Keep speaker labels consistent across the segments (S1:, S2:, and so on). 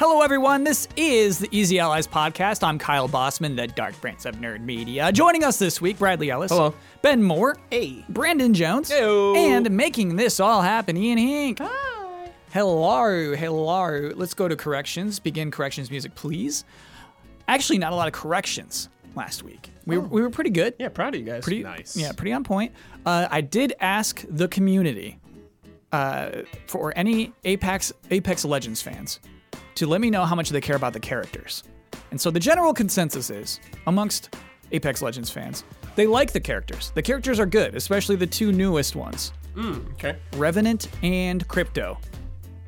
S1: Hello, everyone. This is the Easy Allies podcast. I'm Kyle Bossman, the Dark Prince of Nerd Media. Joining us this week, Bradley Ellis.
S2: Hello.
S1: Ben Moore.
S2: Hey.
S1: Brandon Jones.
S2: Heyo.
S1: And making this all happen, Ian Hink. Hello, hello. Let's go to corrections. Begin corrections music, please. Actually, not a lot of corrections last week. We, we were pretty good.
S2: Yeah, proud of you guys.
S1: Pretty, Yeah, pretty on point. Uh, I did ask the community uh, for any Apex Apex Legends fans to let me know how much they care about the characters. And so the general consensus is amongst Apex Legends fans, they like the characters. The characters are good, especially the two newest ones.
S2: Mm, Okay.
S1: Revenant and Crypto.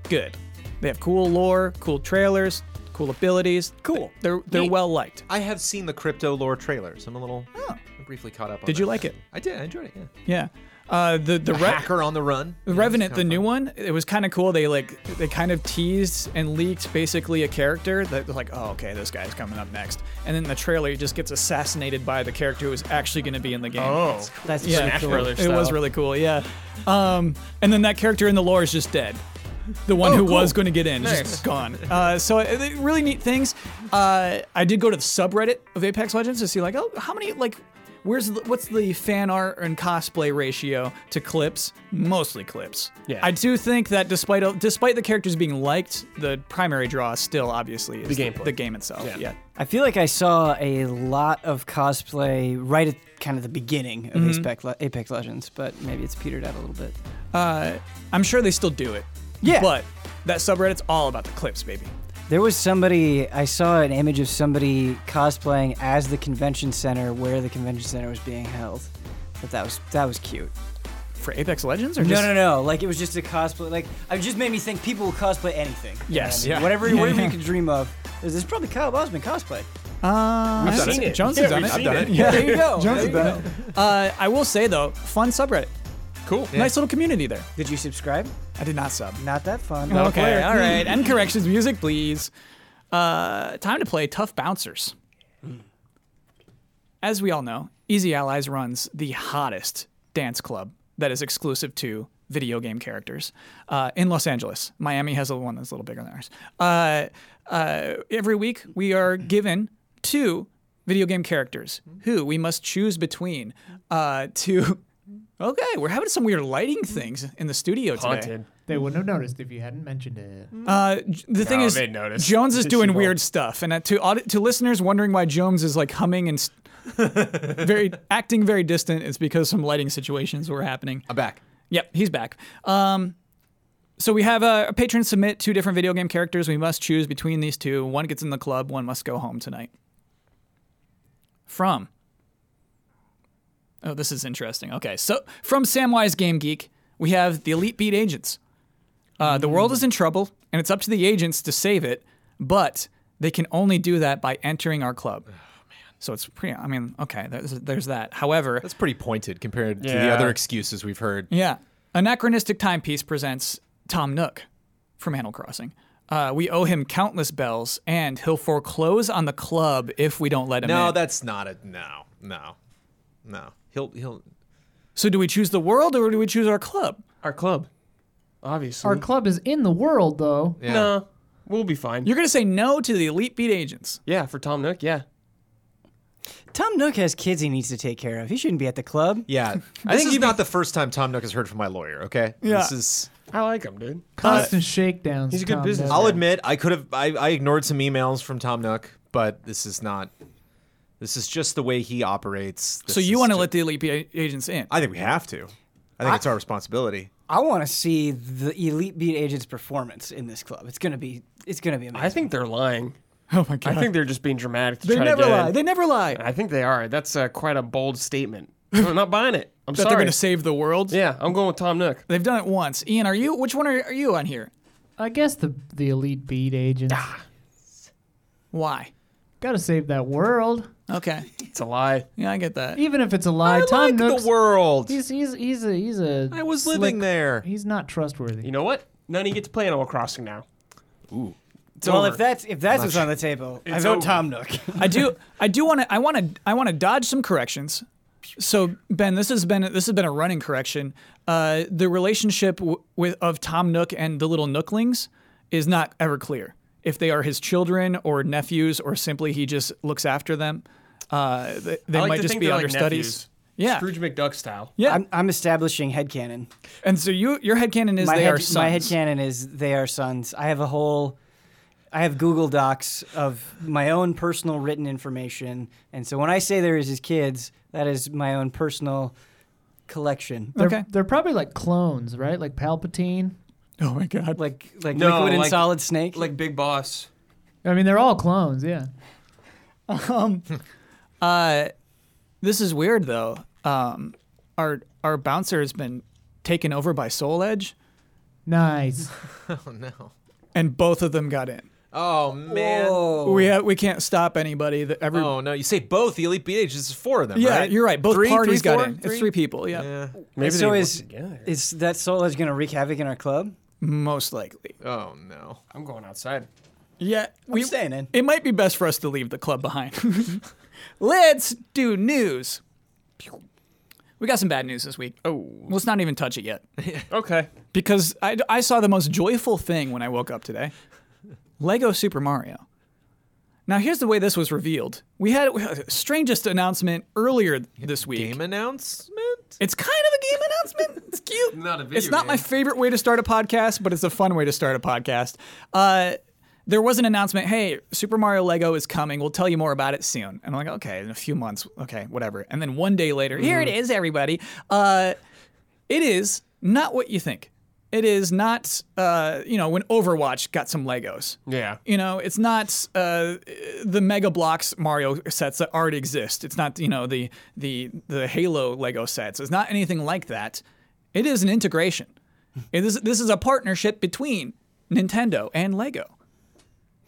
S1: Good. They have cool lore, cool trailers, cool abilities. Cool. They're they're
S2: Neat.
S1: well liked.
S3: I have seen the crypto lore trailers. I'm a little briefly caught up on
S1: Oh. Did you
S3: that.
S1: like it?
S3: I did. I enjoyed it. Yeah.
S1: Yeah. Uh, the the re-
S3: Hacker on the run.
S1: The Revenant, the new one, it was kind of cool. They like they kind of teased and leaked basically a character that was like, oh, okay, this guy's coming up next, and then the trailer just gets assassinated by the character who is actually going to be in the game.
S2: Oh,
S4: That's
S1: yeah,
S4: pretty
S2: Smash
S4: cool.
S2: Brothers.
S1: it was
S2: style.
S1: really cool. Yeah, um, and then that character in the lore is just dead. The one who was going to get in is just gone. Uh, so uh, they- really neat things. Uh, I did go to the subreddit of Apex Legends to see like, oh, how many like. Where's the, what's the fan art and cosplay ratio to clips? Mostly clips.
S2: Yeah.
S1: I do think that despite uh, despite the characters being liked, the primary draw still obviously is the,
S2: gameplay.
S1: the game itself. Yeah.
S4: I feel like I saw a lot of cosplay right at kind of the beginning of
S1: Mm-hmm.
S4: Apex, Le- Apex Legends, but maybe it's petered out a little bit.
S1: Uh, I'm sure they still do it.
S4: Yeah.
S1: But that subreddit's all about the clips, baby.
S4: There was somebody, I saw an image of somebody cosplaying as the convention center where the convention center was being held. But that was that was cute.
S1: For Apex Legends or
S4: No,
S1: just
S4: no, no. Like it was just a cosplay. Like it just made me think people will cosplay anything. You know what I
S1: Yes,
S4: mean?
S1: yeah.
S4: Whatever, whatever you could dream of. This is probably Kyle Bosman cosplay.
S1: Uh,
S2: I've
S1: I've
S2: done
S1: seen
S2: it.
S1: Jones
S2: Yeah,
S1: has done
S2: we've
S1: it.
S2: seen it.
S1: Yeah.
S4: There you go.
S1: Jones
S4: There
S1: has
S4: you
S1: done
S4: go.
S1: Uh, I will say though, fun subreddit.
S3: Cool.
S1: Nice little community there.
S4: Did you subscribe?
S1: I did not sub.
S4: Not that fun.
S1: Okay, all right. And corrections music, please. Uh, time to play Tough Bouncers. As we all know, Easy Allies runs the hottest dance club that is exclusive to video game characters uh, in Los Angeles. Miami has a one that's a little bigger than ours. Uh, uh, every week, we are given two video game characters who we must choose between uh, to. Okay, we're having some weird lighting things in the studio today.
S2: haunted.
S5: They wouldn't have noticed if you hadn't mentioned it.
S1: Uh, j- the thing
S2: No,
S1: is,
S2: they noticed.
S1: Jones is
S2: She
S1: doing
S2: won't.
S1: weird stuff, and uh, to audi- to listeners wondering why Jones is like humming and s very acting very distant, it's because some lighting situations were happening.
S3: I'm back.
S1: Yep, he's back. Um, so we have uh, a patron submit two different video game characters. We must choose between these two. One gets in the club. One must go home tonight. From. Oh, this is interesting. Okay, so from Samwise Game Geek, we have the Elite Beat Agents. Uh, The world is in trouble, and it's up to the agents to save it, but they can only do that by entering our club. So it's pretty. I mean, okay, there's, there's that. However,
S3: That's pretty pointed compared to the
S2: Yeah.
S3: other excuses we've heard.
S1: yeah. Anachronistic Timepiece presents Tom Nook from Animal Crossing. Uh, we owe him countless bells, and he'll foreclose on the club if we don't let him
S3: No,
S1: in.
S3: that's not a no. No. No. He'll he'll
S1: so, do we choose the world or do we choose our club?
S2: Our club, obviously.
S5: Our club is in the world, though.
S3: yeah.
S2: No, we'll be fine.
S1: You're going to say no to the Elite Beat Agents.
S2: yeah, for Tom Nook. Yeah.
S4: Tom Nook has kids he needs to take care of. He shouldn't be at the club.
S3: Yeah. I think is not the first time Tom Nook has heard from my lawyer, okay?
S1: Yeah.
S3: This is
S2: I like him, dude.
S5: Constant shakedowns.
S2: he's a good
S5: Tom
S2: business-
S5: does.
S3: I'll admit I could have I, I ignored some emails from Tom Nook, but this is not this is just the way he operates.
S1: so, you want to let the Elite Beat Agents in?
S3: I think we have to. I think it's our responsibility.
S4: I want to see the Elite Beat Agents performance in this club. It's gonna be it's gonna be amazing.
S2: I think they're lying.
S1: oh my God.
S2: I think they're just being dramatic to
S1: they
S2: try
S1: never
S2: to get
S1: lie.
S2: in.
S1: They never lie.
S2: I think they are. That's uh, quite a bold statement. I'm not buying it. I'm
S1: That
S2: sorry.
S1: they're going to save the world.
S2: yeah, I'm going with Tom Nook.
S1: They've done it once. Ian, are you? Which one are, are you on here?
S5: I guess the the elite beat agents
S1: Why?
S5: gotta save that world,
S1: Okay.
S2: It's a lie.
S1: Yeah, I get that.
S5: even if it's a lie. Tom
S3: like
S5: Nook's
S3: the world.
S5: he's he's he's a he's a.
S3: I was
S5: slick-
S3: living there.
S5: He's not
S2: You
S5: trustworthy.
S2: know what? None of you get to play Animal Crossing now.
S3: Ooh.
S2: It's
S4: well,
S2: over.
S4: if that's if that's what's on the table, I
S2: It's
S4: vote
S2: over.
S4: Tom Nook.
S1: I do. I do want to. I want to. I want to dodge some corrections. So Ben, this has been this has been a running correction. Uh, the relationship w- with of Tom Nook and the little Nooklings is not ever clear. if they are his children or nephews or simply he just looks after them. Uh, they they
S2: I like
S1: might
S2: to
S1: just
S2: think
S1: be
S2: they're like
S1: understudies.
S2: nephews.
S1: yeah,
S2: Scrooge McDuck style.
S1: yeah.
S4: I'm, I'm establishing headcanon.
S1: and so you, your headcanon is
S4: my
S1: they
S4: head,
S1: are sons.
S4: My headcanon is they are sons. I have a whole, I have Google Docs of my own personal written information, and so when I say there is his kids, that is my own personal collection,
S5: They're,
S1: Okay.
S5: They're probably like clones, right? Like Palpatine.
S1: Oh my god.
S4: like like
S2: No,
S4: liquid and
S2: like-
S4: solid snake.
S2: Like Big Boss.
S5: I mean, they're all clones. Yeah.
S1: Uh, this is weird though. Um, our our bouncer has been taken over by Soul Edge,
S5: Nice.
S3: Oh no.
S1: and both of them got in.
S3: Oh man.
S1: We ha- we can't stop anybody. That every
S3: Oh no. You say both the elite beat ages is four of them.
S1: yeah,
S3: right?
S1: you're right. Both
S3: Three,
S1: parties
S3: three,
S1: got
S3: four?
S1: in. It's three people. Yeah,
S3: Yeah.
S2: Maybe
S4: so
S2: they
S4: is-
S2: work together.
S4: is that soul is going to wreak havoc in our club?
S1: most likely.
S3: Oh no.
S2: I'm going outside.
S1: Yeah,
S4: We staying in.
S1: It might be best for us to leave the club behind. Let's do news. We got some bad news this week. Oh, let's not even touch it yet.
S2: Okay.
S1: because I, I saw the most joyful thing when I woke up today Lego Super Mario. Now, here's the way this was revealed. We had a strangest announcement earlier this week.
S3: Game announcement?
S1: It's kind of a game announcement. It's cute.
S2: Not a video
S1: It's not my
S2: game.
S1: favorite way to start a podcast, but it's a fun way to start a podcast. Uh, there was an announcement. Hey, Super Mario Lego is coming. We'll tell you more about it soon. And I'm like, okay, in a few months. Okay, whatever. And then one day later, here it is, everybody. Uh, it is not what you think. It is not, uh, you know, when Overwatch got some Legos.
S2: Yeah.
S1: You know, it's not uh, the Mega Blocks Mario sets that already exist. It's not you know the the the Halo Lego sets. It's not anything like that. It is an integration. It is, this is a partnership between Nintendo and Lego.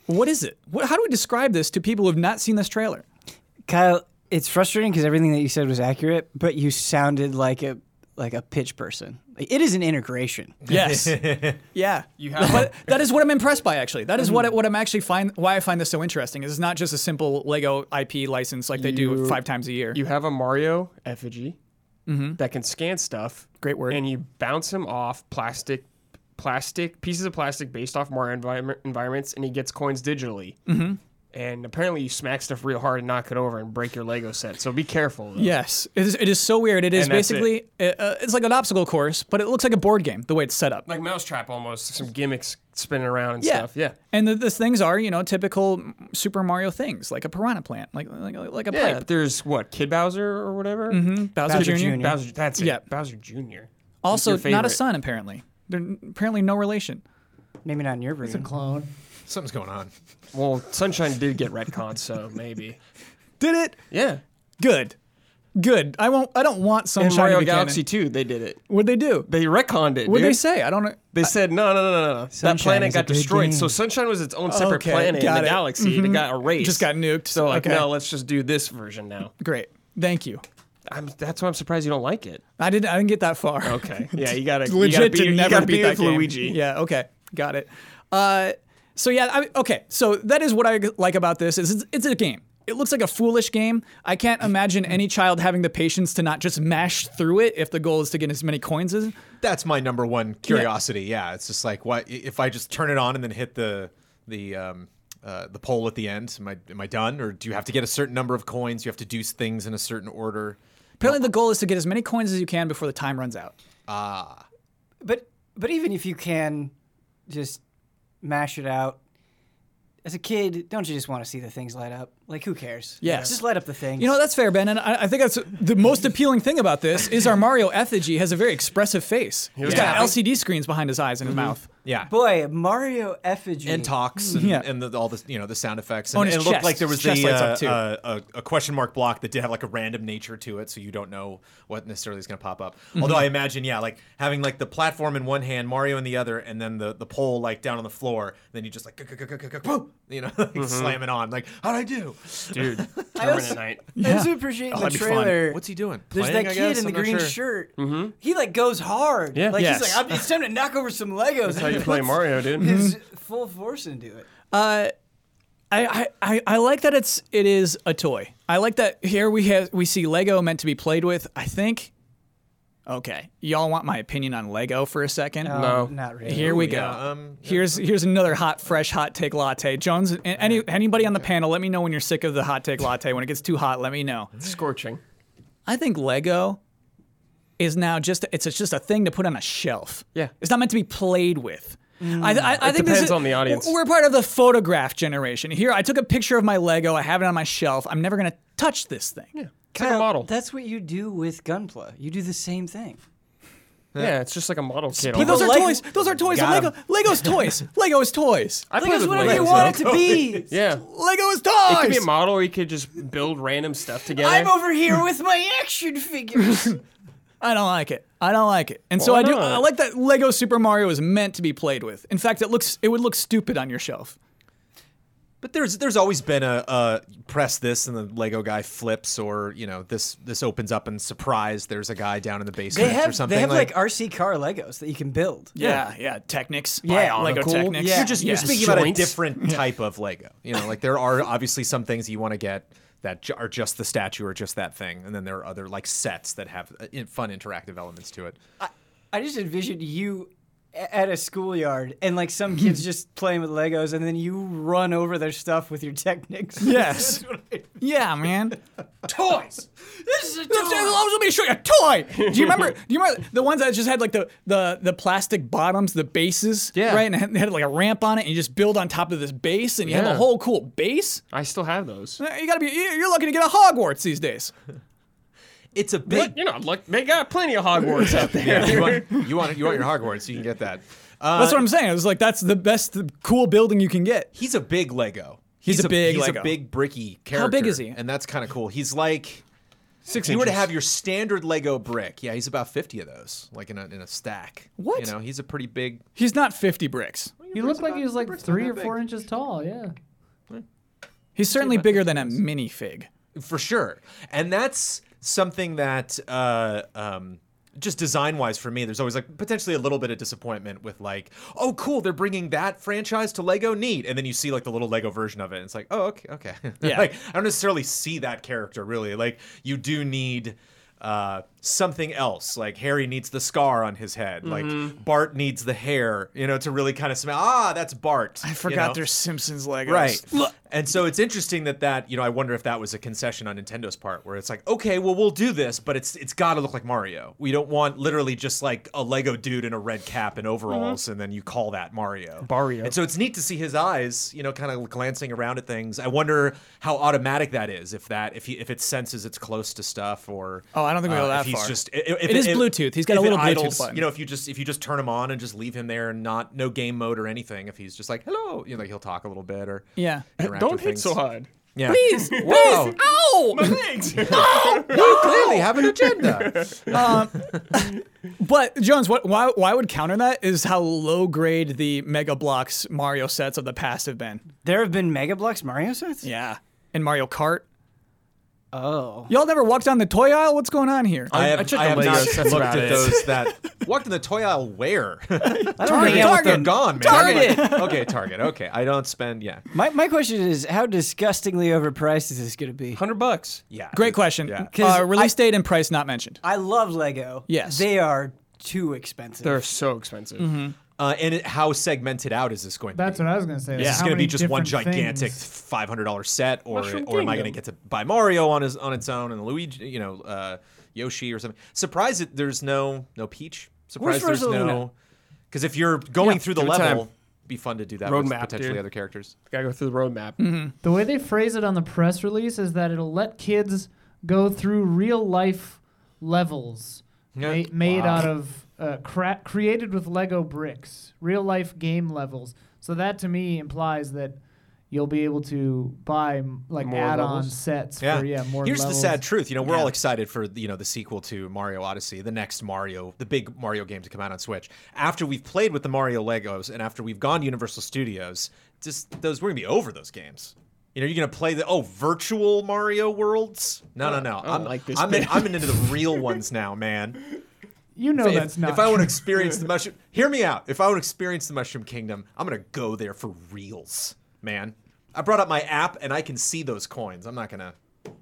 S1: What is it? What, how do we describe this to people who have not seen this trailer?
S4: Kyle, it's frustrating because everything that you said was accurate, but you sounded like a like a pitch person. Like, it is an integration.
S1: Yes. yeah.
S2: You have-
S1: But that is what I'm impressed by actually. That is what I, what I'm actually find why I find this so interesting. Is it's not just a simple Lego IP license like they do
S2: You-
S1: five times a year.
S2: You have a Mario effigy that can scan stuff.
S1: Mm-hmm. Great word.
S2: And you bounce him off plastic, plastic pieces of plastic based off Mario environment, environments, and he gets coins digitally. Mm-hmm. And apparently, you smack stuff real hard and knock it over and break your Lego set. So be careful. though.
S1: Yes, it is, it is so weird. It is
S2: And that's it.
S1: basically it. uh, it's like an obstacle course, but it looks like a board game the way it's set up.
S2: Like mousetrap almost, some gimmicks spinning around and
S1: yeah,
S2: stuff. Yeah.
S1: And the, those things are you know typical Super Mario things, like a piranha plant, like like, like a
S2: Yeah,
S1: plant.
S2: there's what Kid Bowser or whatever. Mm-hmm.
S1: Bowser,
S4: Bowser
S1: Jr.
S4: Jr.
S2: Bowser, that's it.
S1: Yeah.
S2: Bowser Jr.
S1: Also,
S2: He's your
S1: not a
S2: favorite.
S1: son apparently. They're n- apparently no relation.
S4: Maybe not in your room.
S5: It's a clone.
S3: Something's going on.
S2: Well, Sunshine did get retcon, so maybe.
S1: Did it?
S2: Yeah.
S1: Good, good. I won't. I don't want
S2: In
S1: sunshine.
S2: Mario
S1: to be canon.
S2: Galaxy 2 they did it.
S1: What'd they do?
S2: They retconned it.
S1: What'd
S2: dude.
S1: they say? I don't. know.
S2: They said no, no, no, no, no. That
S4: Sunshine
S2: planet
S4: is a
S2: got
S4: good
S2: destroyed.
S4: game.
S2: So Sunshine was its own separate
S1: Okay,
S2: planet in
S1: got
S2: the
S1: it.
S2: galaxy. It got erased.
S1: Just got nuked.
S2: So like,
S1: Okay.
S2: no, let's just do this version now.
S1: Great. Thank you.
S2: I'm, that's why I'm surprised you don't like it.
S1: I didn't. I didn't get that far.
S2: Okay. Yeah, you gotta you gotta
S1: legit
S2: be,
S1: to
S2: you
S1: never
S2: gotta
S1: beat
S2: be
S1: that
S2: with
S1: game.
S2: Luigi.
S1: Yeah. Okay. Got it. Uh, so yeah. I, okay. So that is what I like about this. Is it's, it's a game. It looks like a foolish game. I can't imagine any child having the patience to not just mash through it if the goal is to get as many coins as.
S3: That's my number one curiosity. Yeah. It's just like what if I just turn it on and then hit the the um uh, the poll at the end. Am I am I done, or do you have to get a certain number of coins? You have to do things in a certain order.
S1: Apparently, the goal is to get as many coins as you can before the time runs out.
S4: But but even if you can just mash it out, as a kid, don't you just want to see the things light up? Like who cares?
S1: Yes.
S4: Just light up the things.
S1: You know that's fair, Ben, and I, I think that's the most appealing thing about this is our Mario effigy has a very expressive face. He's got
S2: Yeah.
S1: LCD screens behind his eyes and his mouth.
S3: Yeah.
S4: Boy, Mario effigy.
S3: and talks and,
S1: Mm. Yeah.
S3: and the, all the you know the sound effects and,
S1: Oh, and his
S3: and it looked
S1: chest.
S3: like there was
S1: His chest
S3: the,
S1: lights up,
S3: uh,
S1: too.
S3: uh, a, a question mark block that did have like a random nature to it so you don't know what necessarily is going to pop up
S1: Mm-hmm.
S3: although i imagine yeah like having like the platform in one hand mario in the other and then the, the pole like down on the floor then you just like boom, you know like
S1: Mm-hmm.
S3: slamming on like how'd i do
S2: Dude, Terminator Night.
S4: I also appreciate in the
S3: that'd be fun.
S4: trailer.
S3: what's he doing
S4: There's
S3: Playing,
S4: that
S3: I
S4: kid
S3: guess?
S4: in the
S3: I'm not
S4: green
S3: sure.
S4: shirt. He like goes hard.
S2: Yeah.
S4: Like he's
S1: Yes.
S4: like, I'm, it's time to knock over some Legos. That's
S2: How you play Mario, dude?
S4: His full force into it.
S1: Uh, I, I- I, I like that it's it is a toy. I like that here we have we see Lego meant to be played with. I think Okay, y'all want my opinion on Lego for a second?
S2: No.
S4: not really.
S1: Here we
S3: Ooh,
S1: go.
S3: yeah, um,
S1: here's here's another hot, fresh hot take latte. Jones, a- any anybody on the panel, let me know when you're sick of the hot take latte. When it gets too hot, let me know.
S2: Scorching.
S1: I think Lego is now just it's just a thing to put on a shelf.
S2: Yeah. Mm.
S1: it's not meant to be played with. I, I, I
S2: It
S1: think this
S2: depends
S1: is-
S2: on the audience.
S1: We're part of the photograph generation. Here, I took a picture of my Lego. I have it on my shelf. I'm never gonna touch this thing.
S2: It's like a model.
S4: That's what you do with Gunpla. You do the same thing.
S2: yeah, it's just like a model kit.
S1: But those
S2: almost.
S1: are
S4: Lego-
S1: toys. Those are toys.
S3: Got
S1: Lego. Lego's toys. Lego is toys.
S2: I play
S4: Like,
S2: with
S4: it's whatever you
S2: Legos,
S4: want it
S2: though.
S4: to be.
S2: Yeah.
S1: Lego is
S2: It could
S1: toys.
S2: be a model, or you could just build random stuff together.
S4: I'm over here with my action figures.
S1: I don't like it. I don't like it. And so
S2: Why
S1: I do.
S2: not?
S1: I like that Lego Super Mario is meant to be played with. In fact, it looks it would look stupid on your shelf.
S3: But there's there's always been a uh, press this and the Lego guy flips or you know this this opens up and surprise there's a guy down in the basement
S4: they
S3: or
S4: have
S3: something
S4: they have like, RC car Legos that you can build.
S1: Yeah, yeah. Technics.
S4: Yeah.
S1: Lego
S4: Bionicle.
S1: Technics.
S4: Yeah.
S3: you're just you're
S1: Yes.
S3: speaking about a
S2: Joints.
S3: different type of Lego. You know, like there are obviously some things you want to get that ju- are just the statue or just that thing, and then there are other like sets that have uh, in- fun interactive elements to it.
S4: I, I just envisioned you a- at a schoolyard and like some kids just playing with Legos and then you run over their stuff with your Technics.
S1: Yes. yeah, man.
S4: Toys. This is a
S1: Let me show you a toy. Do you remember? Do you remember the ones that just had like the the the plastic bottoms, the bases,
S2: Yeah.
S1: right? And it had, it had like a ramp on it, and you just build on top of this base, and you have a
S2: Yeah.
S1: whole cool base. Uh,
S2: I still have those.
S1: You gotta be. you- You're looking to get a Hogwarts these days.
S3: It's a
S2: But
S3: big.
S2: you know, look, they got plenty of Hogwarts out there.
S3: you, want, you want you want your Hogwarts, you can get that. Uh,
S1: That's what I'm saying. It was like that's the best cool building you can get.
S3: he's a big Lego.
S1: He's a big
S3: he's
S1: Lego.
S3: a big bricky character.
S1: big is he?
S3: And that's kind of cool. He's like.
S2: Six
S3: If you were to
S2: inches.
S3: have your standard Lego brick, yeah, he's about fifty of those, like in a in a stack.
S1: What?
S3: You know, he's a pretty big.
S1: He's not 50 bricks.
S5: He looked like he was like
S3: Bricks
S5: three
S3: not
S5: or
S3: that
S5: four
S3: big.
S5: inches tall. Yeah.
S1: He's certainly bigger than a minifig.
S3: for sure and that's something that uh, um, just design wise for me there's always like potentially a little bit of disappointment with like oh cool they're bringing that franchise to lego neat and then you see like the little lego version of it and it's like oh okay okay
S1: Yeah.
S3: like i don't necessarily see that character really like you do need uh, something else like Harry needs the scar on his head,
S1: Mm-hmm.
S3: like Bart needs the hair, you know, to really kind of smell. Ah, that's Bart.
S1: I forgot
S3: there's.
S1: there's Simpsons Legos.
S3: Right. And so it's interesting that that, you know, I wonder if that was a concession on Nintendo's part where it's like, okay, well we'll do this, but it's it's got to look like Mario. We don't want literally just like a Lego dude in a red cap and overalls
S1: Mm-hmm.
S3: and then you call that Mario.
S2: Barrio.
S3: And so it's neat to see his eyes, you know, kind of glancing around at things. I wonder how automatic that is if that if he, if it senses it's close to stuff or
S1: Oh, I don't think we go
S3: uh,
S1: that
S3: if he's
S1: far.
S3: just i- if,
S1: It is Bluetooth. He's got a
S3: if it
S1: little Bluetooth
S3: idles,
S1: button.
S3: You know, if you just if you just turn him on and just leave him there and not no game mode or anything, if he's just like hello, you know, like he'll talk a little bit or
S1: Yeah.
S3: interact
S2: Don't
S3: with
S2: hit
S3: things.
S2: so hard.
S3: Yeah.
S1: Please.
S2: Whoa.
S1: Please. Ow!
S3: you clearly have an agenda.
S1: But Jones, what why why would counter that is how low grade the Mega Blocks Mario sets of the past have been.
S4: There have been Mega Bloks Mario sets?
S1: Yeah. In Mario Kart.
S4: Oh.
S1: Y'all never walked down the toy aisle? What's going on here?
S3: I have,
S2: I checked
S3: I have
S2: the Legos,
S3: not
S2: that's
S3: looked
S2: about
S3: at
S2: it.
S3: those that walked in the toy aisle where
S4: I don't really know what
S3: they're
S1: Target.
S3: gone, man.
S1: Target.
S3: I'm like, okay, Target. Okay, I don't spend. Yeah,
S4: the- my, my question is how disgustingly overpriced is this going to be?
S2: Hundred bucks.
S3: yeah.
S1: Great question.
S3: Yeah.
S4: 'Cause
S1: Uh, release date and price not mentioned.
S4: I love Lego.
S1: Yes.
S4: They are too expensive.
S2: They're so expensive.
S3: Uh, and it, how segmented out is this going to
S5: That's
S3: be?
S5: what I was gonna say.
S1: Yeah.
S3: Is this
S5: How
S3: going to be
S5: many
S3: just one
S5: different
S3: gigantic
S5: things?
S3: five hundred dollar set, or
S2: Mushroom
S3: or am I
S2: Kingdom.
S3: going to get to buy Mario on his on its own and Luigi, you know, uh, Yoshi or something? Surprised that there's no no Peach. Surprised there's
S4: Rosalina?
S3: no because if you're going through the
S2: give it time.
S3: level, be fun to do that with
S2: Roadmap,
S3: potentially
S2: dude.
S3: other characters.
S2: Gotta go through the roadmap.
S5: The way they phrase it on the press release is that it'll let kids go through real life levels ma-
S3: Yeah.
S5: made
S3: Wow.
S5: out of uh, cra- created with Lego bricks, real life game levels. So that to me implies that you'll be able to buy m- like
S2: More
S5: add-on
S2: levels?
S5: sets
S3: Yeah.
S5: for yeah more.
S3: Here's
S5: levels.
S3: the sad truth. You know, we're all excited for you know the sequel to Mario Odyssey, the next Mario, the big Mario game to come out on Switch. After we've played with the Mario Legos and after we've gone to Universal Studios, just those we're gonna be over those games. You know, you're gonna play the oh virtual Mario worlds? No, no, no.
S2: I don't
S3: I'm
S2: like this
S3: I'm, in,
S2: bit.
S3: I'm into the real ones now, man
S5: You know
S3: if,
S5: Oh, that's not.
S3: if I want to
S5: true.
S3: experience the mushroom, hear me out. If I want to experience the Mushroom Kingdom, I'm gonna go there for reals, man. I brought up my app and I can see those coins. I'm not gonna,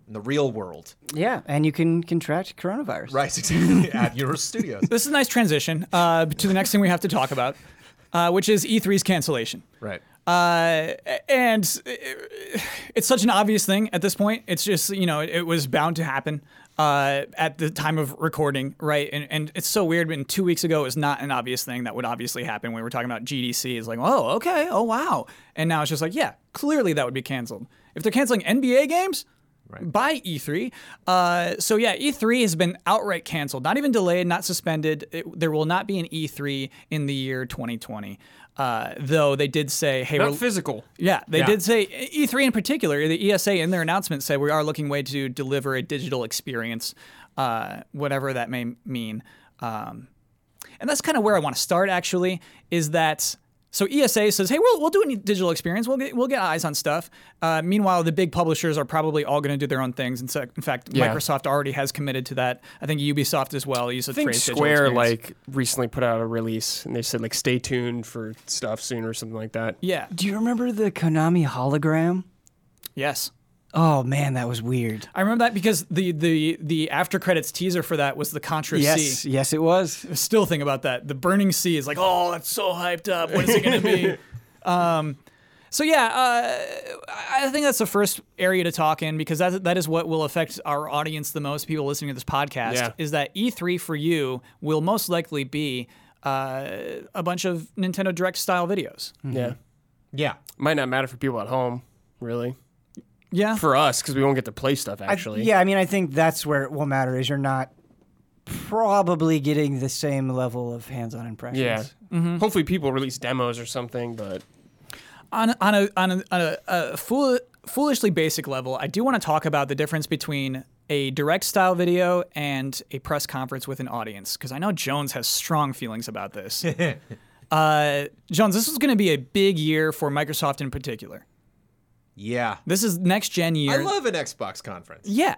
S3: in the real world.
S4: Yeah, and you can contract coronavirus.
S3: Right, exactly. At Universal Studios.
S1: This is a nice transition uh, to the next thing we have to talk about, uh, which is E3's cancellation.
S3: Right.
S1: Uh, and uh, it's such an obvious thing at this point. It's just you know it, it was bound to happen uh, at the time of recording, right? And and it's so weird. When two weeks ago it was not an obvious thing that would obviously happen. When we were talking about GDC, it's like oh okay oh wow, and now it's just like yeah clearly that would be canceled. If they're canceling NBA games. By E3. Uh, so, yeah, E3 has been outright canceled, not even delayed, not suspended. It, there will not be an E3 in the year 2020. Uh, though they did say, hey,
S2: Not
S1: we're,
S2: physical.
S1: yeah, they
S3: Yeah.
S1: did say E3 in particular. The ESA in their announcement said we are looking way to deliver a digital experience, uh, whatever that may mean. Um, and that's kind of where I want to start. Actually, is that so? ESA says, "Hey, we'll, we'll do a digital experience. We'll get we'll get eyes on stuff." Uh, meanwhile, the big publishers are probably all going to do their own things. And so, in fact,
S2: Yeah.
S1: Microsoft already has committed to that. I think Ubisoft as well. Used the
S2: I think
S1: phrase digital
S2: Square
S1: experience.
S2: like recently put out a release and they said like stay tuned for stuff soon or something like that.
S1: yeah,
S4: Do you remember the Konami hologram?
S1: yes.
S4: Oh man, that was weird.
S1: I remember that because the the the after credits teaser for that was the Contra
S4: Yes,
S1: C.
S4: yes, it was.
S1: still think about that. The burning sea is like, oh, that's so hyped up. What is it going to be? um, so yeah, uh, I I think that's the first area to talk in because that that is what will affect our audience the most. People listening to this podcast
S2: Yeah.
S1: is that E3 for you will most likely be uh, a bunch of Nintendo Direct style videos.
S2: Yeah.
S3: Yeah.
S2: Mm-hmm. Might not matter for people at home, really.
S1: Yeah,
S2: For us, because we won't get to play stuff
S4: I-
S2: actually.
S4: yeah, I mean, I think that's where it will matter is you're not probably getting the same level of hands-on impressions.
S2: Yeah. Hopefully people release demos or something, but
S1: on on a on a, on a, a fool, foolishly basic level, I do want to talk about the difference between a direct style video and a press conference with an audience because I know Jones has strong feelings about this. uh, Jones, this is going to be a big year for Microsoft in particular.
S3: Yeah.
S1: This is next gen
S3: I
S1: year.
S3: love an Xbox conference.
S1: yeah.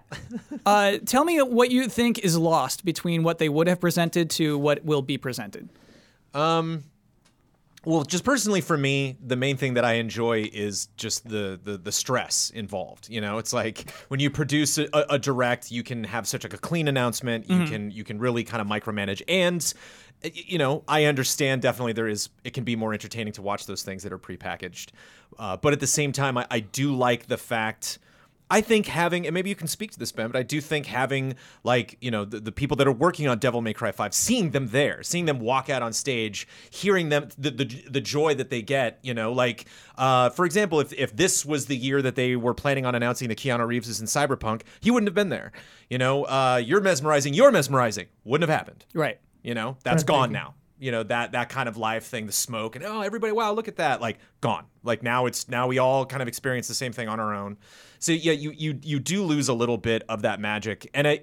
S1: uh, tell me what you think is lost between what they would have presented to what will be presented.
S3: Well, just personally for me, the main thing that I enjoy is just the the, the stress involved. You know, it's like when you produce a, a direct, you can have such like a clean announcement. You can you can really kind of micromanage, and y- you know, I understand definitely there is it can be more entertaining to watch those things that are prepackaged, uh, but at the same time, I, I do like the fact. I think having, and maybe you can speak to this, Ben, but I do think having, like, you know, the, the people that are working on Devil May Cry 5, seeing them there, seeing them walk out on stage, hearing them, the, the, the joy that they get, you know, like, uh, for example, if, if this was the year that they were planning on announcing that Keanu Reeves is in Cyberpunk, he wouldn't have been there. You know, uh, you're mesmerizing, you're mesmerizing, wouldn't have happened.
S1: Right.
S3: You know, that's gone now. You know that that kind of live thing, the smoke, and oh, everybody, wow, look at that! Like gone. Like now it's now we all kind of experience the same thing on our own. So yeah, you you you do lose a little bit of that magic, and I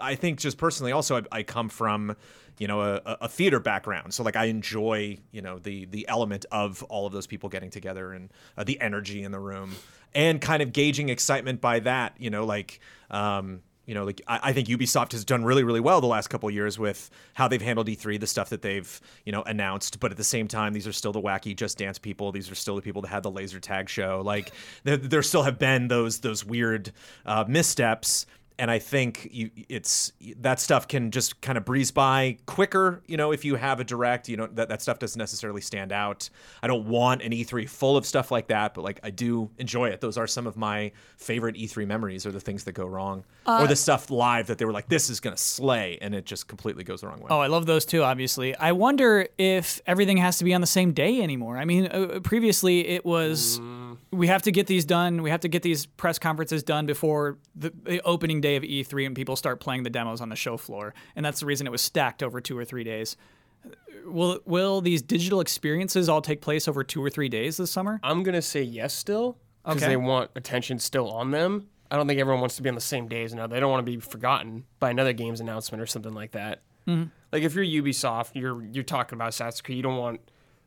S3: I think just personally also I, I come from you know a, a theater background, so like I enjoy you know the the element of all of those people getting together and uh, the energy in the room and kind of gauging excitement by that. You know like. Um, you know, like I, I think Ubisoft has done really, really well the last couple of years with how they've handled E3, the stuff that they've, you know, announced. But at the same time, these are still the wacky Just Dance people. These are still the people that had the laser tag show. Like there, there still have been those those weird uh, missteps. And I think you, it's that stuff can just kind of breeze by quicker, you know, if you have a direct, you know, that, that stuff doesn't necessarily stand out. I don't want an E3 full of stuff like that, but like I do enjoy it. Those are some of my favorite E3 memories are the things that go wrong
S2: Uh,
S3: or the stuff live that they were like, this is going to slay. And it just completely goes the wrong way.
S1: Oh, I love those too, obviously. I wonder if everything has to be on the same day anymore. I mean, uh, previously it was
S2: Mm.
S1: we have to get these done, we have to get these press conferences done before the, the opening day of E3 and people start playing the demos on the show floor. And that's the reason it was stacked over two or three days. Uh, Will will these digital experiences all take place over two or three days this summer?
S2: I'm gonna say yes still. Because
S1: Okay.
S2: they want attention still on them. I don't think everyone wants to be on the same days now. They don't want to be forgotten by another game's announcement or something like that.
S1: Mm-hmm.
S2: Like if you're Ubisoft, you're you're talking about Assassin's Creed. You don't want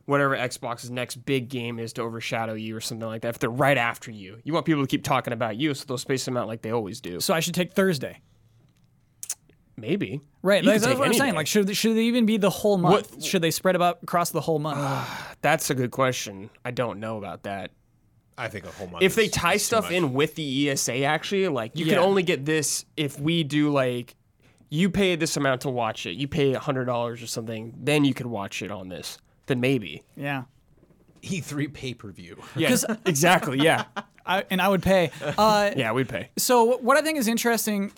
S2: whatever Xbox's next big game is to overshadow you or something like that. If they're right after you, you want people to keep talking about you, so they'll space them out like they always do.
S1: So I should take Thursday.
S2: Maybe
S1: Right,
S2: You
S1: that's, that's
S2: could take
S1: what I'm
S2: any
S1: saying.
S2: day.
S1: Like, should should they even be the whole month? Should they spread about across the whole month?
S2: That's a good question. I don't know about that.
S3: I think a whole month.
S2: if they
S3: is-
S2: tie
S3: is too
S2: stuff
S3: much.
S2: in with the ESA, actually, like you
S1: Yeah.
S2: can only get this if we do like you pay this amount to watch it. You pay hundred dollars or something, then you could watch it on this. Then maybe.
S1: Yeah.
S2: E
S3: E3 pay per view.
S2: Yeah, exactly. Yeah,
S1: I, and I would pay. Uh,
S2: yeah, we'd pay.
S1: So what I think is interesting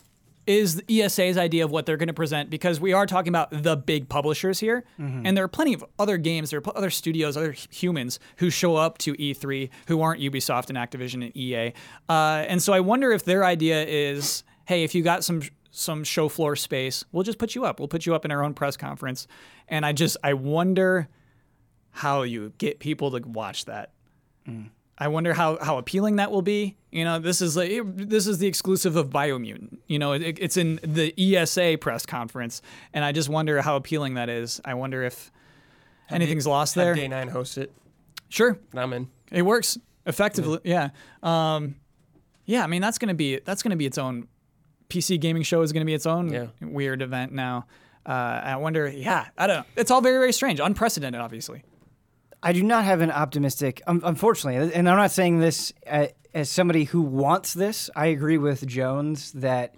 S1: is the ESA's idea of what they're going to present because we are talking about the big publishers here, and there are plenty of other games, there are pl- other studios, other h- humans who show up to E3 who aren't Ubisoft and Activision and EA, uh, and so I wonder if their idea is, hey, if you got some some show floor space, we'll just put you up, we'll put you up in our own press conference, and I just I wonder how you get people to watch that.
S2: Mm.
S1: I wonder how, how appealing that will be. You know, this is like this is the exclusive of Biomutant. You know, it, it's in the ESA press conference, and I just wonder how appealing that is. I wonder if anything's lost
S2: Have
S1: there.
S2: Day nine host it,
S1: Sure,
S2: and I'm in.
S1: it works effectively. Yeah, um, yeah. I mean, that's gonna be that's gonna be its own PC gaming show is gonna be its own
S2: Yeah.
S1: weird event now. Uh, I wonder. Yeah, I don't know. It's all very very strange, unprecedented, obviously.
S4: I do not have an optimistic, um, unfortunately, and I'm not saying this uh, as somebody who wants this. I agree with Jones that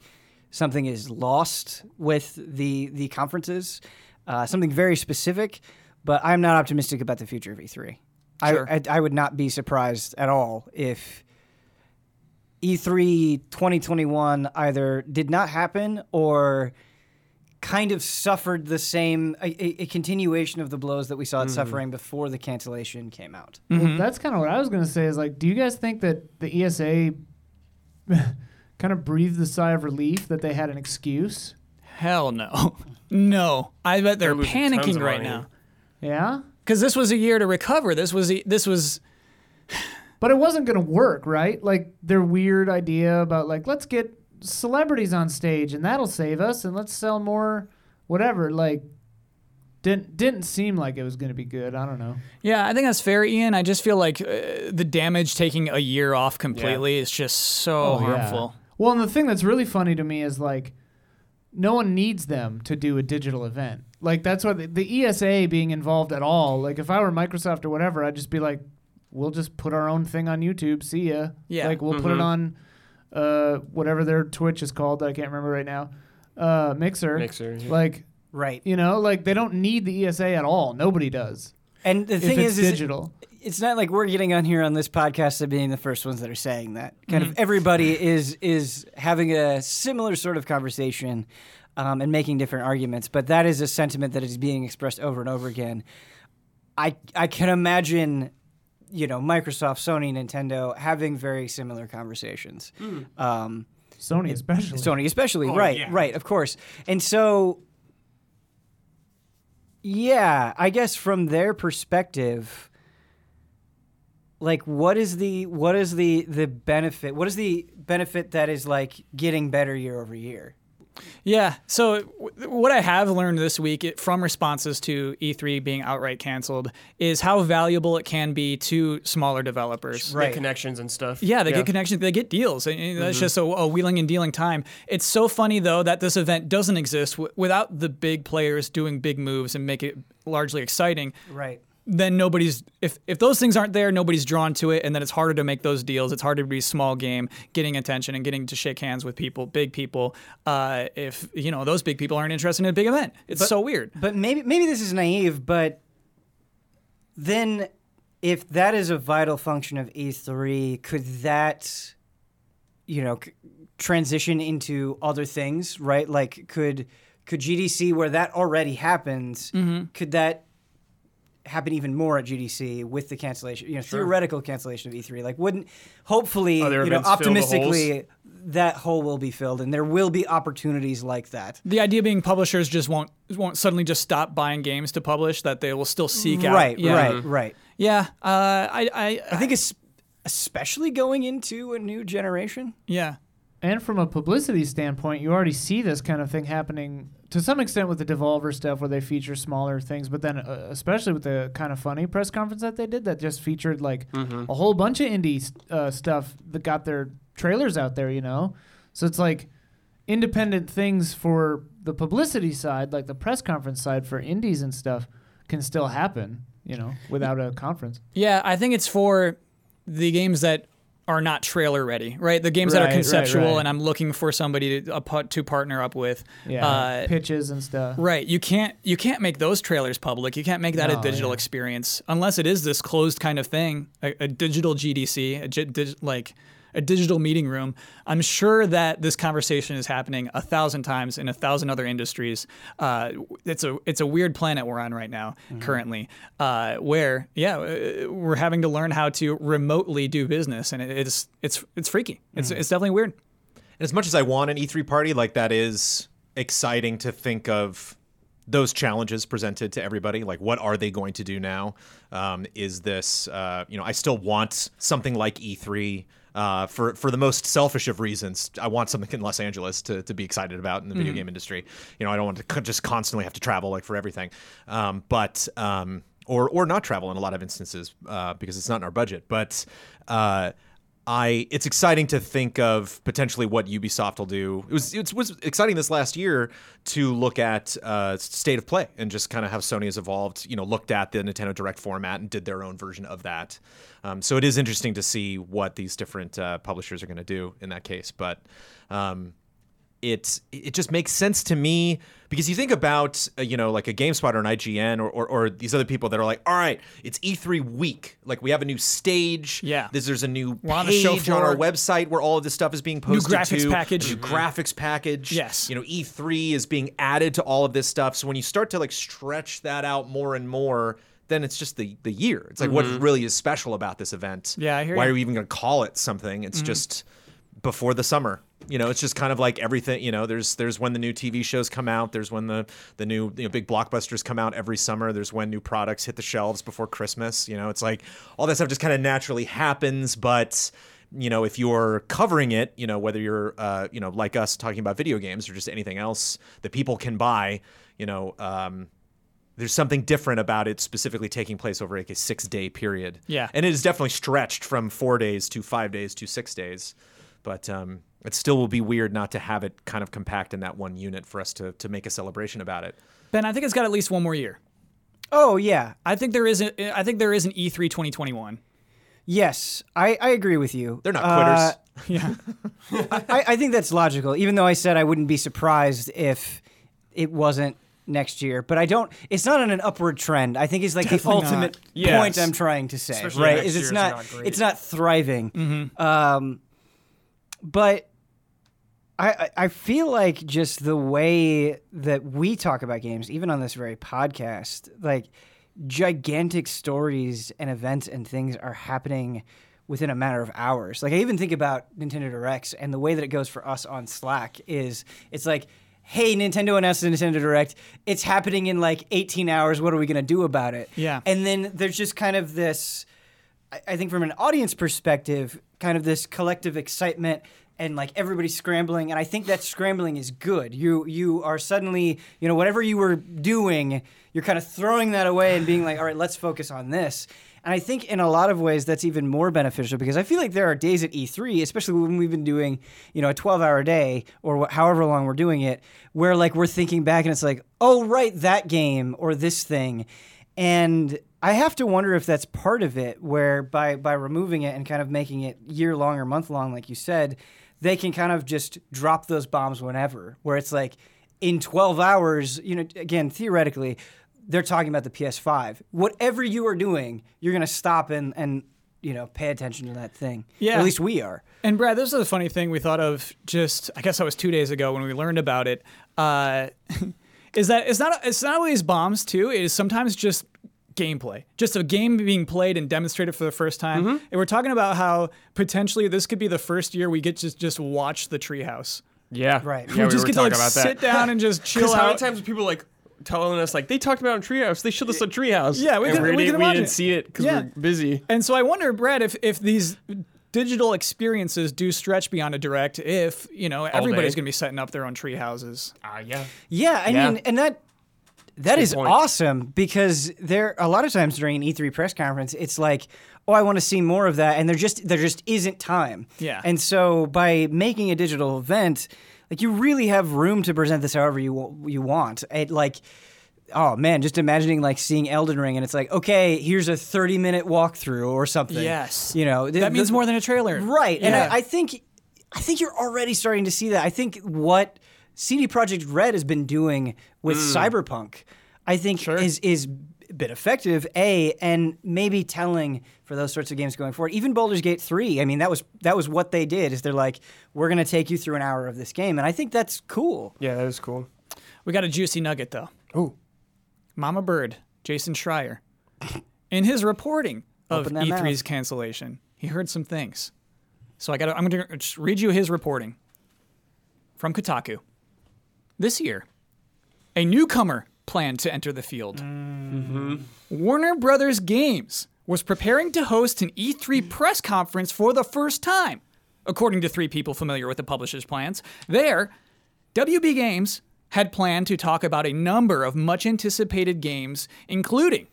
S4: something is lost with the the conferences, uh, something very specific. But I'm not optimistic about the future of E3. I-
S1: Sure.
S4: I, I would not be surprised at all if E E3 2021 either did not happen or kind of suffered the same a, a- a continuation of the blows that we saw it
S5: Mm-hmm.
S4: suffering before the cancellation came out.
S5: Well, that's kind of what I was gonna say. Is like, do you guys think that the E ESA kind of breathed a sigh of relief that they had an excuse?
S1: Hell no, no. I bet they're,
S2: They're losing tons
S1: panicking
S2: of
S1: right
S2: money.
S1: now.
S5: Yeah,
S1: because this was a year to recover. This was a, this was
S5: but it wasn't gonna work, right? Like their weird idea about like let's get celebrities on stage and that'll save us and let's sell more, whatever. Like didn't didn't seem like it was gonna be good. I don't know.
S1: yeah. I think that's fair, Ian. I just feel like uh, the damage taking a year off completely is just so
S2: Oh,
S5: yeah.
S1: harmful.
S5: Well, and the thing that's really funny to me is like, no one needs them to do a digital event. Like that's why the, the ESA being involved at all. Like if I were Microsoft or whatever, I'd just be like, we'll just put our own thing on YouTube. See ya.
S1: Yeah.
S5: Like we'll put it on, uh, whatever their Twitch is called. I can't remember right now. Uh, Mixer.
S2: Mixer, yeah.
S5: Like
S4: Right.
S5: you know, like they don't need the ESA at all. Nobody does.
S4: And the
S5: If
S4: thing
S5: it's
S4: is, is
S5: digital.
S4: it's not like we're getting on here on this podcast and being the first ones that are saying that. Kind
S5: Mm-hmm.
S4: of everybody is is having a similar sort of conversation um, and making different arguments, but that is a sentiment that is being expressed over and over again. I I can imagine, you know, Microsoft, Sony, Nintendo having very similar conversations.
S5: Hmm.
S4: Um,
S5: Sony especially.
S4: Sony, especially. right, right, of course. And so, yeah, I guess from their perspective, like, what is the what is the the benefit? What is the benefit that is like getting better year over year?
S1: Yeah. So w- what I have learned this week it, from responses to E3 being outright canceled is how valuable it can be to smaller developers.
S2: Right. connections and stuff.
S1: Yeah, they get connections, they get deals. And, and
S4: Mm-hmm.
S1: that's just a, a wheeling and dealing time. It's so funny though that this event doesn't exist w- without the big players doing big moves and make it largely exciting.
S4: Right.
S1: then nobody's if if those things aren't there, nobody's drawn to it, and then it's harder to make those deals. It's harder to be a small game, getting attention and getting to shake hands with people, big people. Uh, if you know those big people aren't interested in a big event, it's so weird.
S4: But maybe maybe this is naive, but then if that is a vital function of E3, could that you know c- transition into other things, right? Like could could GDC where that already happens,
S2: Mm-hmm.
S4: could that happen even more at GDC with the cancellation, you know, theoretical cancellation of E3? Like wouldn't hopefully,
S2: Other
S4: you know,
S2: events fill the holes?
S4: optimistically that hole will be filled and there will be opportunities like that.
S1: The idea being publishers just won't won't suddenly just stop buying games to publish; that they will still seek out.
S4: Right,
S1: yeah.
S4: right, right.
S1: Yeah, uh, I, I,
S4: I think it's especially going into a new generation.
S1: yeah.
S5: And from a publicity standpoint, you already see this kind of thing happening to some extent with the Devolver stuff, where they feature smaller things. But then, uh, especially with the kind of funny press conference that they did, that just featured like a whole bunch of indie uh, stuff that got their trailers out there. You know, so it's like independent things for the publicity side, like the press conference side for indies and stuff, can still happen. You know, without a conference.
S1: Yeah, I think it's for the games that are not trailer ready, right? The games that
S5: Right,
S1: are
S5: right,
S1: conceptual,
S5: right.
S1: and I'm looking for somebody to, a, pa- to partner up with.
S5: yeah,
S1: Uh,
S5: pitches and stuff.
S1: Right. You can't you can't make those trailers public. You can't make that a
S5: No,
S1: digital
S5: yeah.
S1: experience unless it is this closed kind of thing, a, a digital GDC, a gi- dig, like a digital meeting room. I'm sure that this conversation is happening a thousand times in a thousand other industries. Uh, it's a it's a weird planet we're on right now
S5: Mm-hmm.
S1: currently, uh, where yeah uh, we're having to learn how to remotely do business, and it, it's it's it's freaky.
S5: Mm.
S1: It's it's definitely weird.
S3: And as much as I want an E3 party, like that is exciting to think of those challenges presented to everybody. Like, what are they going to do now? Um, is this, uh, you know, I still want something like E3. Uh, for for the most selfish of reasons, I want something in Los Angeles to, to be excited about in the video game industry. You know, I don't want to co- just constantly have to travel like for everything, um, but um, or or not travel in a lot of instances uh, because it's not in our budget. But uh, I it's exciting to think of potentially what Ubisoft will do. It was it was exciting this last year to look at uh, state of play and just kind of how Sony has evolved. You know, looked at the Nintendo Direct format and did their own version of that. Um, so it is interesting to see what these different uh, publishers are going to do in that case. But um, it it just makes sense to me because you think about uh, you know like a GameSpot or an IGN or, or or these other people that are like, all right, it's E3 week. Like we have a new stage.
S1: Yeah.
S3: This- there's a new
S1: We're on a
S3: page
S1: show
S3: on our
S1: floor.
S3: website where all of this stuff is being posted.
S1: graphics
S3: to,
S1: package. Mm-hmm.
S3: New graphics package.
S1: Yes.
S3: You know, E3 is being added to all of this stuff. So when you start to like stretch that out more and more, then it's just the the year. It's like what really is special about this event.
S1: Yeah, I hear Mm-hmm.
S3: Why
S1: you.
S3: are we even going to call it something? It's just before the summer. You know, it's just kind of like everything. You know, there's there's when the new TV shows come out. There's when the the new you know, big blockbusters come out every summer. There's when new products hit the shelves before Christmas. You know, it's like all that stuff just kind of naturally happens. But you know, if you're covering it, you know, whether you're uh, you know like us talking about video games or just anything else that people can buy, you know, um, there's something different about it specifically taking place over like a six day period.
S1: Yeah.
S3: And it is definitely stretched from four days to five days to six days. But um, it still will be weird not to have it kind of compact in that one unit for us to, to make a celebration about it.
S1: Ben, I think it's got at least one more year.
S4: Oh yeah,
S1: I think there is a, I think there is an E E3 2021.
S4: yes, I, I agree with you.
S3: They're not
S4: Uh,
S3: quitters.
S4: I, I think that's logical, even though I said I wouldn't be surprised if it wasn't next year. But I don't. It's not on an upward trend. I think is like the ultimate
S2: Yes.
S4: point I'm trying to say.
S2: Especially
S4: right?
S2: next
S4: Is
S2: year
S4: it's
S2: is
S4: not.
S2: not great.
S4: it's not thriving. Um, but I I- I feel like just the way that we talk about games, even on this very podcast, like gigantic stories and events and things are happening within a matter of hours. Like I even think about Nintendo Directs and the way that it goes for us on Slack is it's like, hey, Nintendo announced the Nintendo Direct. It's happening in like 18 hours. What are we gonna do about it?
S1: Yeah.
S4: And then there's just kind of this I- I think from an audience perspective, kind of this collective excitement and like everybody's scrambling, and I think that scrambling is good. You you are suddenly, you know, whatever you were doing, you're kind of throwing that away and being like, all right, let's focus on this. And I think in a lot of ways that's even more beneficial because I feel like there are days at E3, especially when we've been doing, you know, a 12 hour day or wh- however long we're doing it, where like we're thinking back and it's like, oh, right, that game or this thing. And I have to wonder if that's part of it, where by by removing it and kind of making it year long or month long, like you said, they can kind of just drop those bombs whenever. Where it's like in 12 hours, you know, again theoretically, they're talking about the PS5. Whatever you are doing, you're gonna stop and and you know pay attention to that thing.
S1: Yeah.
S4: at least we are.
S1: And Brad, this is a funny thing we thought of just I guess that was two days ago when we learned about it. Uh, is that it's not it's not always bombs too. It is sometimes just gameplay, just a game being played and demonstrated for the first time.
S2: Mm-hmm.
S1: And we're talking about how potentially this could be the first year we get to just watch the treehouse.
S2: Yeah,
S4: Right.
S2: Yeah, we,
S1: just
S2: were
S1: get to like
S2: talking about
S1: sit
S2: that.
S1: down and just chill
S2: Because how many
S1: out.
S2: times are people like telling us like they talked about it in Treehouse? They showed us on Treehouse.
S1: Yeah, we
S2: And
S1: could- we could
S2: didn't,
S1: watch
S2: didn't
S1: it.
S2: see it because
S1: Yeah.
S2: we're busy.
S1: And so I wonder, Brad, if if these digital experiences do stretch beyond a direct, if you know everybody's
S2: day.
S1: going to be setting up their own tree houses.
S2: Ah, yeah.
S4: Yeah, I
S2: Yeah.
S4: mean, and that that is
S2: point.
S4: awesome because there a lot of times during an E3 press conference, it's like, oh, I want to see more of that, and there just there just isn't time.
S1: Yeah.
S4: and so by making a digital event, like you really have room to present this however you wa- you want. It like oh man, just imagining like seeing Elden Ring and it's like, okay, here's a 30 minute walkthrough or something.
S1: Yes.
S4: You know, th-
S1: that means
S4: th-
S1: more than a trailer,
S4: Right. And
S1: Yeah.
S4: I, I think I think you're already starting to see that. I think what CD Projekt Red has been doing with
S2: Mm.
S4: Cyberpunk, I think is is a bit effective, A, and maybe telling for those sorts of games going forward. Even Baldur's Gate 3, I mean, that was that was what they did, is they're like, we're gonna take you through an hour of this game. And I think that's cool.
S2: Yeah, that is cool.
S1: We got a juicy nugget though.
S2: Ooh.
S1: Mama Bird, Jason Schreier, in his reporting of
S4: Open that
S1: E3's cancellation, he heard some things. So I got. to I'm going to just read you his reporting from Kotaku. This year, a newcomer planned to enter the field. Warner Brothers Games was preparing to host an E3 press conference for the first time, according to three people familiar with the publisher's plans. There, WB Games had planned to talk about a number of much anticipated games, including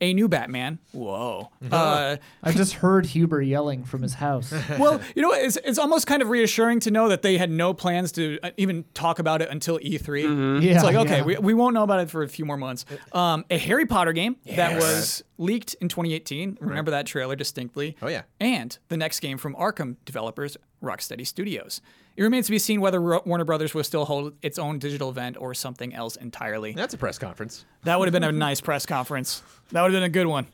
S1: a new Batman. Whoa. Uh,
S5: I just heard Huber yelling from his house.
S1: well, you know, it's, it's almost kind of reassuring to know that they had no plans to uh, even talk about it until E3.
S5: Yeah,
S1: it's like, okay,
S5: yeah.
S1: we, we won't know about it for a few more months.
S3: Uh,
S1: Um, a Harry Potter game that was leaked in 2018. Remember that trailer distinctly?
S3: Oh, yeah.
S1: And the next game from Arkham developers, Rocksteady Studios. It remains to be seen whether Ro- Warner Brothers will still hold its own digital event or something else entirely.
S3: That's a press conference.
S1: That would have been a nice press conference. That would have been a good one.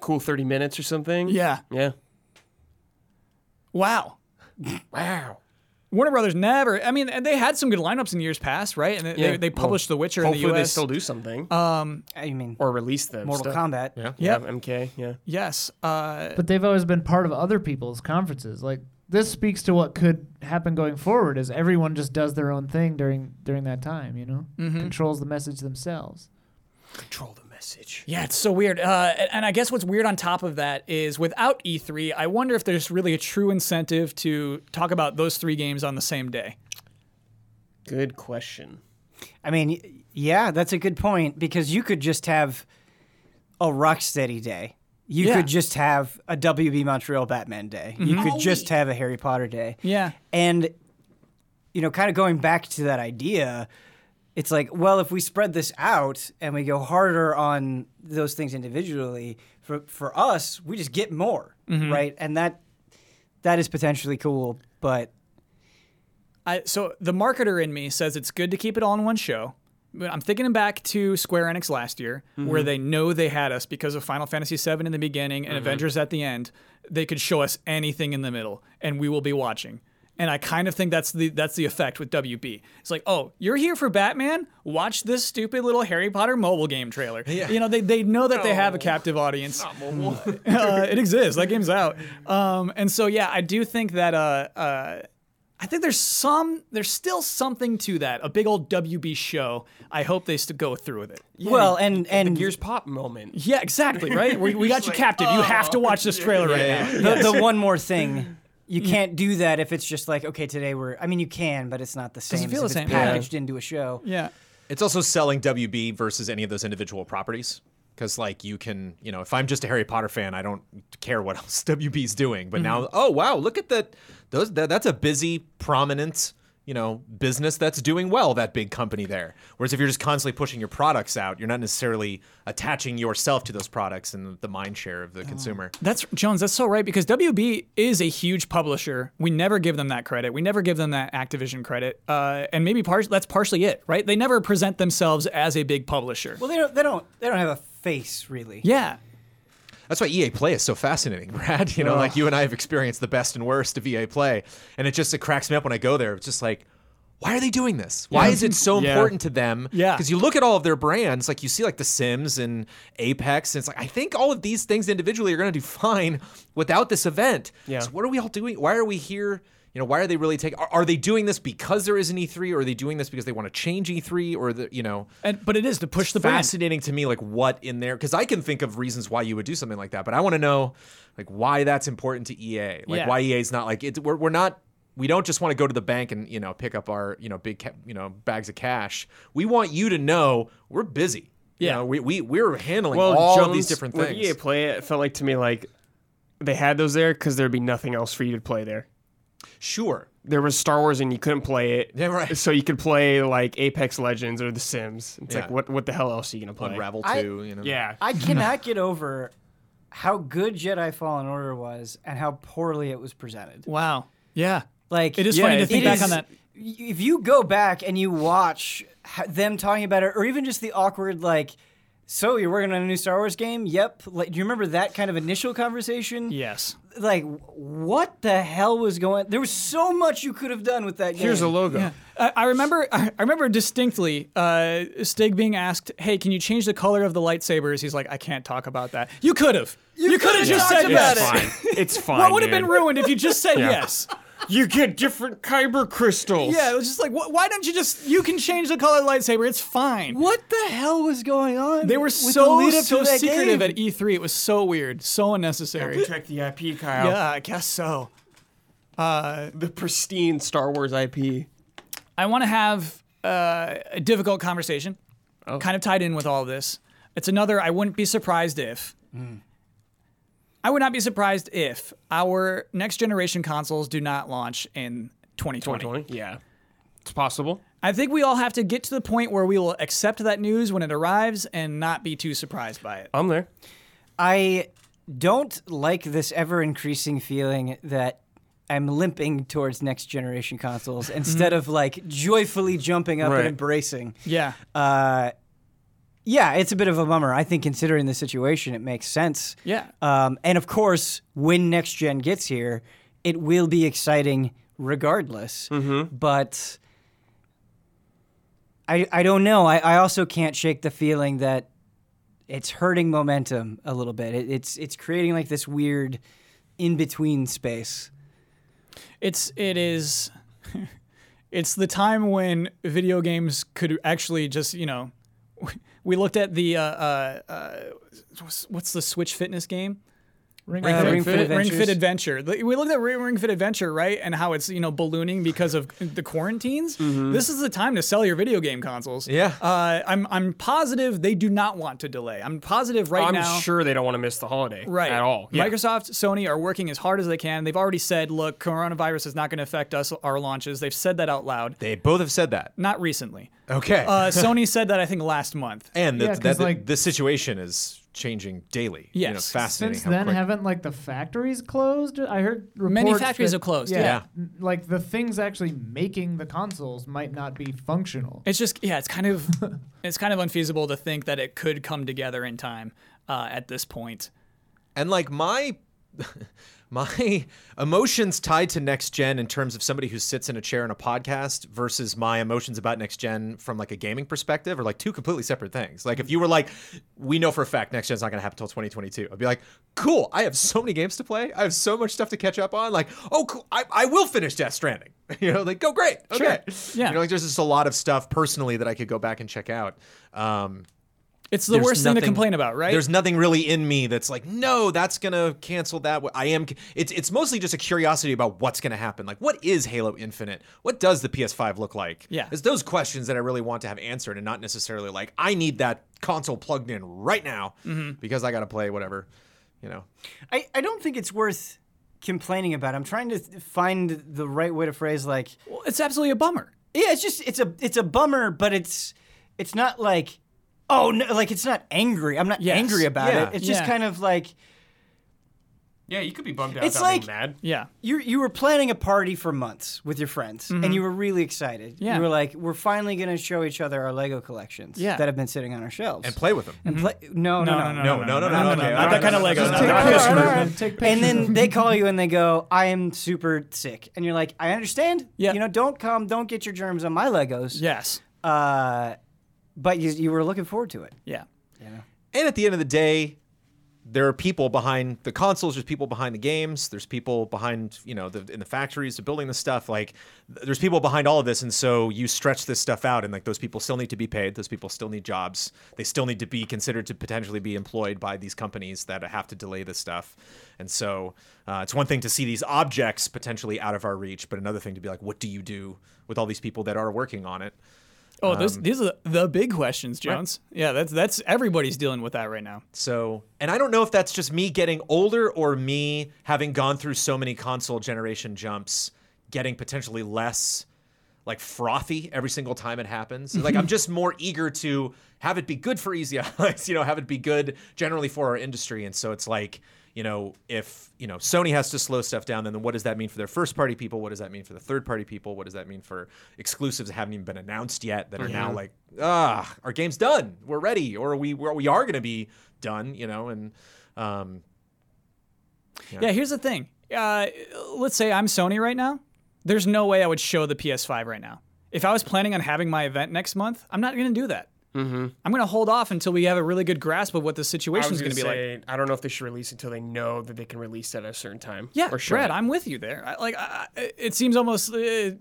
S2: Cool 30 minutes or something.
S1: Yeah.
S2: Yeah.
S1: Wow.
S2: Wow.
S1: Warner Brothers never. I mean, and they had some good lineups in years past, right? And they,
S2: Yeah.
S1: they, they published The Witcher in the
S2: Hopefully
S1: U.S.
S2: they still do something
S4: I mean
S2: or release them.
S4: Mortal
S2: stuff.
S4: Kombat.
S2: Yeah, MK. Yeah.
S1: yes. Uh,
S5: but they've always been part of other people's conferences. Like this speaks to what could happen going forward is everyone just does their own thing during during that time, you know?
S1: Mm-hmm.
S5: Controls the message themselves.
S2: Control the message.
S1: Yeah, it's so weird. Uh, and- and I guess what's weird on top of that is without E3, I wonder if there's really a true incentive to talk about those three games on the same day.
S2: Good question.
S4: I mean, y- yeah, that's a good point because you could just have a Rocksteady day. You
S1: Yeah. Mm-hmm.
S4: could just have a WB Montreal Batman day. You could just have a Harry Potter day.
S1: Yeah.
S4: And, you know, kind of going back to that idea, it's like, well, if we spread this out and we go harder on those things individually, for, for us, we just get more,
S1: Mm-hmm.
S4: right? And that that is potentially cool, but
S1: I, so the marketer in me says it's good to keep it all in one show. But I'm thinking back to Square Enix last year, where they know they had us because of Final Fantasy VII in the beginning and Avengers at the end. They could show us anything in the middle, and we will be watching. And I kind of think that's the that's the effect with WB. It's like, oh, you're here for Batman? Watch this stupid little Harry Potter mobile game trailer. You know, they, they know that they have a captive audience uh, it exists. That game's out. Um, and so yeah, I do think that uh, uh, I think there's some there's still something to that. A big old WB show. I hope they still go through with it.
S4: well, and and
S2: Gears Pop moment.
S1: Yeah, exactly. Right. We, we got you captive. you have to watch this trailer right now.
S4: the, the one more thing. You can't do that if it's just like, okay, today we're. I mean, you can, but it's not the same.
S1: feel
S4: as
S1: the
S4: if
S1: same.
S4: it's
S1: Yeah.
S4: packaged into a show.
S1: Yeah.
S3: It's also selling WB versus any of those individual properties. Because like you can, you know, if I'm just a Harry Potter fan, I don't care what else WB's doing. But now, oh wow, look at that! Those that, that's a busy, prominent, you know, business that's doing well. That big company there. Whereas if you're just constantly pushing your products out, you're not necessarily attaching yourself to those products and the mind share of the consumer.
S1: That's Jones. That's so right because WB is a huge publisher. We never give them that credit. We never give them that Activision credit. Uh, and maybe par- that's partially it, right? They never present themselves as a big publisher.
S4: Well, they don't. They don't. They don't have a face really.
S1: yeah.
S3: That's why EA Play is so fascinating, Brad. You know, like you and I have experienced the best and worst of EA Play, and it just it cracks me up when I go there. It's just like, why are they doing this? Why is it so important to them?
S1: Yeah.
S3: because you look at all of their brands, like you see like The Sims and Apex, and it's like I think all of these things individually are going to do fine without this event.
S2: Yeah.
S3: So what are we all doing? Why are we here? You know, why are they really taking? Are, are they doing this because there is an E3, or are they doing this because they want to change E3, or the you know?
S1: And but it is to push the brand.
S3: fascinating to me like what in there because i can think of reasons why you would do something like that but i want to know like why that's important to ea like
S1: Yeah.
S3: why ea's not like it, we're, we're not we don't just want to go to the bank and you know pick up our you know big ca- you know bags of cash we want you to know we're busy you
S1: Yeah.
S3: know, we, we we're handling all of these different
S2: with
S3: things
S1: E
S2: EA Play, it felt like to me like they had those there because there'd be nothing else for you to play there.
S3: Sure.
S2: There was Star Wars and you couldn't play it.
S3: Yeah, right.
S2: So you could play like Apex Legends or The Sims. It's like
S3: Yeah.
S2: what what the hell else are you gonna play?
S3: Unravel
S4: I-
S3: too. You know.
S2: Yeah.
S4: I cannot get over how good Jedi Fallen Order was and how poorly it was presented.
S1: Wow. Yeah.
S4: Like
S1: It is funny to
S2: it
S1: think back on that.
S4: If you go back and you watch h- them talking about it, or even just the awkward like, so you're working on a new Star Wars game? Yep. Like, do you remember that kind of initial conversation?
S1: Yes.
S4: Like, what the hell was going? There was so much you could have done with that.
S2: Here's a
S4: game.
S2: logo.
S1: Uh, I I remember, I I remember distinctly uh, Stig being asked, "Hey, can you change the color of the lightsabers?" He's like, "I can't talk about that." You could have. You, could have just
S4: talked
S1: said
S4: about
S1: yes.
S2: It's
S4: it.
S2: fine. It's fine.
S1: What would have
S2: dude.
S1: been ruined if you just said
S2: Yeah.
S1: yes?
S2: You get different kyber crystals.
S1: Yeah, it was just like, wh- why don't you just? You can change the color of the lightsaber. It's fine.
S4: What the hell was going on?
S1: They were
S4: with
S1: so
S4: the lead up to
S1: so
S4: that
S1: secretive
S4: game?
S1: at E3. It was so weird, so unnecessary.
S2: Protect the IP, Kyle.
S1: Yeah, I guess so.
S2: The pristine Star Wars IP.
S1: I want to have uh, a difficult conversation, kind of tied in with all this. It's another I wouldn't be surprised if. I would not be surprised if our next generation consoles do not launch in 2020.
S2: 2020. Yeah. It's possible.
S1: I think we all have to get to the point where we will accept that news when it arrives and not be too surprised by it.
S2: I'm there.
S4: I don't like this ever increasing feeling that I'm limping towards next generation consoles
S1: Mm-hmm.
S4: instead of like joyfully jumping up
S2: Right.
S4: and embracing.
S1: Yeah.
S4: Uh, yeah, it's a bit of a bummer. I think considering the situation, it makes sense.
S1: Yeah.
S4: Um, and of course, when next gen gets here, it will be exciting regardless. But I, I don't know. I, I also can't shake the feeling that it's hurting momentum a little bit. It, it's it's creating like this weird in between space.
S1: It's it is it's the time when video games could actually just, you know, we looked at the uh, uh, uh, what's- what's the Switch fitness game?
S5: Ring,
S4: Uh,
S5: Fit.
S4: Ring Fit
S1: Ring Fit
S4: Adventures.
S1: Adventure. Like, We looked at Ring Ring Fit Adventure, right? And how it's, you know, ballooning because of the quarantines.
S4: Mm-hmm.
S1: This is the time to sell your video game consoles.
S3: Yeah.
S1: Uh, I'm I'm positive they do not want to delay. I'm positive right
S2: I'm
S1: now.
S2: sure they don't want to miss the holiday
S1: Right.
S2: at all. Yeah.
S1: Microsoft, Sony are working as hard as they can. They've already said, look, coronavirus is not going to affect us, our launches. They've said that out loud.
S3: They both have said that.
S1: Not recently.
S3: Okay.
S1: Uh, Sony said that, I think, last month.
S3: and the,
S5: Yeah, 'cause,
S3: that, the,
S5: like-
S3: the situation is changing daily. You know,
S1: Yes.
S3: it's fascinating.
S5: Since
S3: how
S5: then,
S3: quick-
S5: haven't like the factories closed? I heard reports
S1: Many factories
S5: that-
S1: have closed,
S3: yeah.
S5: n- like the things actually making the consoles might not be functional.
S1: It's just, yeah, it's kind of, it's kind of unfeasible to think that it could come together in time uh, at this point.
S3: and like my my emotions tied to next gen in terms of somebody who sits in a chair in a podcast versus my emotions about next gen from like a gaming perspective are like two completely separate things like if you were like we know for a fact next gen's not going to happen until 2022 i'd be like cool i have so many games to play i have so much stuff to catch up on like oh cool i, I will finish death stranding you know like go great okay
S1: Yeah.
S3: you know like there's just a lot of stuff personally that i could go back and check out um
S1: It's the
S3: there's
S1: worst thing to
S3: nothing-
S1: complain about, right?
S3: There's nothing really in me that's like, no, that's gonna cancel that. What- I am. It's it's mostly just a curiosity about what's gonna happen. Like, what is Halo Infinite? What does the PS5 look like?
S1: Yeah.
S3: it's those questions that I really want to have answered, and not necessarily like I need that console plugged in right now because I gotta play whatever, you know.
S4: I, I don't think it's worth complaining about. I'm trying to th- find the right way to phrase like
S1: Well, it's absolutely a bummer.
S4: Yeah, it's just it's a it's a bummer, but it's it's not like oh no, like it's not angry. I'm not
S1: Yes.
S4: angry about
S3: Yeah.
S4: it. It's just
S1: Yeah.
S4: kind of like
S2: Yeah, you could be bummed out
S4: It's
S2: about being
S4: like-
S2: mad.
S1: Yeah.
S4: you you were planning a party for months with your friends, and you were really excited.
S1: Yeah.
S4: you were like, we're finally gonna show each other our Lego collections
S1: Yeah.
S4: that have been sitting on our shelves.
S3: And play with them.
S4: And play- no, no, no,
S3: No, no, no, no, no, no,
S1: Not that kind of
S3: no,
S1: Lego.
S3: no,
S1: Not
S3: no,
S1: that kind
S3: no,
S1: of
S5: Take
S1: Lego.
S5: pictures, man. Take
S4: And
S5: pictures.
S4: then they call you and they go, "I am super sick," and you're like, "I understand.
S1: Yeah.
S4: you know, don't come, don't get your germs on my Legos."
S1: Yes.
S4: Uh, but you you were looking forward to it.
S1: Yeah.
S3: And at the end of the day, there are people behind the consoles. There's people behind the games. There's people behind you know the, in the factories, the building the stuff. Like th- there's people behind all of this, and so you stretch this stuff out, and like those people still need to be paid. Those people still need jobs. They still need to be considered to potentially be employed by these companies that have to delay this stuff. And so uh, it's one thing to see these objects potentially out of our reach, but another thing to be like, what do you do with all these people that are working on it?
S1: Oh, those, these are the, the big questions, Jones. Yeah, that's that's everybody's dealing with that right now.
S3: So, and I don't know if that's just me getting older or me having gone through so many console generation jumps getting potentially less like frothy every single time it happens. Like I'm just more eager to have it be good for Easy Allies, you know, have it be good generally for our industry. And so it's like, you know, if you know Sony has to slow stuff down, then what does that mean for their first party people? What does that mean for the third party people? What does that mean for exclusives that haven't even been announced yet that are now like, ah, our game's done, we're ready, or we we're, we are gonna be done, you know, and um,
S1: Yeah, here's the thing. Uh, let's say I'm Sony right now. There's no way I would show the PS5 right now. If I was planning on having my event next month, I'm not going to do that. Mm-hmm. I'm going to hold off until we have a really good grasp of what the
S2: I
S1: situation
S2: was
S1: is going
S2: gonna
S1: to be like.
S2: say, I don't know if they should release until they know that they can release it at a certain time.
S1: Yeah,
S2: or show
S1: Brad,
S2: it.
S1: I'm with you there. I, like, I, I- it seems almost. Uh,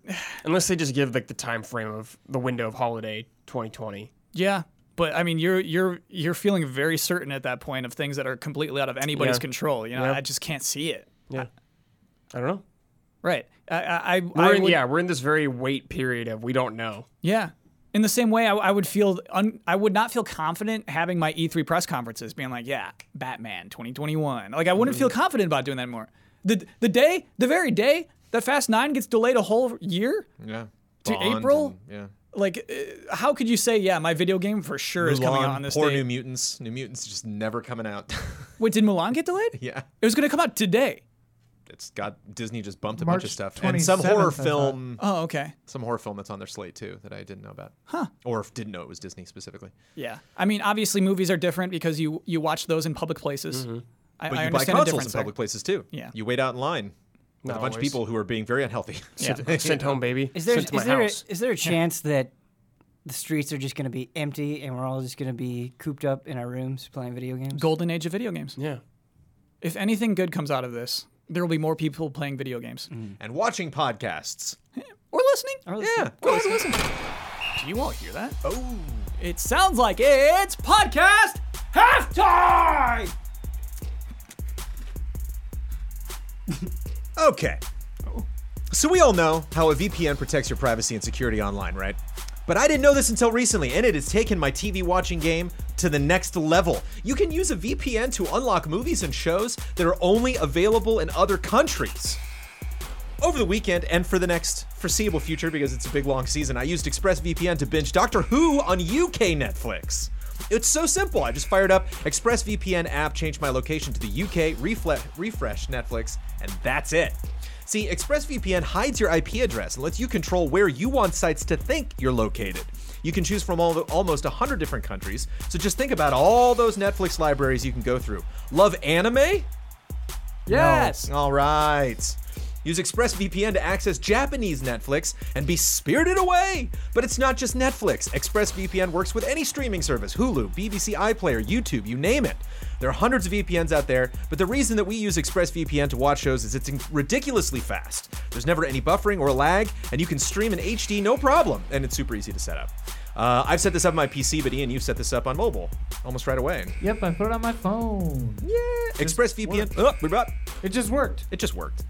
S2: unless they just give like the time frame of the window of holiday 2020.
S1: yeah, but I mean, you're you're you're feeling very certain at that point of things that are completely out of anybody's
S2: Yeah.
S1: control. You know,
S2: Yeah.
S1: I just can't see it.
S2: I don't know.
S1: Right. I, I, I, I
S2: We're in,
S1: would-
S2: yeah, we're in this very wait period of we don't know.
S1: Yeah. In the same way, I, I would feel un, I would not feel confident having my E3 press conferences being like, "Yeah, Batman 2021." Like I wouldn't
S3: Mm-hmm.
S1: feel confident about doing that anymore. The the day, the very day that Fast Nine gets delayed a whole year,
S3: yeah,
S1: To
S3: Bond
S1: April?
S3: and- yeah.
S1: like uh, how could you say, "Yeah, my video game for sure is coming out
S3: Mulan,
S1: on this
S3: poor
S1: day"?
S3: New Mutants. New Mutants just never coming out.
S1: Wait, did Mulan get delayed?
S3: yeah,
S1: It was going to come out today.
S3: it's got Disney just bumped a bunch of
S5: March
S3: stuff and some
S5: 27th,
S3: horror
S5: I thought.
S3: film,
S1: Oh, okay.
S3: some horror film that's on their slate too that I didn't know about, huh? Or if didn't know it was Disney specifically.
S1: Yeah. I mean, obviously movies are different because you you watch those in public places. I,
S3: Mm-hmm. But
S1: I
S3: you buy
S1: understand the
S3: consoles in
S1: difference there.
S3: public places too.
S1: Yeah.
S3: you wait out in line with
S2: Not
S3: a bunch
S2: always.
S3: of people who are being very unhealthy.
S1: Yeah.
S2: Sent home, baby.
S4: Is there
S2: Sent
S4: is
S2: to my
S4: there a,
S2: house.
S4: is there a chance that the streets are just going to be empty and we're all just going to be cooped up in our rooms playing video games?
S1: Golden age of video games.
S2: yeah.
S1: If anything good comes out of this, there will be more people playing video games.
S3: and watching podcasts.
S1: Or listening.
S4: Or let's-
S3: Yeah,
S1: Go ahead and listen. Do you all hear that? Oh. It sounds like it's podcast halftime!
S3: Okay. So we all know how a VPN protects your privacy and security online, right? But I didn't know this until recently, and it has taken my TV watching game to the next level. You can use a VPN to unlock movies and shows that are only available in other countries. Over the weekend and for the next foreseeable future, because it's a big long season, I used ExpressVPN to binge Doctor Who on UK Netflix. It's so simple. I just fired up ExpressVPN app, changed my location to the UK, refle- refresh Netflix, and that's it. See, ExpressVPN hides your IP address and lets you control where you want sites to think you're located. You can choose from all the, almost 100 different countries, so just think about all those Netflix libraries you can go through. Love anime?
S1: Yes!
S3: All right. Use ExpressVPN to access Japanese Netflix and be spirited away. But it's not just Netflix. ExpressVPN works with any streaming service Hulu, BBC iPlayer, YouTube, you name it. There are hundreds of VPNs out there, but the reason that we use ExpressVPN to watch shows is it's in- ridiculously fast. There's never any buffering or lag, and you can stream in HD no problem, and it's super easy to set up. Uh, I've set this up on my PC, but Ian, you set this up on mobile almost right away.
S5: Yep, I put it on my phone.
S3: Yeah, ExpressVPN. Oh, we're up.
S5: It just worked.
S3: It just worked.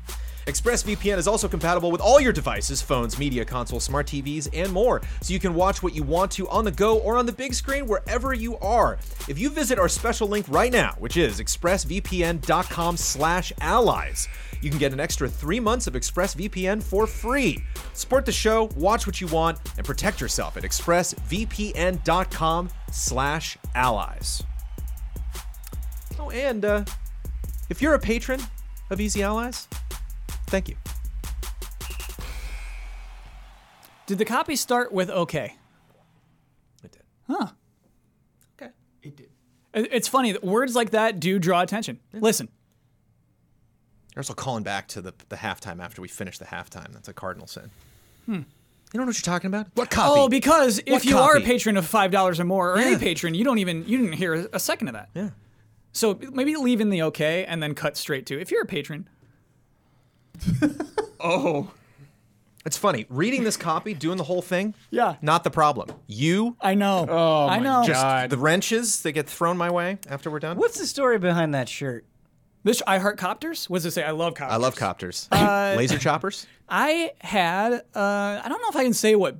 S3: ExpressVPN is also compatible with all your devices, phones, media consoles, smart TVs, and more, so you can watch what you want to on the go or on the big screen wherever you are. If you visit our special link right now, which is expressvpn.com/allies, you can get an extra three months of ExpressVPN for free. Support the show, watch what you want, and protect yourself at expressvpn.com/allies. Oh, and uh, if you're a patron of Easy Allies, thank you.
S1: Did the copy start with okay?
S3: It did.
S1: I- It's funny, that words like that do draw attention. Listen,
S3: They're also calling back to the, the halftime after we finish the halftime. That's a cardinal sin. Hmm. You don't know what you're talking about? What copy?
S1: Oh, because if
S3: What
S1: you are a
S3: copy?
S1: patron of five dollars or more, or any
S3: Yeah.
S1: patron, you don't even you didn't hear a second of that.
S3: Yeah.
S1: So maybe leave in the okay and then cut straight to if you're a patron.
S3: It's funny. Reading this copy, doing the whole thing,
S1: Yeah.
S3: not the problem. You,
S1: I know.
S2: Oh
S1: I
S2: my
S1: know.
S2: God.
S3: the wrenches that get thrown my way after we're done.
S4: What's the story behind that shirt?
S1: This I heart copters. What does it say? I love copters.
S3: I love copters. Laser choppers?
S1: I had uh, I don't know if I can say what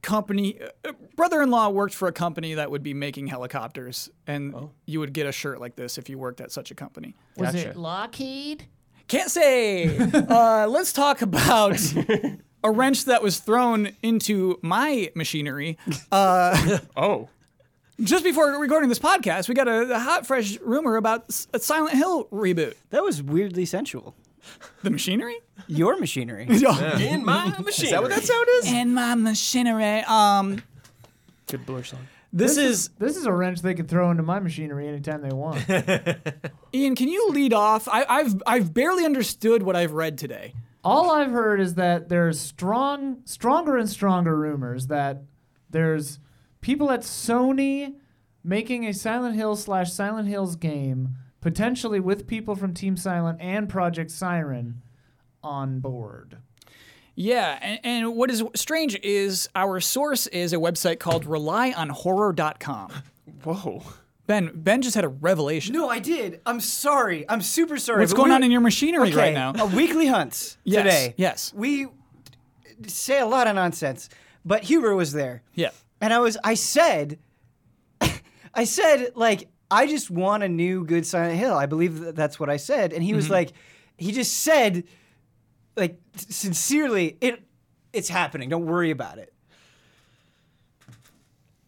S1: company uh, brother-in-law worked for a company that would be making
S2: Oh.
S1: helicopters and you would get a shirt like this if you worked at such a company.
S5: Was
S2: Gotcha.
S5: it Lockheed?
S1: Can't say. uh, let's talk about a wrench that was thrown into my machinery.
S2: Oh,
S1: Just before recording this podcast, we got a, a hot, fresh rumor about s- a Silent Hill reboot.
S4: That was weirdly sensual.
S1: The machinery?
S4: Your machinery.
S2: in my machine. Is that what that sound is?
S1: And my machinery. Um,
S2: Good Blur song.
S1: this is
S5: This is a wrench they can throw into my machinery anytime they want.
S1: Ian. Can you lead off? I, I've I've barely understood what I've read today.
S5: All I've heard is that there's strong, stronger and stronger rumors that there's people at Sony making a Silent Hill slash Silent Hills game, potentially with people from Team Silent and Project Siren on board.
S1: Yeah, and, and what is strange is our source is a website called RelyOnHorror.com.
S2: Whoa.
S1: Ben Ben just had a revelation.
S4: No, I did. I'm sorry. I'm super sorry.
S1: What's
S4: but
S1: going
S4: we-
S1: on in your machinery
S4: okay,
S1: right now?
S4: A weekly hunts
S1: Yes,
S4: today.
S1: yes.
S4: We say a lot of nonsense, but Huber was there.
S1: Yeah.
S4: And I was, I said, I said, like, I just want a new good Silent Hill. I believe that that's what I said. And he
S1: Mm-hmm.
S4: was like, he just said, like, sincerely, it, it's happening. Don't worry about it.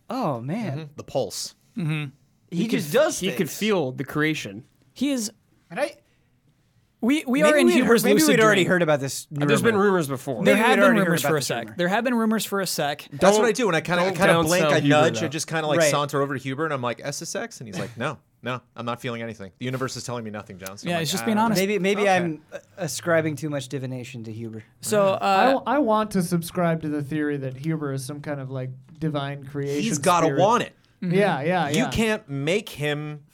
S4: Oh man,
S1: Mm-hmm.
S3: The pulse.
S4: he, just does.
S2: He could
S4: things.
S2: feel the creation.
S1: He is.
S4: And I,
S1: We we
S4: maybe
S1: are in
S4: we'd,
S1: Huber's
S4: heard, maybe
S1: lucid
S4: we'd already
S1: dream.
S4: heard about this. Rumor.
S2: There's been rumors before.
S1: There
S4: Maybe
S1: have
S4: we'd
S1: been
S4: already heard
S1: rumors
S4: about
S1: for a
S4: this
S1: sec.
S4: rumor.
S1: There have been rumors for a sec.
S3: That's what
S2: Don't-
S3: I do. When I kind of
S2: don't
S3: kind of blink,
S2: downsell
S3: I
S2: Huber,
S3: nudge.
S2: though.
S3: I just kind of like
S4: Right.
S3: saunter over to Huber, and I'm like SSX, and he's like, "No, no, I'm not feeling anything. The universe is telling me nothing, John." So I'm
S1: Yeah,
S3: like,
S1: he's just
S3: "Ah."
S1: being honest.
S4: Maybe maybe
S3: Okay.
S4: I'm uh, ascribing too much divination to Huber.
S1: So
S5: I
S1: uh,
S5: I want to subscribe to the theory that Huber is some kind of like divine creation.
S3: "Ah, He's gotta
S5: spirit.
S3: want it.
S4: Mm-hmm.
S5: Yeah, yeah, yeah.
S3: You can't make him.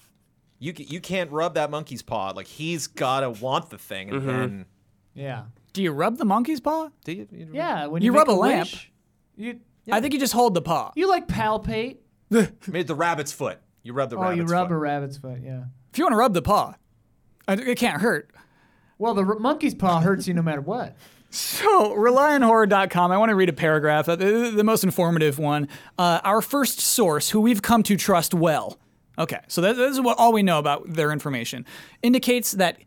S3: You ca- you can't rub that monkey's paw. Like he's gotta want the thing,
S5: Mm-hmm.
S3: and then
S5: Yeah,
S1: do you rub the monkey's paw?
S3: do you, you-
S5: yeah. When
S1: You
S5: you,
S1: rub
S5: make
S1: a lamp.
S5: wish, you
S1: I think you just hold the paw.
S5: you like palpate.
S3: made the rabbit's foot. You rub the
S5: Oh,
S3: rabbit's
S5: you rub
S3: foot.
S5: a rabbit's foot. Yeah.
S1: If you want to rub the paw, I- it can't hurt.
S5: Well, the r- monkey's paw hurts you no matter what.
S1: So, relyonhorror.com, I want to read a paragraph, uh, the, the most informative one. Uh, our first source, who we've come to trust well. Okay, so that, this is what all we know about their information, indicates that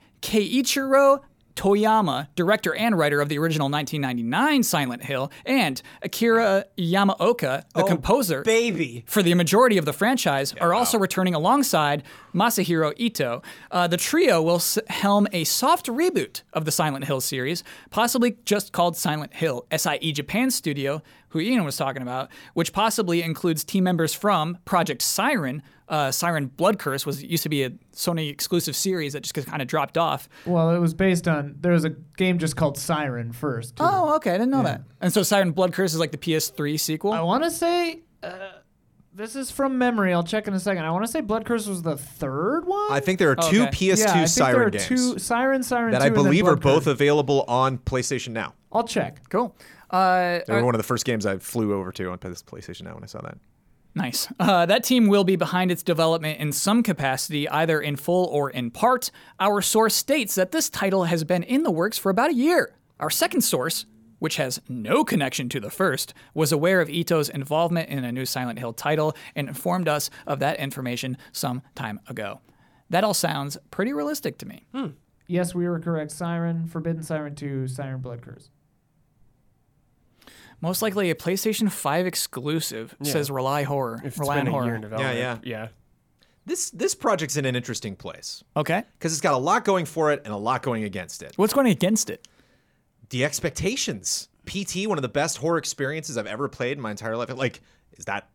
S1: Keiichiro Toyama, director and writer of the original 1999 Silent Hill, and Akira Yamaoka, the composer
S4: Baby,
S1: for the majority of the franchise are also returning alongside Masahiro Ito. Uh, the trio will s- helm a soft reboot of the Silent Hill series, possibly just called Silent Hill, SIE Japan Studio, who Ian was talking about, which possibly includes team members from Project Siren. Uh, Siren Blood Curse was used to be a Sony exclusive series that just kind of dropped off.
S5: Well, it was based on there was a game just called Siren first. too.
S1: Oh, okay, I didn't know that. And so Siren Blood Curse is like the PS3 sequel.
S5: I want to say uh, this is from memory. I'll check in a second. I want to say Blood Curse was the third one.
S3: I think there are
S1: two
S3: two
S1: Okay.
S3: PS2
S5: Oh, yeah, I think
S3: Siren
S5: there are
S3: games
S5: two Siren, Siren
S3: that
S5: two,
S3: I
S5: and then
S3: believe are
S5: Blood
S3: both
S5: Curse.
S3: available on PlayStation Now.
S5: I'll check.
S1: cool. Uh,
S3: They were one of the first games I flew over to on PlayStation Now when I saw that.
S1: Nice. Uh, that team will be behind its development in some capacity, either in full or in part. Our source states that this title has been in the works for about a year. Our second source, which has no connection to the first, was aware of Ito's involvement in a new Silent Hill title and informed us of that information some time ago. That all sounds pretty realistic to me.
S2: Hmm.
S5: Yes, we were correct. Siren, Forbidden Siren two, Siren Blood Curse.
S1: Most likely a PlayStation 5 exclusive, says Rely Horror.
S2: If it's
S1: Rely on
S2: been a year
S1: Horror.
S2: in development.
S3: yeah.
S2: yeah.
S3: This this project's in an interesting place
S1: Okay.
S3: because it's got a lot going for it and a lot going against it.
S1: What's going against it?
S3: The expectations. PT, one of the best horror experiences I've ever played in my entire life. Like, is that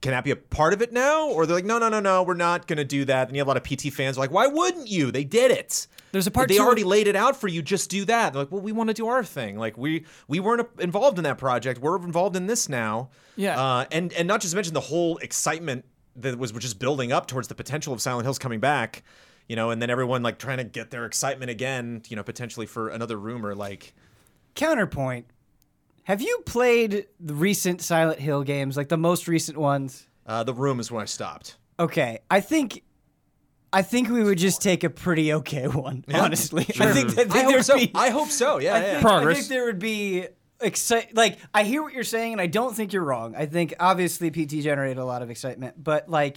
S3: can that be a part of it now? Or they're like, no, no, no, no, we're not gonna do that. And you have a lot of PT fans are like, why wouldn't you? They did it.
S1: There's a part
S3: They
S1: two of-
S3: already laid it out for you. Just do that. They're like, well, we want to do our thing. Like we we weren't involved in that project. We're involved in this now.
S1: Yeah.
S3: Uh, and and not just mention the whole excitement that was just building up towards the potential of Silent Hills coming back. You know, and then everyone like trying to get their excitement again. You know, potentially for another rumor. Like,
S4: counterpoint. Have you played the recent Silent Hill games, like the most recent ones?
S3: uh, the room is where I stopped.
S4: Okay, I think, I think we would just take a pretty okay one, honestly. I think that
S3: I
S4: there'd
S3: hope so.
S4: be-
S3: I hope so. Yeah.
S4: I
S3: yeah,
S4: think,
S3: yeah.
S4: I think there would be excite. Like I hear what you're saying, and I don't think you're wrong. I think obviously PT generated a lot of excitement, but like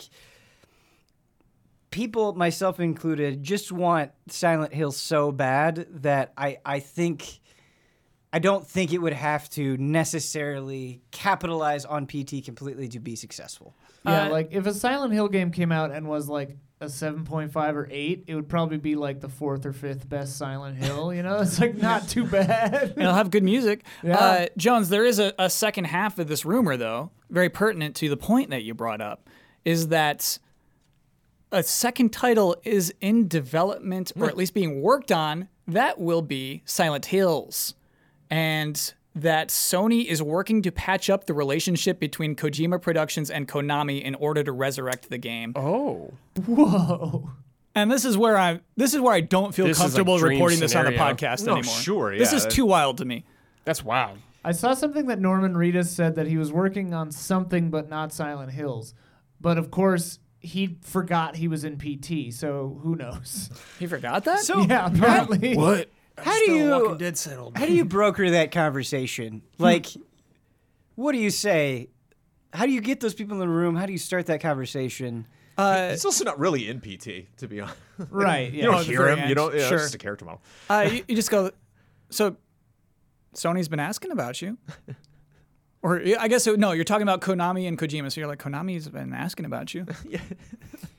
S4: PT people, myself included, just want Silent Hill so bad that I, I think I don't think it would have to necessarily capitalize on PT completely to be successful.
S5: Yeah,
S1: Uh,
S5: like if a Silent Hill game came out and was like a 7.5 or 8, it would probably be like the fourth or fifth best Silent Hill, you know? It's like not too bad.
S1: and it'll have good music.
S5: Yeah.
S1: Uh, Jones, there is a, a second half of this rumor, though, very pertinent to the point that you brought up, is that a second title is in development or at least being worked on that will be Silent Hills. And that Sony is working to patch up the relationship between Kojima Productions and Konami in order to resurrect the game.
S2: Oh.
S5: Whoa.
S1: And this is where I this is where I don't feel
S2: This is like
S1: comfortable
S2: dream
S1: reporting this on
S2: scenario.
S1: the podcast
S3: No,
S1: anymore.
S3: sure,
S1: This
S3: yeah.
S1: is too wild to me.
S2: That's wild.
S5: I saw something that Norman Reedus said that he was working on something but not Silent Hills. But of course, he forgot he was in PT, so who knows?
S1: You forgot that?
S4: So
S5: yeah, apparently.
S2: What?
S4: how do you
S2: Dead settled.
S4: how do you broker that conversation? Like, what do you say? How do you get those people in the room? How do you start that conversation?
S1: uh,
S3: It's also not really in PT, to be honest.
S5: Right,
S3: You
S5: yeah.
S3: don't
S1: at the
S3: hear
S1: very
S3: him. You
S1: end.
S3: don't. Yeah,
S1: Sure.
S3: It's just a character model.
S1: Uh, you, you just go. So, Sony's been asking about you, or yeah, I guess it, no. You're talking about Konami and Kojima, so you're like Konami's been asking about you.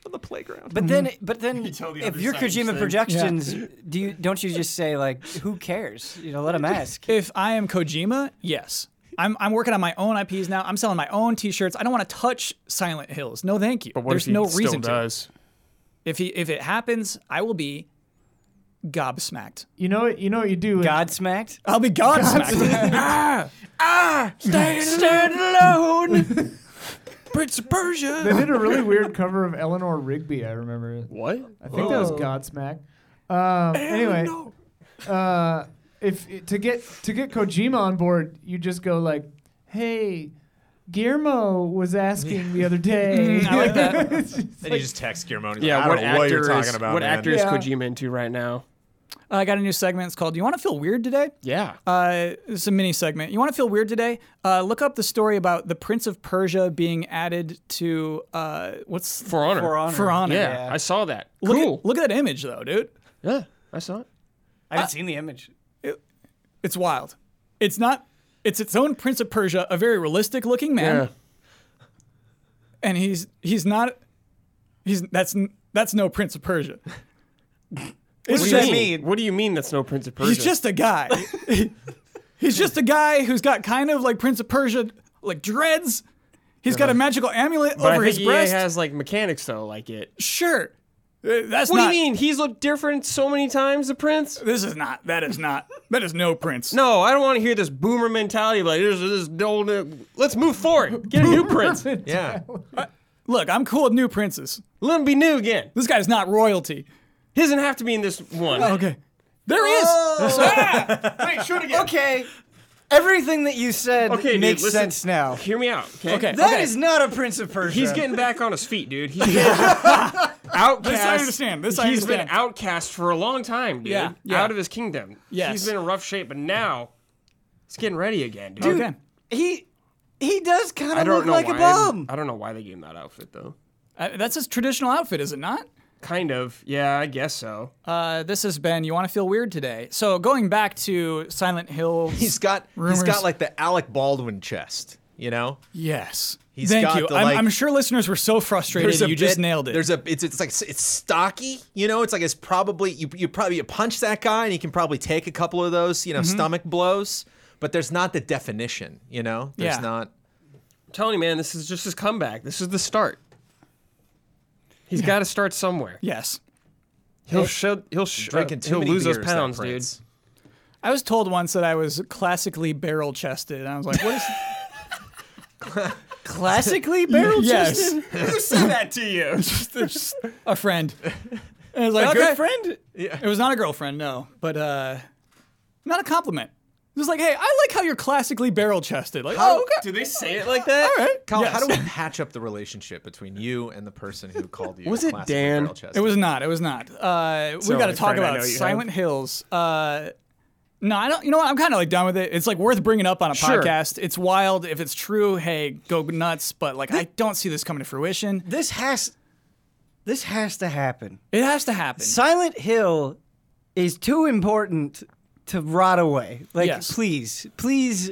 S3: On the playground.
S4: But then, but then,
S3: tell the
S4: if
S3: other
S4: you're
S3: side
S4: Kojima
S3: instead.
S4: Productions, do you don't you just say like, who cares? You know, let him ask.
S1: If I am Kojima, yes. I'm, I'm working on my own IPs now. I'm selling my own T-shirts. I don't want to touch Silent Hills. No, thank you.
S2: But what
S1: There's
S2: if he
S1: no
S2: still
S1: reason to.
S2: does?
S1: If he if it happens, I will be gobsmacked.
S5: You know what you know what you do?
S4: Godsmacked.
S1: I'll be godsmacked. ah, ah, stand, stand alone, Prince of Persia.
S5: they did a really weird cover of Eleanor Rigby, I remember.
S2: What?
S5: I think that was Godsmack. Um, anyway, uh, if to get to get Kojima on board, you just go like, "Hey, Guillermo was asking the other day."
S1: I like that.
S5: It's just
S3: Then
S5: like-
S3: you just text Guillermo. And he's
S2: Yeah,
S3: like, I
S2: what
S3: don't
S2: actor,
S3: know what you're
S2: is,
S3: talking about.
S2: what
S3: man.
S2: actor is
S5: Yeah.
S2: Kojima into right now?
S1: I got a new segment. It's called "You Want to Feel Weird Today."
S2: Yeah.
S1: Uh, it's a mini segment. You want to feel weird today? Uh, look up the story about the Prince of Persia being added to uh, what's
S2: For honor.
S4: For honor.
S1: For Honor.
S2: Yeah,
S4: Yeah.
S2: I saw that.
S1: Look
S2: cool.
S1: At, look at that image though, dude.
S2: yeah, I saw it.
S4: I haven't seen the image.
S1: It's wild. It's not. It's its own Prince of Persia, a very realistic looking man,
S2: Yeah.
S1: and he's he's not. He's that's n- that's no Prince of Persia. It's
S2: What do,
S4: does
S1: just-
S2: you
S4: that
S2: mean?
S4: mean?
S2: what do you mean that's no Prince of Persia?
S1: He's just a guy. he's just a guy who's got kind of like Prince of Persia like dreads. He's got a magical amulet
S2: Uh-huh. but
S1: over
S2: I think
S1: his breast.
S2: EA has like mechanics though, like it.
S1: sure. Uh, That's
S2: What
S1: not
S2: do you mean? He's looked different so many times, the Prince.
S1: This is not. That is not. That is no Prince.
S2: No, I don't want to hear this boomer mentality. Like this is this old. uh, Let's move forward. Get a new Prince.
S3: Yeah.
S1: Look, I'm cool with new princes.
S2: Let him be new again.
S1: This guy's not royalty.
S2: He doesn't have to be in this one.
S1: Okay. There he
S2: Oh.
S1: is.
S4: Oh!
S2: Ah!
S4: Okay, everything that you said
S2: Okay, dude,
S4: makes
S2: listen.
S4: sense now.
S2: Hear me out. Okay.
S1: Okay.
S4: That is
S1: okay.
S4: not a Prince of Persia.
S2: He's getting back on his feet, dude. He's been outcast.
S1: This I understand. This I
S2: He's been
S1: understand.
S2: outcast for a long time, dude.
S1: Yeah, yeah.
S2: Out of his kingdom.
S1: Yes.
S2: He's been in rough shape, but now he's getting ready again, dude.
S1: Okay.
S4: he he does kind
S2: I
S4: of
S2: don't
S4: look
S2: know
S4: like
S2: why.
S4: a bum.
S2: I don't know why they gave him that outfit though.
S1: Uh, that's his traditional outfit, is it not?
S2: Kind of. Yeah, I guess so.
S1: Uh, this has been. You want to feel weird today? So going back to Silent Hill.
S3: He's got.
S1: Rumors.
S3: He's got like the Alec Baldwin chest. You know.
S1: yes.
S3: He's
S1: Thank
S3: got
S1: you.
S3: the,
S1: I'm,
S3: like-
S1: I'm sure listeners were so frustrated. You just
S3: bit-
S1: nailed it.
S3: There's a it's it's like it's stocky, you know. It's like it's probably you you probably you punch that guy and he can probably take a couple of those you know
S1: Mm-hmm.
S3: stomach blows, but there's not the definition, you know. There's
S1: Yeah.
S3: not.
S2: I'm telling you, man, this is just his comeback. This is the start. He's got to start somewhere.
S1: yes.
S2: He'll show. He'll sh- uh,
S3: Drinking too
S2: He'll
S3: many
S2: lose those
S3: beers, that
S2: pounds, dude.
S3: prince.
S1: I was told once that I was classically barrel chested, and I was like, "What is?"
S4: Classically barrel
S1: yes,
S2: Who said that to you?
S1: Just a friend. And I was like,
S2: A
S1: okay.
S2: good friend.
S1: It was not a girlfriend, no, but uh, not a compliment. It was like, hey, I like how you're classically barrel chested. Like, oh, okay.
S2: Do they say it like that?
S1: All right.
S3: Kyle, how
S1: Yes.
S3: do we patch up the relationship between you and the person who called you?
S2: Was it
S3: classically
S2: Dan?
S3: barrel chested?
S1: It was not. It was not. Uh, we got to
S2: a
S1: talk
S2: friend I know
S1: about
S2: you have.
S1: Silent Hills. Uh, no, I don't. You know what? I'm kind of like done with it. It's like worth bringing up on a
S2: Sure.
S1: podcast. It's wild. If it's true, hey, go nuts. But like, I don't see this coming to fruition.
S4: This has This has to happen.
S1: It has to happen.
S4: Silent Hill is too important to rot away. Like,
S1: Yes.
S4: please, please,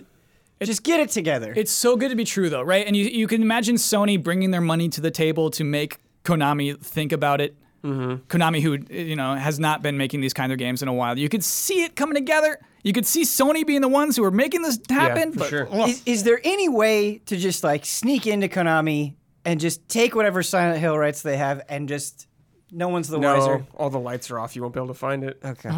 S4: just get it together.
S1: It's so good to be true, though, right? And you, you can imagine Sony bringing their money to the table to make Konami think about it.
S2: Mm-hmm.
S1: Konami, who you know has not been making these kind of games in a while, you could see it coming together. You could see Sony being the ones who are making this happen.
S2: for
S1: but-
S2: sure.
S1: Ugh.
S4: is, is there any way to just like sneak into Konami and just take whatever Silent Hill rights they have and just no one's the wiser?
S2: No, all the lights are off. You won't be able to find it.
S4: Okay.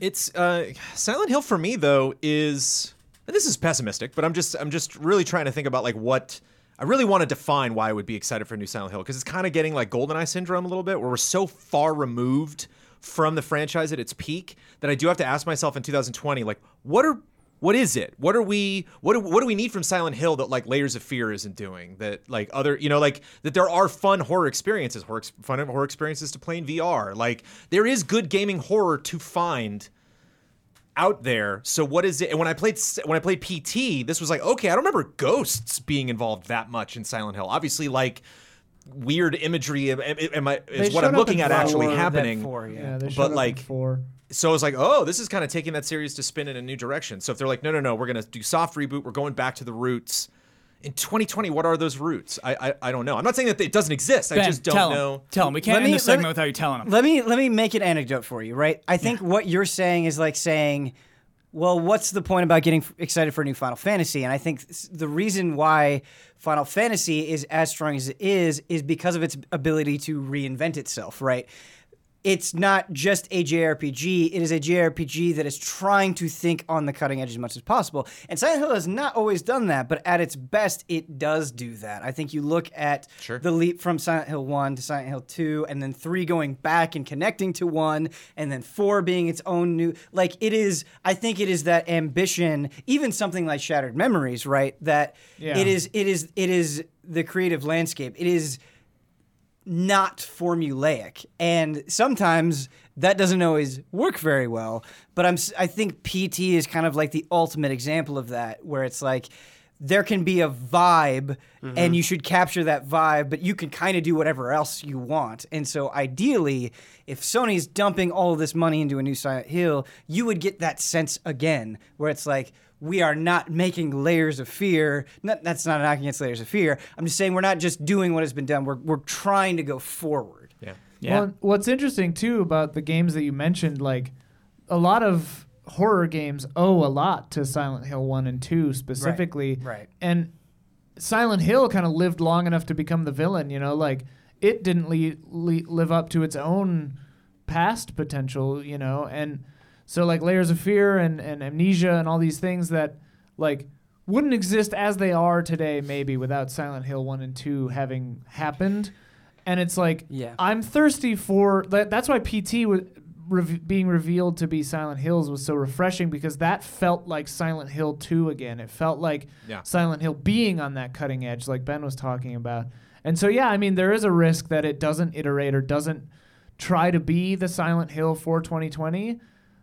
S3: It's uh, Silent Hill for me though is and this is pessimistic, but I'm just I'm just really trying to think about like what I really want to define why I would be excited for a new Silent Hill because it's kind of getting like Goldeneye syndrome a little bit, where we're so far removed from the franchise at its peak that I do have to ask myself in 2020 like what are what is it? What are we? What do, what do we need from Silent Hill that like Layers of Fear isn't doing? That like other, you know, like that there are fun horror experiences, horror, ex- fun horror experiences to play in VR. Like there is good gaming horror to find out there. So what is it? And when I played when I played PT, this was like okay, I don't remember ghosts being involved that much in Silent Hill. Obviously, like weird imagery. Am, am- am I, is what
S5: showed
S3: I'm
S5: up
S3: looking
S5: in
S3: at actually
S5: four,
S4: Or that
S3: happening?
S4: four, yeah.
S5: Yeah, they showed
S3: But,
S5: up in
S3: like,
S5: four.
S3: So I was like, oh, this is kind of taking that series to spin in a new direction. So if they're like, no, no, no, we're gonna do soft reboot. We're going back to the roots. In 2020, what are those roots? I I, I don't know. I'm not saying that it doesn't exist. I
S1: Ben,
S3: just don't
S1: tell
S3: know.
S1: Him. Tell him. We can't
S4: Let
S1: end
S4: me-
S1: this
S4: let me-
S1: segment without you telling him.
S4: Let me let me make an anecdote for you, right? I think what you're saying is like saying, well, what's the point about getting f- excited for a new Final Fantasy? And I think s- the reason why Final Fantasy is as strong as it is is because of its ability to reinvent itself, right? It's not just a JRPG, it is a JRPG that is trying to think on the cutting edge as much as possible. And Silent Hill has not always done that, but at its best, it does do that. I think you look at
S3: Sure.
S4: the the leap from Silent Hill 1 to Silent Hill 2 and then 3 going back and connecting to 1 and then 4 being its own new like it is I think it is that ambition even something like Shattered Memories right that
S5: Yeah.
S4: it is it is it is the creative landscape it is not formulaic and sometimes that doesn't always work very well but i'm s- i think pt is kind of like the ultimate example of that where it's like there can be a vibe and you should capture that vibe but you can kind of do whatever else you want and so ideally if sony's dumping all of this money into a new silent hill you would get that sense again where it's like we are not making layers of fear. Not, that's not a knock against layers of fear. I'm just saying we're not just doing what has been done. We're, we're trying to go forward.
S3: Yeah.
S1: Yeah.
S5: Well, what's interesting too about the games that you mentioned, like a lot of horror games owe a lot to Silent Hill 1 and 2 specifically.
S4: right.
S5: And Silent Hill kind of lived long enough to become the villain, you know, like it didn't le- le- live up to its own past potential, you know, and so like Layers of Fear and, and Amnesia and all these things that like wouldn't exist as they are today maybe without Silent Hill 1 and 2 having happened. And it's like
S4: Yeah.
S5: I'm thirsty for that. That's why PT was rev being revealed to be Silent Hills was so refreshing because that felt like Silent Hill 2 again. It felt like
S3: Yeah.
S5: Silent Hill being on that cutting edge, like Ben was talking about. And so, yeah, I mean, there is a risk that it doesn't iterate or doesn't try to be the Silent Hill for 2020.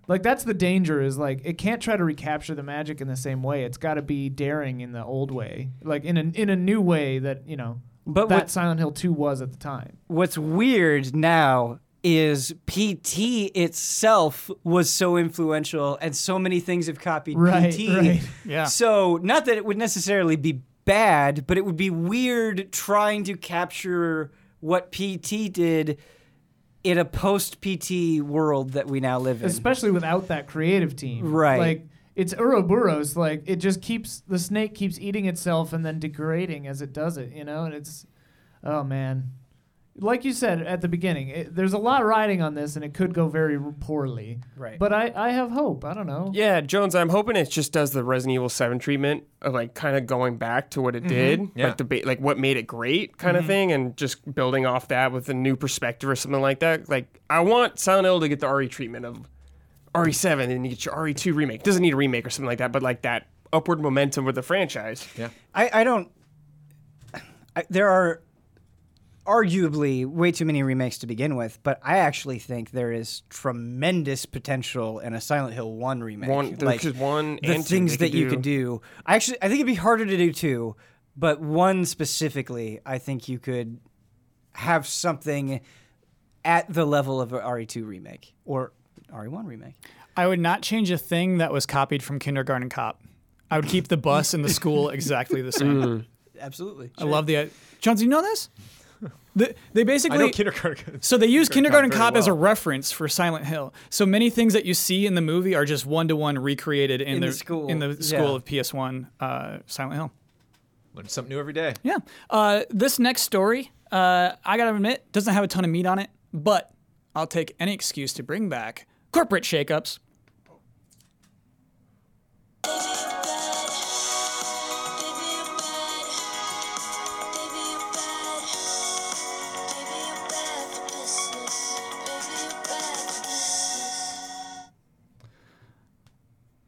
S5: Like that's the danger is like it can't try to recapture the magic in the same way. It's got to be daring in the old way, like in a in a new way that you know
S4: But
S5: that
S4: what-
S5: Silent Hill 2 was at the time.
S4: What's weird now is PT itself was so influential and so many things have copied
S5: Right,
S4: PT.
S5: right. Yeah.
S4: So, not that it would necessarily be bad, but it would be weird trying to capture what PT did in a post PT world that we now live in.
S5: especially without that creative team.
S4: Right.
S5: Like it's Ouroboros. Like it just keeps the snake keeps eating itself and then degrading as it does it. You know, and it's oh man, like you said at the beginning, it, there's a lot riding on this, and it could go very r- poorly.
S4: Right.
S5: But I I have hope. I don't know.
S2: Yeah, Jones, I'm hoping it just does the Resident Evil 7 treatment of like kind of going back to what it did,
S3: Yeah.
S2: like the ba- like what made it great kind of thing and just building off that with a new perspective or something like that. Like I want Silent Hill to get the RE treatment of RE7 and you get your RE2 remake. Doesn't need a remake or something like that, but like that upward momentum with the franchise.
S3: Yeah.
S4: I, I don't. I, there are arguably way too many remakes to begin with, but I actually think there is tremendous potential in a Silent Hill one remake.
S2: One- there could- one
S4: the
S2: and two
S4: things
S2: they
S4: that
S2: could
S4: you could do. I actually I think it'd be harder to do two, but one specifically, I think you could have something at the level of a RE2 remake or RE1 remake.
S1: I would not change a thing that was copied from Kindergarten Cop. I would keep the bus and the school exactly the same.
S4: Absolutely.
S1: I love the. Uh, Jones, you know this? The, they basically.
S3: I know kindergarten.
S1: So they use Kindergarten
S3: Kindergarten Cop
S1: Cop as a
S3: very well.
S1: reference for Silent Hill. So many things that you see in the movie are just one to one recreated in,
S4: In the school,
S1: in the
S4: yeah.
S1: school of PS1 uh, Silent Hill.
S3: Learn something new every day.
S1: Yeah. Uh, this next story, uh, I gotta admit, doesn't have a ton of meat on it, but I'll take any excuse to bring back corporate shakeups.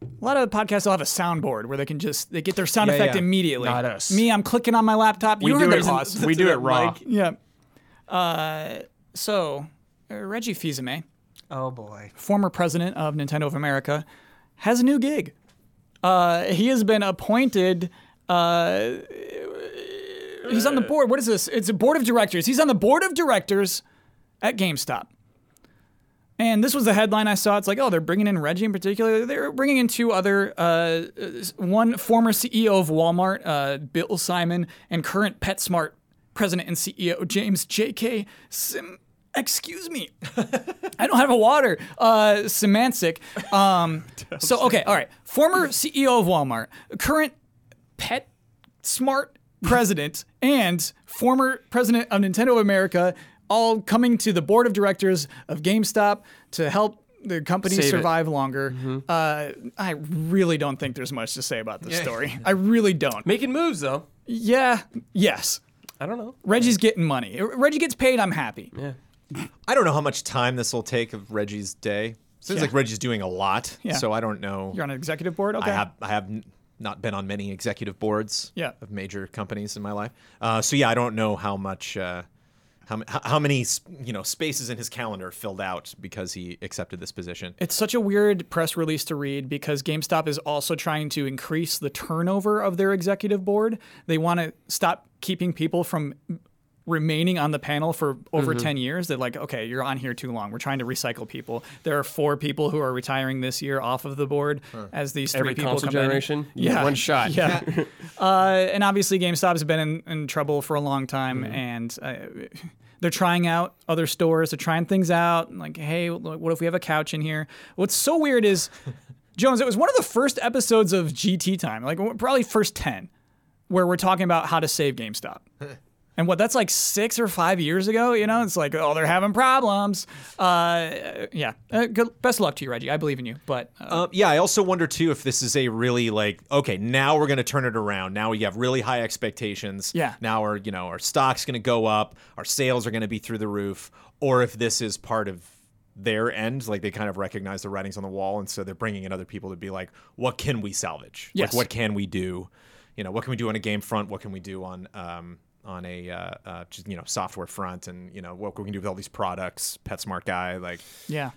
S1: A lot of podcasts will have a soundboard where they can just they get their sound
S3: Yeah,
S1: effect
S3: yeah.
S1: immediately.
S2: Not us.
S1: Me, I'm clicking on my laptop.
S2: We
S1: you
S2: do
S1: heard the
S2: it-
S1: pause.
S2: We do it raw.
S1: Yeah. Uh, so, uh, Reggie Fils-Aimé,
S4: Oh boy.
S1: former president of Nintendo of America, has a new gig. Uh, he has been appointed. Uh, he's on the board. What is this? It's a board of directors. He's on the board of directors at GameStop. And this was the headline I saw. It's like, oh, they're bringing in Reggie in particular. They're bringing in two other, uh, s- one former CEO of Walmart, uh, Bill Simon, and current PetSmart president and CEO James J.K. Sim. Excuse me, I don't have a water. Uh, semantic. Um, so okay, all right. Former CEO of Walmart, current pet smart president, and former president of Nintendo of America, all coming to the board of directors of GameStop to help the company
S2: Save it. Mm-hmm.
S1: survive longer. Uh, I really don't think there's much to say about this story. I really don't.
S2: Making moves though.
S1: Yeah. Yes.
S2: I don't know.
S1: Reggie's getting money. If Reggie gets paid. I'm happy.
S3: I don't know how much time this will take of Reggie's day. Seems
S1: Yeah.
S3: like Reggie's doing a lot,
S1: Yeah.
S3: so I don't know.
S1: You're on an executive board. Okay.
S3: I have I have n- not been on many executive boards
S1: Yeah.
S3: of major companies in my life. Uh, so yeah, I don't know how much uh, how m- how many s- you know spaces in his calendar filled out because he accepted this position.
S1: It's such a weird press release to read because GameStop is also trying to increase the turnover of their executive board. They want to stop keeping people from remaining on the panel for over
S2: Mm-hmm.
S1: 10 years. They're like, okay, you're on here too long. We're trying to recycle people. There are four people who are retiring this year off of the board as these three
S2: Every
S1: people
S2: console
S1: come in.
S2: generation, you get
S1: Yeah.
S2: one shot.
S1: Yeah. uh, and obviously, GameStop has been in, in trouble for a long time, and uh, they're trying out other stores. They're trying things out. and Like, hey, look, what if we have a couch in here? What's so weird is, Jones, it was one of the first episodes of GT Time, like w- probably first 10, where we're talking about how to save GameStop. And what that's like six or five years ago, you know, it's like, oh, they're having problems. Uh, yeah. Uh, good, best of luck to you, Reggie. I believe in you. But uh,
S3: Um, yeah, I also wonder too if this is a really like okay, now we're gonna turn it around. Now we have really high expectations.
S1: Yeah.
S3: Now our you know our stock's gonna go up, our sales are gonna be through the roof, or if this is part of their end, like they kind of recognize the writings on the wall, and so they're bringing in other people to be like, what can we salvage?
S1: Yes.
S3: Like what can we do? You know, what can we do on a game front? What can we do on um on a uh, uh, just, you know software front, and you know what we can do with all these products, PetSmart guy, like
S1: yeah.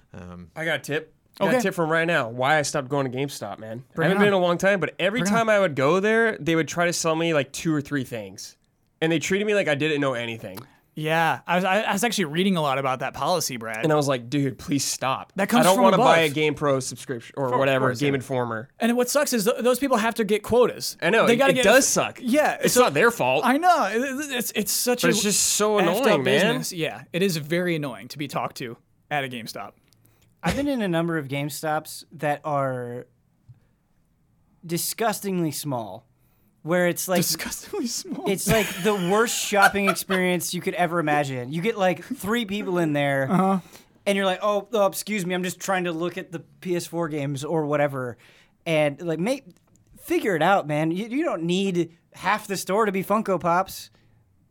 S2: I got a tip. I Got
S1: Okay.
S2: a tip from right now. Why I stopped going to GameStop, man.
S1: Bring
S2: I
S1: it
S2: haven't been in
S1: on.
S2: a long time, but every time I would go there, they would try to sell me like two or three things, and they treated me like I didn't know anything.
S1: Yeah, I was, I I was actually reading a lot about that policy, Brad.
S2: And I was like, dude, please stop.
S1: That comes
S2: I don't
S1: from
S2: wanna
S1: above.
S2: buy a Game Pro subscription or whatever,
S3: course,
S2: Game
S3: yeah.
S2: Informer.
S1: And what sucks is th- those people have to get quotas.
S2: I know
S1: they
S2: it,
S1: gotta
S2: it
S1: get,
S2: does suck.
S1: Yeah,
S2: it's
S1: so-
S2: not their fault.
S1: I know. It- it- It's it's such
S2: but
S1: a
S2: it's just so
S1: effed up
S2: annoying, man.
S1: business. Yeah, it is very annoying to be talked to at a GameStop.
S4: I've been in a number of GameStops that are disgustingly small, where it's like
S1: Disgustingly small.
S4: it's like the worst shopping experience you could ever imagine. You get like three people in there,
S1: Uh-huh.
S4: and you're like, oh, oh, excuse me, I'm just trying to look at the PS4 games or whatever, and like make figure it out, man. You, you don't need half the store to be Funko Pops.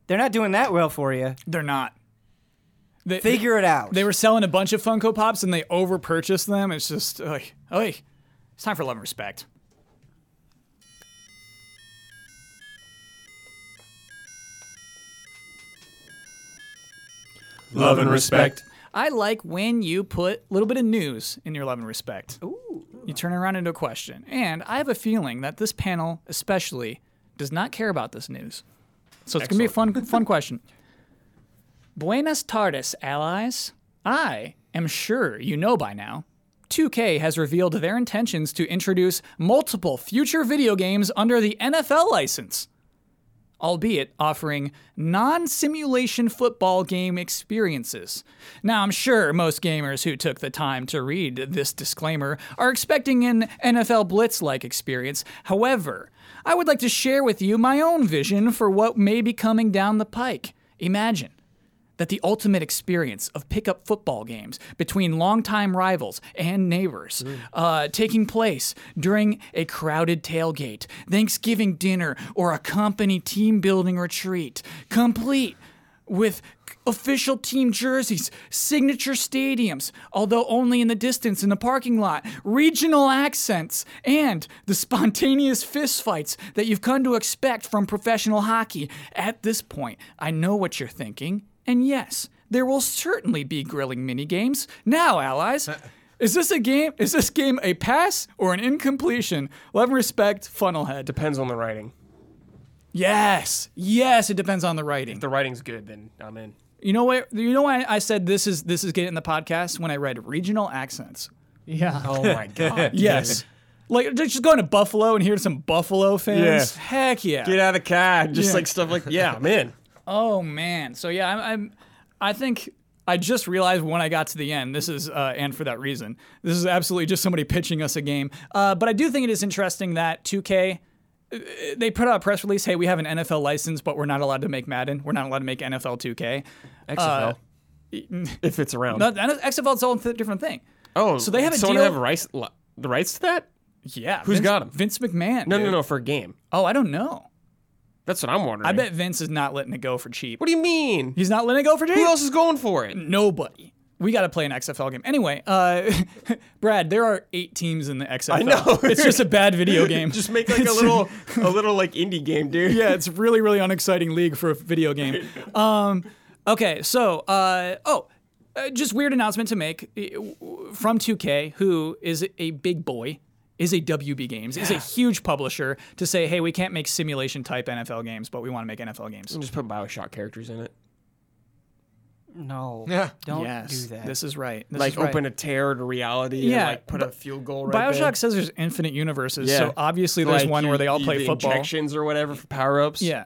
S4: They're not doing that well for you.
S1: They're not. They,
S4: Figure it out.
S1: They were selling a bunch of Funko Pops and they overpurchased them. It's just, oi, oi. It's time for love and respect.
S2: Love and respect.
S1: I like when you put a little bit of news in your love and respect. Ooh. You turn it around into a question. And I have a feeling that this panel, especially, does not care about this news. So it's going to be a fun, fun question. Buenas tardes, allies. I am sure you know by now. 2K has revealed their intentions to introduce multiple future video games under the NFL license, albeit offering non simulation football game experiences. Now, I'm sure most gamers who took the time to read this disclaimer are expecting an NFL Blitz like experience. However, I would like to share with you my own vision for what may be coming down the pike. Imagine that the ultimate experience of pickup football games between longtime rivals and neighbors uh, taking place during a crowded tailgate, Thanksgiving dinner, or a company team building retreat, complete with c- official team jerseys, signature stadiums, although only in the distance in the parking lot, regional accents, and the spontaneous fistfights that you've come to expect from professional hockey. At this point, I know what you're thinking, and yes, there will certainly be grilling minigames. Now, allies,
S2: Uh.
S1: is this a game? Is this game a pass or an incompletion? Love and respect, funnelhead.
S2: Depends on the writing.
S1: Yes, yes, it depends on the writing.
S2: If the writing's good, then I'm in.
S1: You know what? You know why I said this is this is getting in the podcast when I read regional accents.
S5: Yeah.
S2: Oh my god.
S1: Yes. like just going to Buffalo and hear some Buffalo fans.
S2: Yeah.
S1: Heck yeah.
S2: Get out of the cab. Just
S1: Yeah.
S2: like stuff like yeah, I'm in.
S1: Oh man. So yeah, I'm, I'm. I think I just realized when I got to the end. This is uh, and for that reason. This is absolutely just somebody pitching us a game. Uh, but I do think it is interesting that 2K. uh, They put out a press release. Hey, we have an NFL license, but we're not allowed to make Madden. We're not allowed to make NFL 2K.
S4: XFL.
S2: Uh, If it's around.
S1: No, XFL is a whole th- different thing.
S2: oh,
S1: so they have a
S2: someone
S1: deal-
S2: have rights li- the rights to that?
S1: Yeah.
S2: Who's
S1: Vince,
S2: got 'em?
S1: Vince McMahon.
S2: No,
S1: dude.
S2: no, no, for a game.
S1: Oh, I don't know.
S2: That's what I'm wondering.
S1: I bet Vince is not letting it go for cheap.
S2: What do you mean?
S1: He's not letting it go for cheap.
S2: Who else is going for it?
S1: Nobody. We got to play an XFL game. Anyway, uh, Brad, there are eight teams in the XFL. I
S2: know.
S1: it's just a bad video game.
S2: Just make like a little, a little like indie game, dude.
S1: yeah, it's really, really unexciting league for a video game. Um, okay, so, uh, oh, uh, just weird announcement to make uh, from 2K, who is a big boy, is a WB Games, is a huge publisher, to say, hey, we can't make simulation type NFL games, but we want to make NFL games.
S2: Just put Bioshock characters in it.
S4: No.
S3: Yeah.
S4: Don't
S1: yes,
S4: do that.
S1: this is right. This
S2: like
S1: is right.
S2: open a tear to reality.
S1: Yeah,
S2: and, like put a field goal. right
S1: Bioshock
S2: there.
S1: says there's infinite universes,
S2: Yeah.
S1: so obviously there's
S2: Like,
S1: one
S2: you-
S1: where they all
S2: you-
S1: play
S2: the
S1: football.
S2: Injections or whatever for power ups.
S1: Yeah,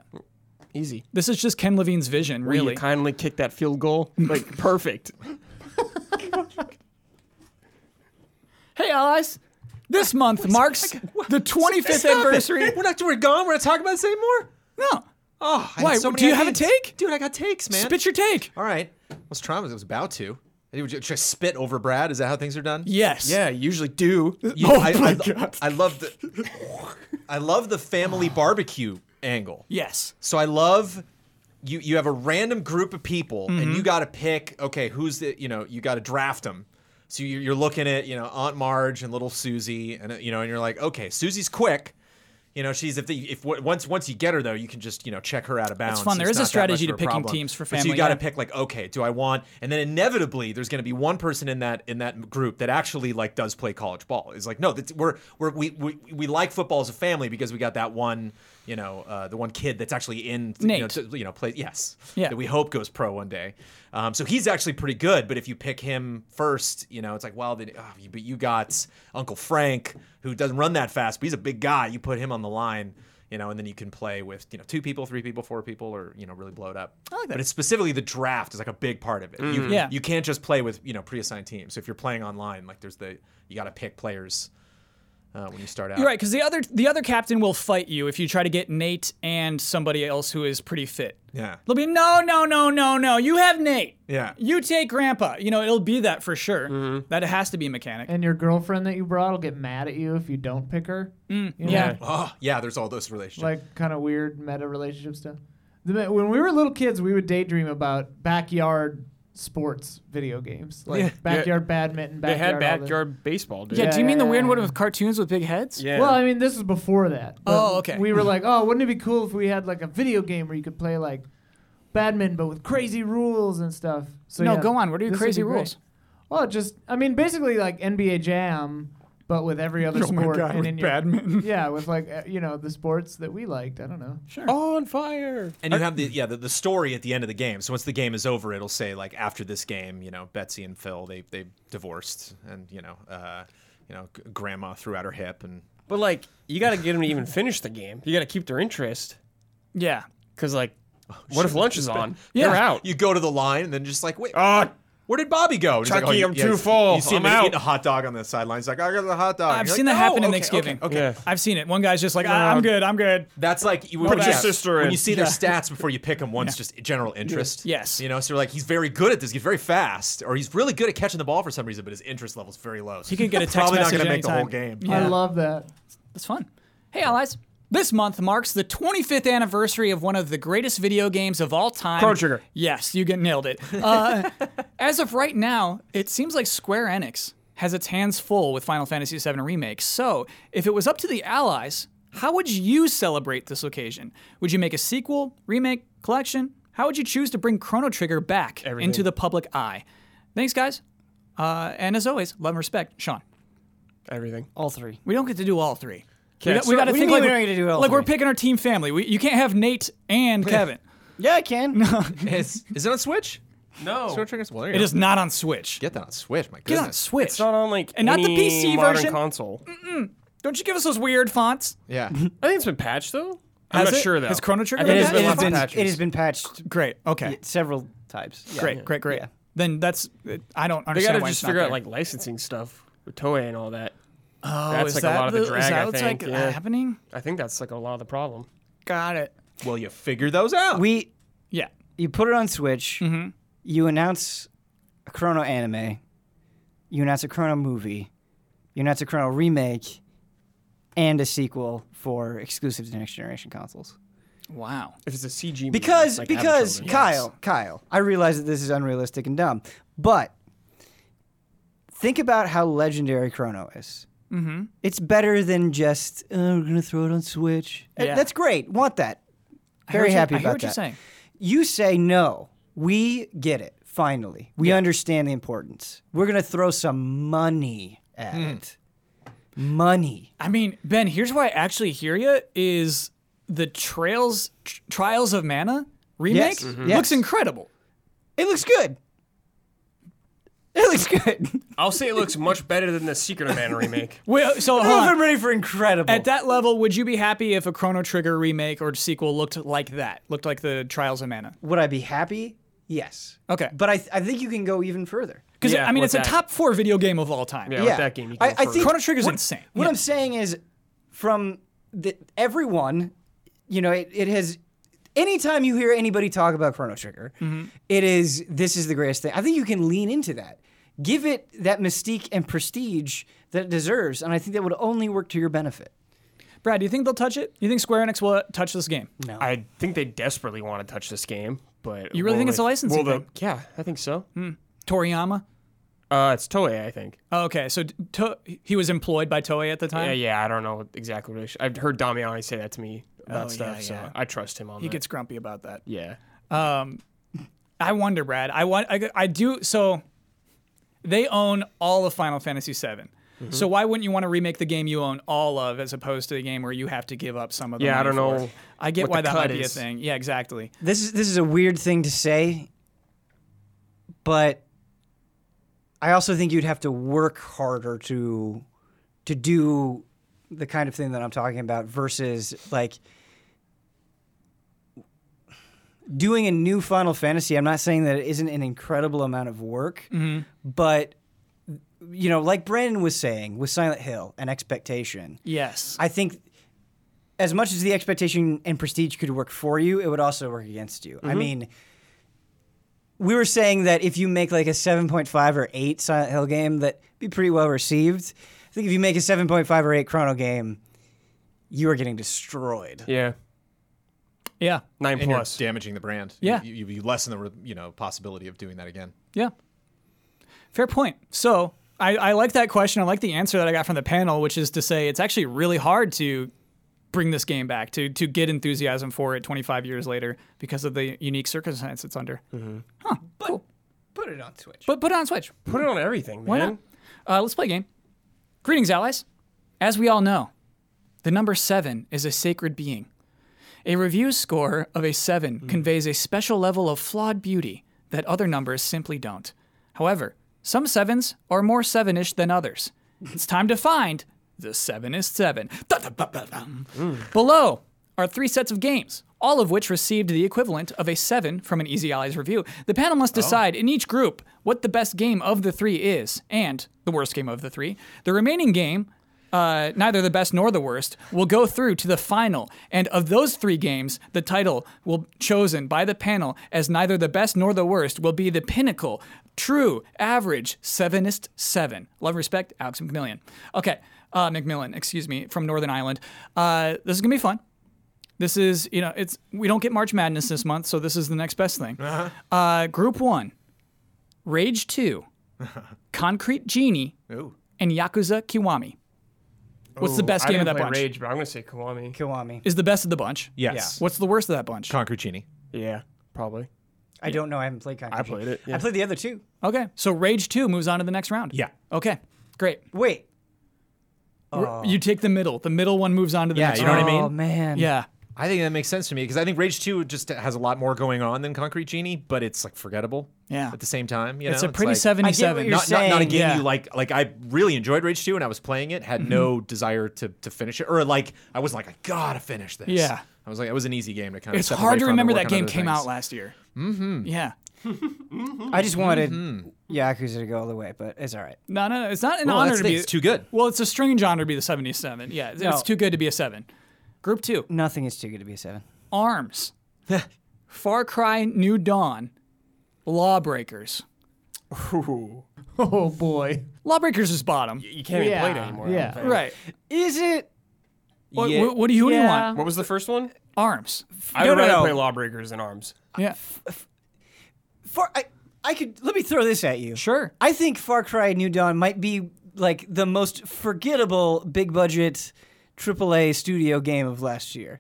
S2: easy.
S1: this is just Ken Levine's vision,
S2: Will
S1: really.
S2: you kindly kick that field goal? Like perfect.
S1: Hey, allies! This month marks the 25th anniversary.
S3: We're not. We're gone. We're not talking about say more.
S1: No,
S3: Oh, I had
S1: Why,
S3: so many
S1: do you have a
S3: ideas.
S1: take?
S3: dude? I got takes, man.
S1: spit your take.
S3: All right. What's traumas? I was about to. I would ju- Just spit over Brad. Is that how things are done?
S1: Yes.
S2: yeah, you usually do.
S3: You-
S1: Oh
S3: I,
S1: my
S3: I-
S1: God.
S3: I love the. I love the family barbecue angle.
S1: Yes.
S3: So I love you. You have a random group of people,
S1: Mm-hmm.
S3: and you got to pick. Okay, who's the? You know, you got to draft them. So you- you're looking at you know Aunt Marge and little Susie, and uh, you know, and you're like, okay, Susie's quick. You know, she's if the, if w- once once you get her though, you can just you know check her out of bounds.
S1: fun. There
S3: It's
S1: is a
S3: not that much
S1: strategy
S3: of
S1: to picking
S3: problem.
S1: teams for
S3: But so
S1: family,
S3: you got to
S1: yeah.
S3: pick like, okay, do I want? And then inevitably, there's going to be one person in that in that group that actually like does play college ball. Is like, no, that's, we're, we're we we we like football as a family because we got that one, you know, uh, the one kid that's actually in, you know,
S1: Nate.
S3: to- you know, play yes,
S1: Yeah.
S3: that we hope goes pro one day. Um, so he's actually pretty good. But if you pick him first, you know, it's like, well, then, ah, you- but you got Uncle Frank who doesn't run that fast, but he's a big guy. You put him on the line. You know, and then you can play with you know two people, three people, four people, or you know really blow it up. I
S1: like that.
S3: But it's specifically the draft is like a big part of it. You,
S1: Yeah.
S3: you can't just play with you know pre-assigned teams. So if you're playing online, like there's the you got to pick players uh, when you start out.
S1: You're right, because the other the other captain will fight you if you try to get Nate and somebody else who is pretty fit.
S3: Yeah.
S1: They'll be no, no, no, no, no. You have Nate.
S3: Yeah.
S1: You take Grandpa. You know it'll be that for sure.
S2: Mm-hmm.
S1: That has to be a mechanic.
S5: And your girlfriend that you brought will get mad at you if you don't pick her. You know?
S1: yeah.
S3: Oh yeah, there's all those relationships.
S5: Like kind of weird meta relationship stuff. The ma- When we were little kids, we would daydream about backyard sports video games, like
S2: Yeah.
S5: backyard badminton.
S2: They
S5: Backyard
S2: had
S5: all the-
S2: backyard baseball, dude.
S1: Yeah,
S5: Yeah,
S1: do you mean
S5: yeah,
S1: the weird
S5: yeah,
S1: one
S5: yeah.
S1: with cartoons with big heads?
S2: Yeah.
S5: Well, I mean, this is before that. but
S1: Oh, okay.
S5: We were like, oh, wouldn't it be cool if we had like a video game where you could play like badminton, but with crazy rules and stuff. So
S1: no,
S5: yeah,
S1: go on. What are your
S5: this would
S1: crazy
S5: be great.
S1: rules?
S5: Well, just I mean, basically like NBA Jam, but with every other sport and in your
S1: badminton.
S5: yeah, with like uh, you know the sports that we liked. I don't know.
S2: On fire.
S3: And you have
S2: hmm.
S3: the yeah the, the story at the end of the game. So once the game is over, it'll say like after this game, you know, Betsy and Phil they they divorced, and you know, uh, you know, g- Grandma threw out her hip, and
S2: But like, you got to get them to even finish the game. You got to keep their interest
S1: Yeah.
S2: because like, what if lunch is on?
S1: Yeah.
S2: They're out.
S3: you go to the line, and then just like wait.
S2: Ah,
S3: where did Bobby go? And he's oh,
S2: Chucky,
S3: you-
S2: I'm
S3: yeah,
S2: too
S3: you-
S2: full.
S3: You see him
S2: I'm out.
S3: eating a hot dog on the sideline. He's like, I got the hot dog.
S1: I've
S3: You're
S1: seen
S3: like,
S1: that happen
S3: "Oh,
S1: in
S3: okay,
S1: Thanksgiving.
S3: Okay. okay."
S2: Yeah.
S1: I've seen it. One guy's just like, "Ah, I'm good. I'm good.
S3: That's like you
S2: Put
S3: yeah.
S2: your sister
S3: when
S2: in.
S3: you see their stats before you pick them. One's just general interest.
S1: Yes.
S3: you know. So you're like, he's very good at this. He's very fast, or he's really good at catching the ball for some reason, but his interest level's very low. So
S1: He could get a text
S3: probably
S1: message
S3: not gonna make the whole
S1: anytime.
S3: game.
S1: Yeah.
S5: I love that.
S1: That's fun. Hey, allies. This month marks the 25th anniversary of one of the greatest video games of all time.
S2: Chrono Trigger.
S1: Yes, you get nailed it. Uh, as of right now, it seems like Square Enix has its hands full with Final Fantasy VII Remake. So, if it was up to the allies, how would you celebrate this occasion? Would you make a sequel, remake, collection? How would you choose to bring Chrono Trigger back into the public eye? Thanks, guys. Uh, and as always, love and respect, Sean.
S2: everything.
S4: All three.
S1: We don't get to do all three. We,
S2: Yeah,
S1: got, we
S2: so-
S1: got to
S4: what do you
S1: think
S4: mean
S1: like
S4: we don't get to do all
S1: like we're
S4: three?
S1: picking our team family. We, you can't have Nate and Kevin.
S4: Yeah, I can.
S3: Is, is it on Switch?
S2: No,
S3: Star Trek is- well, there you
S1: It
S3: go.
S1: is not on Switch.
S3: Get that on Switch, my
S1: Get on
S3: goodness.
S1: Switch.
S2: it's not on like
S1: And not the
S2: any
S1: PC
S2: modern
S1: version?
S2: console.
S1: don't you give us those weird fonts?
S3: Yeah.
S2: I think it's been patched though. I'm
S1: Has
S2: not
S1: it?
S2: sure though.
S1: Has Chrono Trigger
S2: I
S1: been
S2: think
S4: It,
S2: it's
S4: has,
S1: patched?
S4: it,
S2: been
S4: has
S2: lots of
S4: been,
S2: patches.
S4: it has been patched
S1: Great. Okay.
S4: several times. Yeah.
S1: Great. Great. Great.
S4: Yeah.
S1: Then that's. I don't
S2: They
S1: understand
S2: got to
S1: why
S2: just
S1: it's not
S2: figure out
S1: there.
S2: like licensing stuff with Toei and all that.
S1: Oh,
S2: that's
S1: is
S2: like a
S1: that
S2: lot of the drag,
S1: Is
S2: I
S1: that what's
S2: think,
S1: like
S2: yeah.
S1: happening?
S2: I think that's like a lot of the problem.
S1: Got it.
S3: Well, you figure those out.
S4: We
S1: Yeah.
S4: you put it on Switch.
S2: Mm-hmm.
S4: You announce a Chrono anime. You announce a Chrono movie. You announce a Chrono remake, and a sequel for exclusive to next generation consoles.
S1: Wow.
S2: If it's a CG, movie,
S4: Because
S2: like
S4: because
S2: Avatar,
S4: Kyle Kyle, I realize that this is unrealistic and dumb, but think about how legendary Chrono is.
S1: Mm-hmm.
S4: It's better than just oh, we're gonna throw it on Switch. Uh,
S1: Yeah.
S4: That's great. Want that? Very happy
S1: you, I hear
S4: about
S1: what
S4: that.
S1: you're saying.
S4: You say no. We get it. Finally, we understand the importance. We're gonna throw some money at
S1: Hmm.
S4: it. Money.
S1: I mean, Ben, here's why I actually hear you is the Trails tr- Trials of Mana remake
S4: Yes, mhm.
S1: looks
S4: yes.
S1: incredible.
S4: It looks good. It looks good.
S2: I'll say it looks much better than the Secret of Mana remake.
S1: Well, so hold on.
S4: I'm ready for incredible.
S1: At that level, would you be happy if a Chrono Trigger remake or sequel looked like that? Looked like the Trials of Mana?
S4: Would I be happy? Yes.
S1: Okay.
S4: But I, I think you can go even further.
S1: Because,
S2: Yeah,
S1: I mean, it's
S2: with that.
S1: a top four video game of all time.
S2: Yeah, with that game, you can
S4: I, I
S2: go
S4: think
S1: Chrono Trigger's
S4: what-
S1: insane.
S4: What
S1: Yeah.
S4: I'm saying is, from the, everyone, you know, it, it has. Anytime you hear anybody talk about Chrono Trigger,
S2: Mm-hmm.
S4: it is this is the greatest thing. I think you can lean into that, give it that mystique and prestige that it deserves, and I think that would only work to your benefit.
S1: Brad, do you think they'll touch it? You think Square Enix will touch this game?
S4: No,
S2: I think they desperately want to touch this game, but
S1: You really
S2: will
S1: think it's a
S2: they-
S1: licensing
S2: will the-
S1: thing? Hmm.
S2: Yeah, I think so.
S1: Toriyama?
S2: Uh, it's Toei, I think.
S1: Oh, okay, so d- to- he was employed by Toei at the time?
S2: Yeah, yeah. I don't know exactly. What it is. I've heard Damiani say that to me
S1: Oh,
S2: about stuff,
S1: yeah,
S2: so
S1: yeah.
S2: I trust him on
S1: He
S2: that.
S1: gets grumpy about that.
S2: yeah,
S1: I wonder, Brad. I want. I, I do. So they own all of Final Fantasy VII.
S2: Mm-hmm.
S1: So why wouldn't you want to remake the game you own all of, as opposed to the game where you have to give up some of the
S2: Yeah, I
S1: money
S2: don't
S1: for
S2: know
S1: it? I get
S2: what
S1: why
S2: the
S1: that
S2: cut
S1: might be a
S2: is.
S1: thing. Yeah, exactly.
S4: this is this is a weird thing to say, but I also think you'd have to work harder to to do the kind of thing that I'm talking about versus like doing a new Final Fantasy. I'm not saying that it isn't an incredible amount of work, but you know, like Brandon was saying with Silent Hill and expectation,
S1: Yes.
S4: I think as much as the expectation and prestige could work for you, it would also work against you. I mean, we were saying that if you make like a 7.5 or 8 Silent Hill game, that be pretty well received. I think if you make a 7.5 or 8 Chrono game, you are getting destroyed.
S2: yeah.
S1: yeah.
S2: Nine
S3: And
S2: plus.
S3: you're damaging the brand.
S1: Yeah.
S3: You, you, you lessen the you know possibility of doing that again.
S1: Yeah. Fair point. So I, I like that question. I like the answer that I got from the panel, which is to say it's actually really hard to bring this game back, to to get enthusiasm for it 25 years later because of the unique circumstance it's under. Huh. cool.
S4: Put it on Twitch.
S1: But put it on Switch.
S2: Put it on everything, man.
S1: Why not? Uh, let's play a game. Greetings, allies. As we all know, the number seven is a sacred being. A review score of a seven conveys a special level of flawed beauty that other numbers simply don't. However, some sevens are more sevenish than others. It's time to find the sevenest seven. Da-da-ba-ba-dum. Below are three sets of games, all of which received the equivalent of a seven from an Easy Allies review. The panel must decide in each group what the best game of the three is and the worst game of the three. The remaining game uh, neither the best nor the worst, will go through to the final. And of those three games, the title will chosen by the panel as neither the best nor the worst will be the pinnacle, true, average, sevenest seven. Love, respect, Alex McMillian. Okay, uh, McMillan, excuse me, from Northern Ireland. Uh, this is gonna be fun. This is, you know, it's we don't get March Madness this month, so this is the next best thing. uh
S2: Uh-huh.
S1: group one, Rage Two, Concrete Genie,
S3: Ooh.
S1: and Yakuza Kiwami. What's the best
S2: I
S1: game of
S2: didn't
S1: that
S2: play
S1: bunch?
S2: Rage, but I'm gonna say Kiwami.
S4: Kiwami.
S1: Is the best of the bunch.
S3: Yes.
S1: What's the worst of that bunch?
S3: Concretini.
S2: Yeah, probably.
S4: I don't know. I haven't played Concrete.
S2: I played it, yeah.
S4: I played the other two.
S1: Okay, so Rage Two moves on to the next round.
S3: Yeah.
S1: Okay, great.
S4: Wait.
S1: R- You take the middle. The middle one moves on to the
S3: Oh. Yeah,
S1: next
S3: you know what
S1: round.
S3: I mean?
S4: Oh man.
S1: Yeah.
S3: I think that makes sense to me because I think Rage 2 just has a lot more going on than Concrete Genie, but it's like forgettable.
S1: Yeah.
S3: At the same time, you
S1: It's
S3: know,
S1: a pretty
S3: like-
S1: seventy-seven.
S4: I get what you're
S3: Not, not, not a
S4: saying,
S3: game
S1: yeah.
S3: you like. Like I really enjoyed Rage 2 and I was playing it, had no
S1: Mm-hmm.
S3: desire to, to finish it, or like I was like I gotta finish this.
S1: Yeah.
S3: I was like it was an easy game to kind of.
S1: it's
S3: step
S1: hard to
S3: away from and
S1: remember
S3: work
S1: that
S3: on
S1: game
S3: other
S1: came
S3: things.
S1: out last year. Mm-hmm. Yeah.
S4: I just wanted Yakuza to go all the way, but it's all right.
S1: No, no, no. It's not an
S3: Well,
S1: honor
S3: that's
S1: to
S3: the
S1: be.
S3: thing, it's too good.
S1: Well, it's a strange honor to be the seventy-seven. Yeah, it's- it's
S4: No.
S1: too good to be a seven. Group two,
S4: Nothing is too good to be a seven.
S1: Arms, Far Cry New Dawn, Lawbreakers.
S5: Oh boy.
S1: Lawbreakers is bottom.
S2: You can't even play it
S5: Yeah,
S2: anymore.
S5: yeah.
S2: Yeah.
S1: Right.
S4: Is it?
S1: What,
S3: Yeah.
S1: what, what do you, what do you
S5: Yeah.
S1: want?
S2: What was the first one?
S1: Arms.
S2: I
S4: No,
S2: would
S4: no,
S2: rather
S4: no.
S2: play Lawbreakers than Arms.
S1: Yeah.
S4: Far. I. I could. Let me throw this at you.
S1: Sure.
S4: I think Far Cry New Dawn might be like the most forgettable big budget AAA studio game of last year.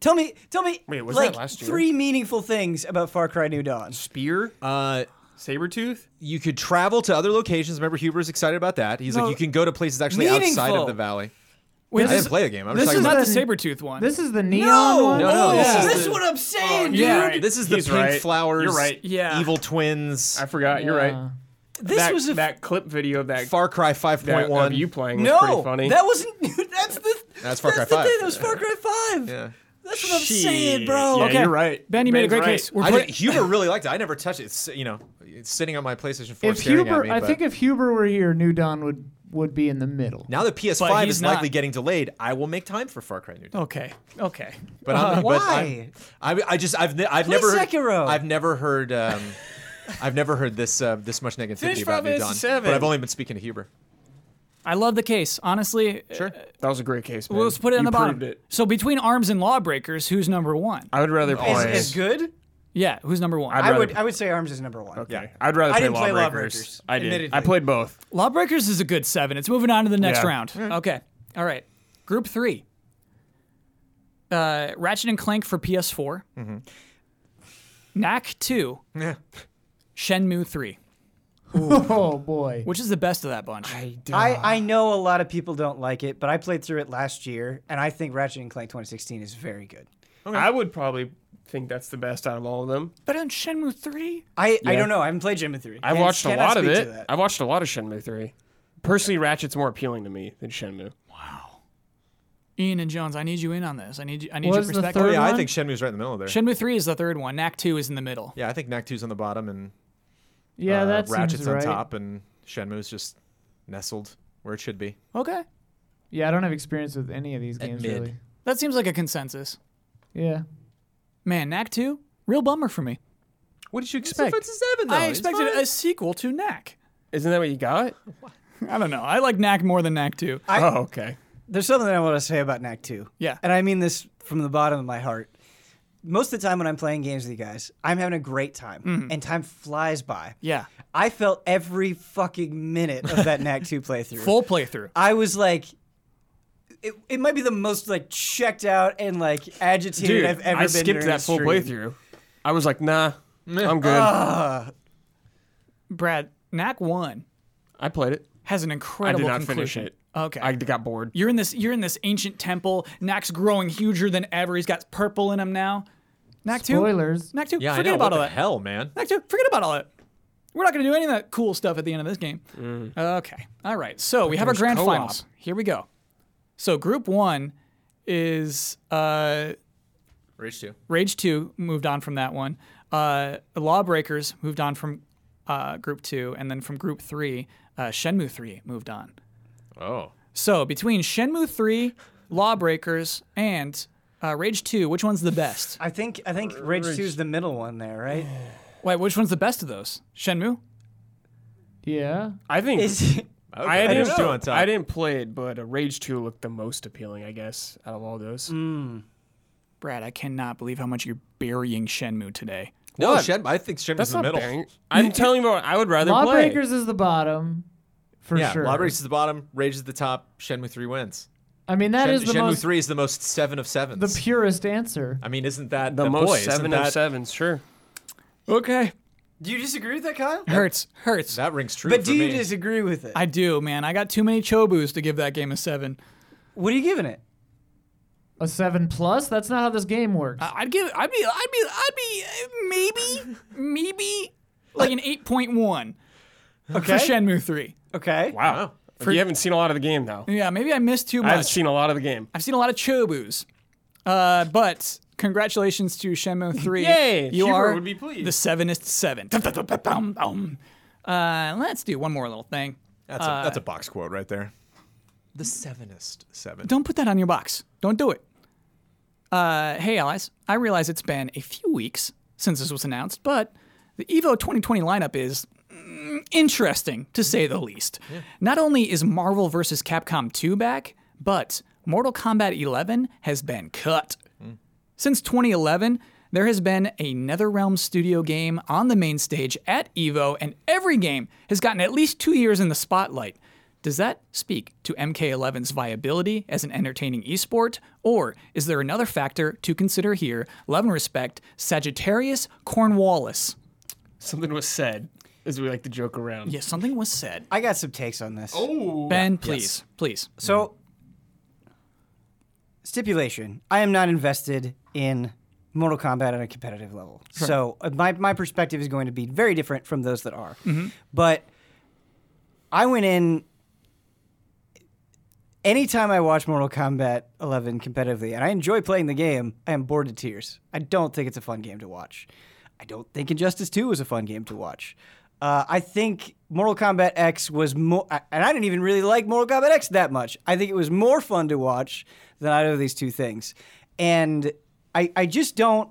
S4: Tell me, tell me,
S2: Wait, was
S4: like
S2: that last year?
S4: three meaningful things about Far Cry New Dawn.
S2: Spear,
S3: Uh,
S2: Sabretooth.
S3: you could travel to other locations. Remember, Huber's excited about that. He's
S4: No,
S3: like, you can go to places actually outside
S4: meaningful.
S3: of the valley.
S1: Wait,
S3: I didn't play the game. I'm
S5: this
S1: This is
S3: just talking
S5: is
S1: not
S3: about.
S1: the
S5: the-
S1: saber tooth one.
S5: This is the neon
S4: No,
S5: one. Oh.
S3: no,
S4: this,
S3: yeah. this
S4: is, this
S3: is
S4: is
S3: the-
S4: what I'm saying, dude.
S1: yeah.
S2: Right.
S3: This is the
S2: He's
S3: pink
S2: right.
S3: flowers.
S2: You're right.
S1: Yeah.
S3: Evil twins.
S2: I forgot. You're right.
S4: This
S2: that,
S4: was a
S2: that clip video of that
S3: Far Cry 5.1.
S2: that, of you playing was
S4: no.
S2: pretty funny.
S4: That wasn't. That's the.
S3: That's Far Cry
S4: the
S3: 5.
S4: thing, That was Far Cry Five.
S3: Yeah.
S4: That's what I'm saying, bro.
S2: Yeah,
S1: Okay.
S2: you're right.
S1: Ben, you made a great
S2: Ben's right.
S1: case. We're
S3: I
S1: putting-
S3: did, Huber really liked it. I never touched it. It's you know, it's sitting on my PlayStation 4
S5: If
S3: staring at
S5: Huber,
S3: me.
S5: I
S3: but
S5: think if Huber were here, New Dawn would would be in the middle.
S3: now that
S1: But
S3: PS5
S1: he's
S3: is likely
S1: not.
S3: getting delayed, I will make time for Far Cry New Dawn.
S1: okay. Okay.
S3: But, I'm, but
S4: why?
S3: I'm, I, I just I've ne- I've
S4: Play
S3: never
S4: Sekiro.
S3: I've never heard um, I've never heard this uh, this much negativity
S2: Finish Final
S3: about New
S2: Fantasy
S3: Dawn.
S2: VII.
S3: But I've only been speaking to Huber.
S1: I love the case. Honestly, sure.
S2: That was a great case. Ben.
S1: Well, let's put it on
S2: you
S1: the bottom.
S2: proved It.
S1: So between Arms and Lawbreakers, who's number one?
S2: I would rather play.
S4: Is, is good.
S1: Yeah, who's number one?
S2: I'd
S4: I
S2: rather-
S4: would. I would say Arms is number one.
S2: Okay. I'd rather
S4: I
S2: play
S4: didn't play Lawbreakers,
S2: Lawbreakers. I did. I
S4: admittedly.
S2: played both.
S1: Lawbreakers is a good seven. It's moving on to the next
S2: Yeah.
S1: round.
S5: Mm.
S1: Okay. All right. Group three. Uh, Ratchet and Clank for PS4. Mm-hmm. Knack 2.
S3: Yeah.
S1: Shenmue 3.
S5: Oh boy.
S1: Which is the best of that bunch?
S2: Uh-huh.
S4: I, I know a lot of people don't like it, but I played through it last year, and I think Ratchet and Clank 2016 is very good.
S2: I would probably think that's the best out of all of them.
S1: Better than Shenmue 3?
S4: I, I don't know. I haven't played Jim 3.
S2: I
S4: and
S2: watched a
S4: cannot
S2: lot of
S4: speak to
S2: it.
S4: that.
S2: I watched a lot of Shenmue 3. Personally, Ratchet's more appealing to me than Shenmue.
S1: Ian and Jones, I need you in on this. I need you, I need
S5: What
S1: your
S5: is the
S1: perspective.
S5: third
S3: Yeah, I
S5: one?
S3: think Shenmue's right in the middle there.
S1: Shenmue 3 is the third one. Knack 2 is in the middle.
S3: yeah, I think Knack 2's on the bottom and
S5: Yeah,
S3: uh,
S5: that
S3: Ratchet's
S5: seems right.
S3: on top and Shenmue's just nestled where it should be.
S1: Okay.
S5: Yeah, I don't have experience with any of these games
S3: mid.
S5: really.
S1: That seems like a consensus.
S5: Yeah.
S1: Man, Knack 2, real bummer for me.
S2: What did you expect?
S1: I expected a sequel to Knack.
S2: Isn't that what you got?
S1: I don't know. I like Knack more than Knack 2.
S2: oh, okay.
S4: There's something I want to say about Knack 2.
S1: Yeah.
S4: And I mean this from the bottom of my heart. Most of the time when I'm playing games with you guys, I'm having a great time,
S2: Mm-hmm.
S4: and time flies by.
S1: Yeah.
S4: I felt every fucking minute of that Knack 2 playthrough.
S1: Full playthrough.
S4: I was like, it, it might be the most like checked out and like agitated
S2: Dude,
S4: I've ever
S2: I
S4: been.
S2: skipped
S4: during a
S2: that full
S4: stream. Ah.
S2: playthrough. I was like, nah, I'm good.
S1: Brad, Knack 1
S2: I played it.
S1: has an
S2: I
S1: incredible
S2: did not
S1: conclusion.
S2: finish it.
S1: Okay.
S2: I got bored.
S1: You're in this. You're in this ancient temple. Knack's growing huger than ever. He's got purple in him now. Knack two.
S5: Spoilers.
S1: Knack two.
S3: Yeah,
S1: forget
S3: I know.
S1: about
S3: what
S1: all
S3: the
S1: that.
S3: hell, man.
S1: Knack two. Forget about all that. We're not going to do any of that cool stuff at the end of this game. Okay. All right. So we have our
S2: there's
S1: grand
S2: co-op.
S1: finals. Here we go. So group one is uh,
S3: Rage two.
S1: Rage two moved on from that one. Uh, Lawbreakers moved on from uh, group two, and then from group three, uh, Shenmue three moved on.
S3: Oh,
S1: So between Shenmue 3, Lawbreakers, and uh, Rage 2, which one's the best?
S4: I think I think Rage Two is the middle one there, right?
S1: Wait, which one's the best of those? Shenmue?
S5: Yeah.
S2: I think
S4: Is
S3: okay.
S2: I,
S3: Rage
S2: didn't,
S3: two on top.
S2: I didn't play it, but uh, Rage Two looked the most appealing, I guess, out of all those.
S4: Mm.
S1: Brad, I cannot believe how much you're burying Shenmue today.
S3: No,
S2: What?
S3: Shen, I think Shenmue's
S2: That's
S3: the
S2: not
S3: middle.
S2: bearing. I'm telling you, what, I would rather play.
S5: Lawbreakers is the bottom, for
S3: yeah,
S5: sure.
S3: Lawbreakers is the bottom. Rage is the top. Shenmue three wins.
S5: I mean, that
S3: Shen-
S5: is the
S3: Shenmue
S5: most
S3: three is the most seven of sevens.
S5: the purest answer.
S3: I mean, isn't that
S2: The
S3: boy,
S2: most
S3: isn't
S2: seven
S3: that,
S2: of sevens, sure.
S1: Okay.
S4: do you disagree with that, Kyle?
S1: Hurts. Hurts.
S3: That rings true.
S4: But
S3: for
S4: do you
S3: me.
S4: disagree with it?
S1: I do, man. I got too many Chobus to give that game a 7.
S4: what are you giving it?
S5: A seven plus? That's not how this game works.
S1: I- I'd give I'd be I'd be I'd be uh, maybe maybe like an 8.1
S4: Okay.
S1: for Shenmue 3.
S4: Okay.
S2: Wow. you haven't seen a lot of the game now.
S1: Yeah, maybe I missed too much.
S2: I've seen a lot of the game.
S1: I've seen a lot of Chobus. Uh, but congratulations to Shenmue 3.
S2: Yay,
S1: You
S2: Hubert
S1: are
S2: would be pleased.
S1: the sevenest seven. Dum, dum, dum, dum, dum, dum. Uh, let's do one more little thing.
S3: That's a, that's a box quote right there. The sevenest seven.
S1: Don't put that on your box. Don't do it. Uh, hey, allies. I realize it's been a few weeks since this was announced, but the Evo 2020 lineup is mm, interesting, to say the least. Not only is Marvel vs. Capcom 2 back, but Mortal Kombat 11 has been cut. Since 2011, there has been a NetherRealm studio game on the main stage at EVO, and every game has gotten at least two years in the spotlight. Does that speak to MK11's viability as an entertaining esport, or is there another factor to consider here? Love and respect, Sagittarius Cornwallis.
S2: Something was said, as we like to joke around.
S1: Yes, something was said.
S4: I got some takes on this.
S1: Ben, please, please.
S4: So, stipulation I am not invested in Mortal Kombat on a competitive level. So, uh, my, my perspective is going to be very different from those that are. But I went in. Anytime I watch Mortal Kombat 11 competitively, and I enjoy playing the game, I am bored to tears. I don't think it's a fun game to watch. I don't think Injustice 2 was a fun game to watch. Uh, I think Mortal Kombat X was more, and I didn't even really like Mortal Kombat X that much. I think it was more fun to watch than either of these two things. And I, I just don't,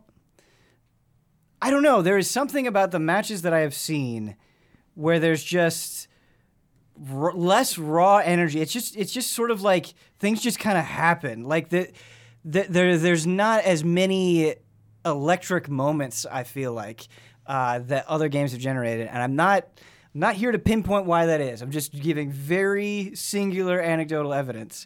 S4: I don't know. There is something about the matches that I have seen where there's just r- less raw energy. It's just it's just sort of like things just kind of happen. Like the, the there there's not as many electric moments. I feel like uh, that other games have generated, and I'm not. I'm Not here to pinpoint why that is. I'm just giving very singular anecdotal evidence,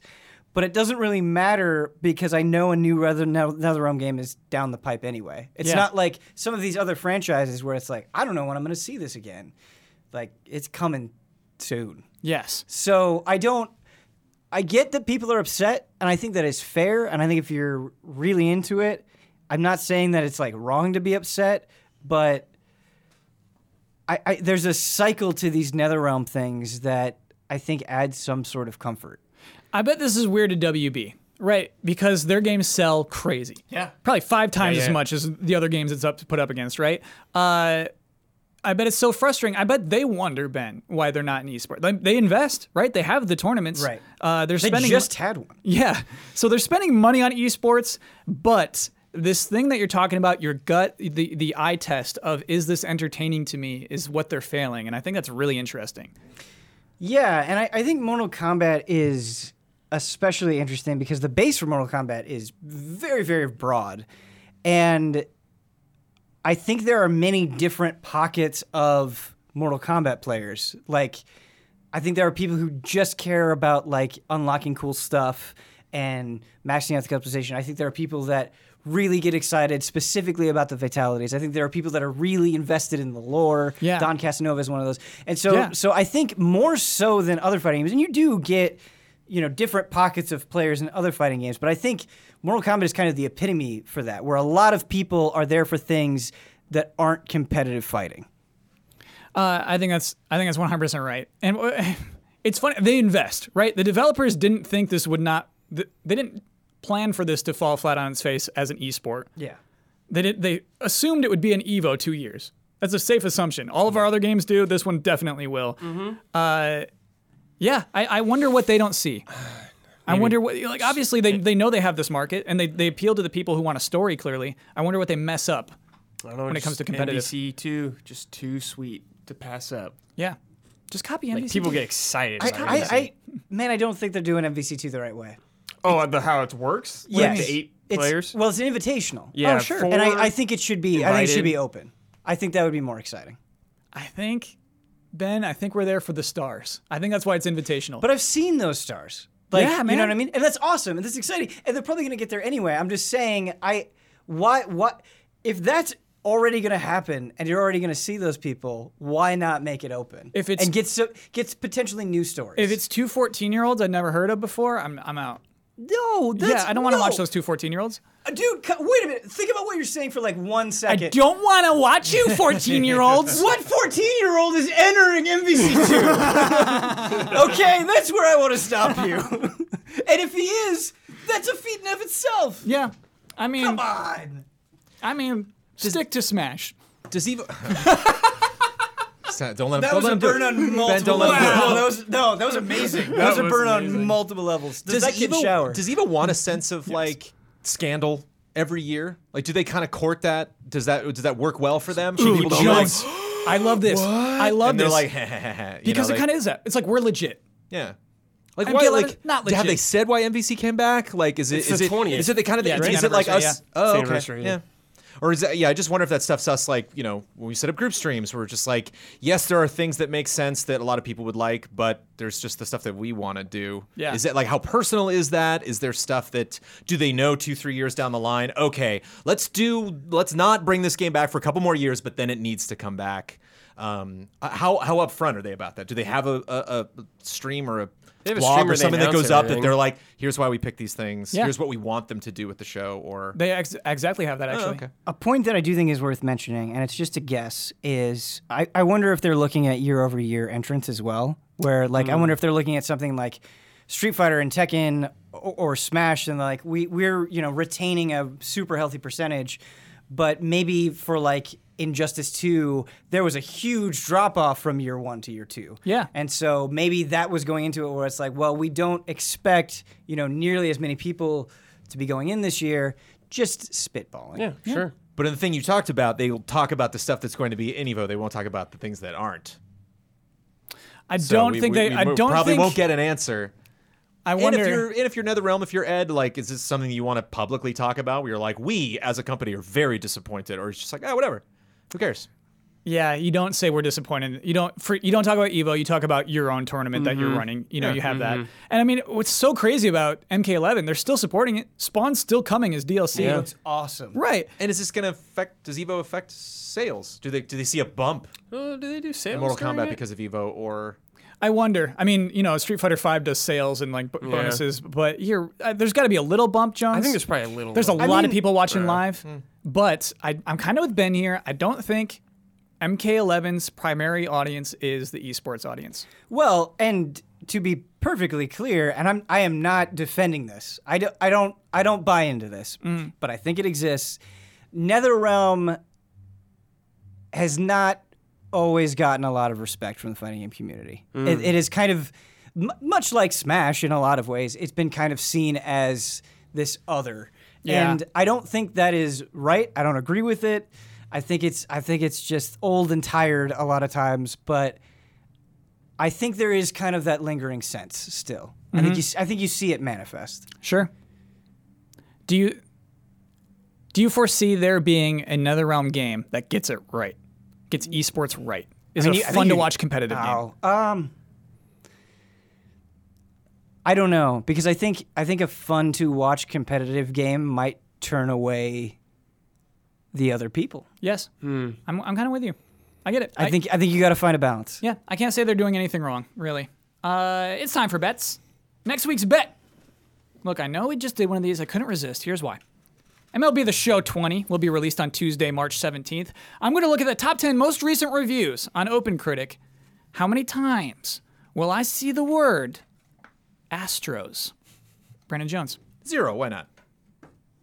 S4: but it doesn't really matter because I know a new Nether- NetherRealm game is down the pipe anyway. It's
S1: Yeah.
S4: not like some of these other franchises where it's like I don't know when I'm going to see this again. Like it's coming soon.
S1: Yes.
S4: So I don't. I get that people are upset, and I think that is fair. And I think if you're really into it, I'm not saying that it's like wrong to be upset, but I, I there's a cycle to these NetherRealm things that I think adds some sort of comfort.
S1: I bet this is weird to WB, right? Because their games sell crazy.
S3: Yeah.
S1: Probably five times
S3: Yeah,
S1: as
S3: yeah.
S1: much as the other games it's up put up against, right? Uh, I bet it's so frustrating. I bet they wonder, Ben, why they're not in esports. They, they invest, right? They have the tournaments.
S4: Right.
S1: Uh, they're
S4: They
S1: spending
S4: just had one.
S1: yeah. So they're spending money on esports, but this thing that you're talking about, your gut, the, the eye test of is this entertaining to me, is what they're failing. And I think that's really interesting.
S4: Yeah, and I, I think Mortal Kombat is especially interesting because the base for Mortal Kombat is very, very broad. And I think there are many different pockets of Mortal Kombat players. Like, I think there are people who just care about like unlocking cool stuff and maxing out the customization. I think there are people that really get excited specifically about the fatalities. I think there are people that are really invested in the lore.
S1: Yeah.
S4: Don Casanova is one of those. And so
S1: Yeah.
S4: so I think more so than other fighting games, and you do get you know different pockets of players in other fighting games. But I think Mortal Kombat is kind of the epitome for that, where a lot of people are there for things that aren't competitive fighting.
S1: Uh, I think that's I think that's one hundred percent right. And uh, it's funny they invest right. The developers didn't think this would not. th- They didn't plan for this to fall flat on its face as an esport.
S4: Yeah.
S1: They did, they assumed it would be an Evo two years. That's a safe assumption. All of our other games do. This one definitely will.
S2: Mm-hmm.
S1: Uh, yeah, I, I wonder what they don't see. I wonder what like obviously they, they know they have this market and they, they appeal to the people who want a story clearly. I wonder what they mess up.
S2: I don't know,
S1: When it comes
S2: just
S1: to competitive.
S2: NBC too, just too sweet to pass up.
S1: Yeah. Just copy
S2: Like
S1: NBC.
S2: people get excited.
S4: I,
S2: about
S4: I,
S2: NBC.
S4: I man, I don't think they're doing MVC2 the right way.
S2: oh, the how it works. With
S4: Yes.
S2: the eight
S4: It's-
S2: players.
S4: Well, it's an invitational.
S2: Yeah,
S4: oh, sure. And
S2: four
S4: I, I think it should be. I think it should
S2: invited.
S4: be open. I think that would be more exciting.
S1: I think Ben, I think we're there for the stars. I think that's why it's invitational.
S4: But I've seen those stars. Like,
S1: Yeah,
S4: You
S1: man.
S4: know what I mean? And that's awesome. And that's exciting. And they're probably going to get there anyway. I'm just saying, I, why, what, if that's already going to happen and you're already going to see those people, why not make it open?
S1: If it's-
S4: and get so, gets potentially new stories.
S1: if it's two 14 year olds I'd never heard of before, I'm I'm out.
S4: no, that's,
S1: yeah, I don't want to
S4: no. Uh,
S1: watch those two 14 year olds.
S4: Dude, co- wait a minute. Think about what you're saying for like one
S1: I
S4: second.
S1: don't want to watch you 14 year olds.
S4: What 14 year old is entering MVC2? okay, that's where I want to stop you. and if he is, that's a feat in of itself.
S1: Yeah. I mean,
S4: Come on.
S1: I mean, stick to Smash.
S3: Does Evo? Stop, don't let him.
S4: That
S3: don't
S4: was
S3: let
S4: a
S3: him do it.
S4: burn on
S3: Ben, don't
S4: multiple
S3: let him do it.
S4: levels. No, that was, no, that was amazing. That, was, a
S2: was
S4: burn on
S2: amazing.
S4: multiple levels. Does,
S3: Does
S4: that kid
S3: Evo,
S4: shower?
S3: Does Evo want a
S1: Mm-hmm.
S3: sense of like scandal every year? Like, do they kind of court that? Does that does that work well for them? Should people go like,
S1: Jumps. I love this. I love
S3: and they're
S1: this.
S3: like, "Heh, heh, heh, heh," you
S1: because
S3: know,
S1: it
S3: like-
S1: kind of is that. It's like we're legit.
S3: Yeah. Like
S1: I
S3: why?
S1: feel like
S3: Like
S1: it's not
S3: have
S1: legit.
S3: they said why MVC came back? Like is it
S2: It's
S3: is
S2: the
S3: it
S2: 20th.
S3: is it the kind of
S1: Yeah, it's
S3: is
S1: the
S3: it like us?
S1: anniversary,
S3: Oh, okay.
S2: anniversary,
S3: yeah.
S2: yeah.
S3: Or is that, yeah, I just wonder if that stuff's us like, you know, when we set up group streams, we're just like, yes, there are things that make sense that a lot of people would like, but there's just the stuff that we want to do.
S1: Yeah.
S3: Is it like, how personal is that? Is there stuff that, do they know two, three years down the line? Okay, let's do, let's not bring this game back for a couple more years, but then it needs to come back. Um, uh, how, how upfront are they about that? Do they have a, a, a stream or a,
S2: They have a
S3: blog
S2: streamer
S3: or
S2: they
S3: something that
S2: announce
S3: goes up that
S2: everything.
S3: they're like, here's why we pick these things.
S1: Yeah.
S3: Here's what we want them to do with the show. Or
S1: They ex- exactly have that actually.
S3: okay.
S4: A point that I do think is worth mentioning, and it's just a guess, is I, I wonder if they're looking at year over year entrance as well. Where, like, I wonder if they're looking at something like Street Fighter and Tekken or, or Smash, and like, we, we're, you know, retaining a super healthy percentage, but maybe for like Injustice 2, there was a huge drop off from year one to year two.
S1: Yeah.
S4: And so maybe that was going into it where it's like, well, we don't expect, you know, nearly as many people to be going in this year. Just spitballing.
S2: yeah, sure.
S3: But in the thing you talked about, they will talk about the stuff that's going to be in Evo. They won't talk about the things that aren't.
S1: I
S3: So
S1: don't
S3: we-
S1: think
S3: we-
S1: they.
S3: we
S1: I
S3: mo-
S1: don't
S3: probably
S1: think.
S3: won't get an answer.
S1: I
S3: And
S1: wonder.
S3: if you're and if you're NetherRealm, if you're Ed, like, is this something you want to publicly talk about? Where you're like, we as a company are very disappointed, or it's just like, ah, whatever, who cares?
S1: yeah, you don't say we're disappointed. You don't. For, you don't talk about Evo. You talk about your own tournament that
S2: Mm-hmm.
S1: you're running. You know, you have that. And I mean, what's so crazy about MK11? They're still supporting it. Spawn's still coming as DLC.
S4: It's awesome.
S1: Right.
S3: And is this going to affect? Does Evo affect sales? Do they do they see a bump
S2: Uh, do they do sales?
S3: in Mortal
S2: during
S3: Kombat
S2: it?
S3: because of Evo, or
S1: I wonder. I mean, you know, Street Fighter Five does sales and like b- bonuses, but you're uh, there's got to be a little bump, John.
S2: I Mm. think there's probably a little.
S1: There's a
S2: bit.
S1: lot of
S4: mean-
S1: people watching live, but I, I'm kind of with Ben here. I don't think MK11's primary audience is the esports audience.
S4: Well, and to be perfectly clear, and I'm I am not defending this. I, do, I don't I don't buy into this, but I think it exists. NetherRealm has not always gotten a lot of respect from the fighting game community. It, it is kind of m- much like Smash in a lot of ways. It's been kind of seen as this other,
S1: Yeah.
S4: and I don't think that is right. I don't agree with it. I think it's I think it's just old and tired a lot of times, but I think there is kind of that lingering sense still. I think you s- I think you see it manifest.
S1: Sure. Do you do you foresee there being another realm game that gets it right, gets esports right? Is
S4: mean,
S1: it
S4: you-
S1: a
S4: I think
S1: fun to
S4: you-
S1: watch competitive game?
S4: Ow. Um I don't know because I think I think a fun to watch competitive game might turn away the other people.
S1: Yes, I'm I'm kind of with you. I get it.
S4: Hmm. I, think I think you got to find a balance.
S1: yeah, I can't say they're doing anything wrong, really. Uh, it's time for bets. Next week's bet. Look, I know we just did one of these. I couldn't resist. Here's why. MLB The Show 20 will be released on Tuesday, March 17th. I'm going to look at the top 10 most recent reviews on OpenCritic. How many times will I see the word Astros? Brandon Jones.
S3: Zero. Why not?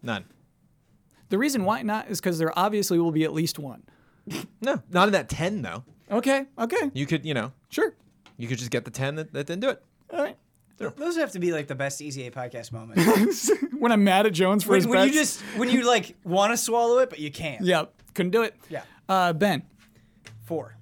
S3: None.
S1: The reason why not is because there obviously will be at least one.
S3: No, not in that ten though.
S1: Okay, okay,
S3: You could, you know,
S1: sure.
S3: you could just get the ten that, that didn't do it.
S1: All right.
S4: Those have to be like the best EZA podcast moments.
S1: When I'm mad at Jones for his
S4: when, when you
S1: bets-
S4: just when you like want to swallow it but you can't.
S1: Yep, couldn't do it.
S4: Yeah.
S1: Uh, ben,
S4: Four.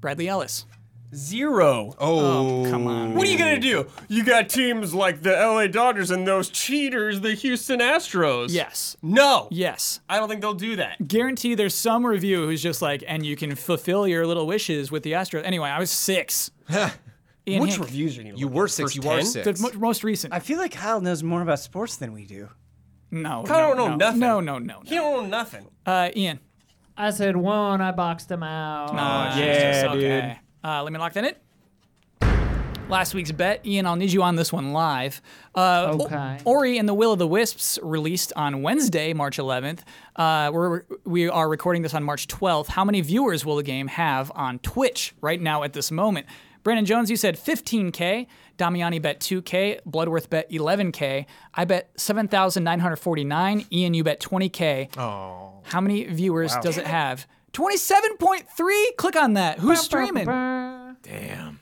S1: Bradley Ellis.
S4: Zero.
S3: Oh,
S1: Come on.
S2: What are you gonna do? You got teams like the LA Dodgers and those cheaters, the Houston Astros.
S1: Yes,
S2: No.
S1: yes.
S2: I don't think they'll do that.
S1: Guarantee there's some review who's just like, and you can fulfill your little wishes with the Astros. Anyway, I was six. Ian
S2: Which
S1: Hank,
S2: reviews are you?
S3: You
S2: looking
S3: were
S2: at?
S3: six.
S2: First
S3: You are
S2: 10?
S1: the
S3: six.
S1: mo- most recent.
S4: I feel like Kyle knows more about sports than we do.
S1: no,
S2: I don't
S1: no,
S2: know
S1: no,
S2: nothing.
S1: No, no, no.
S2: He
S1: no.
S2: don't know nothing.
S1: Uh, Ian.
S5: I said one. I boxed him out.
S1: Ah,
S2: yeah,
S1: Jesus, okay. Uh, let me lock that in. Last week's bet, Ian. I'll need you on this one live. Uh, O-
S5: Okay.
S1: Ori and the Will of the Wisps released on Wednesday, March 11th. Uh, we're we are recording this on March 12th. How many viewers will the game have on Twitch right now at this moment? Brandon Jones, you said 15k. Damiani bet 2k. Bloodworth bet 11k. I bet 7,949. Ian, you bet 20k. How many viewers does it have? 27.3. Click on that. Who's streaming?
S3: Damn.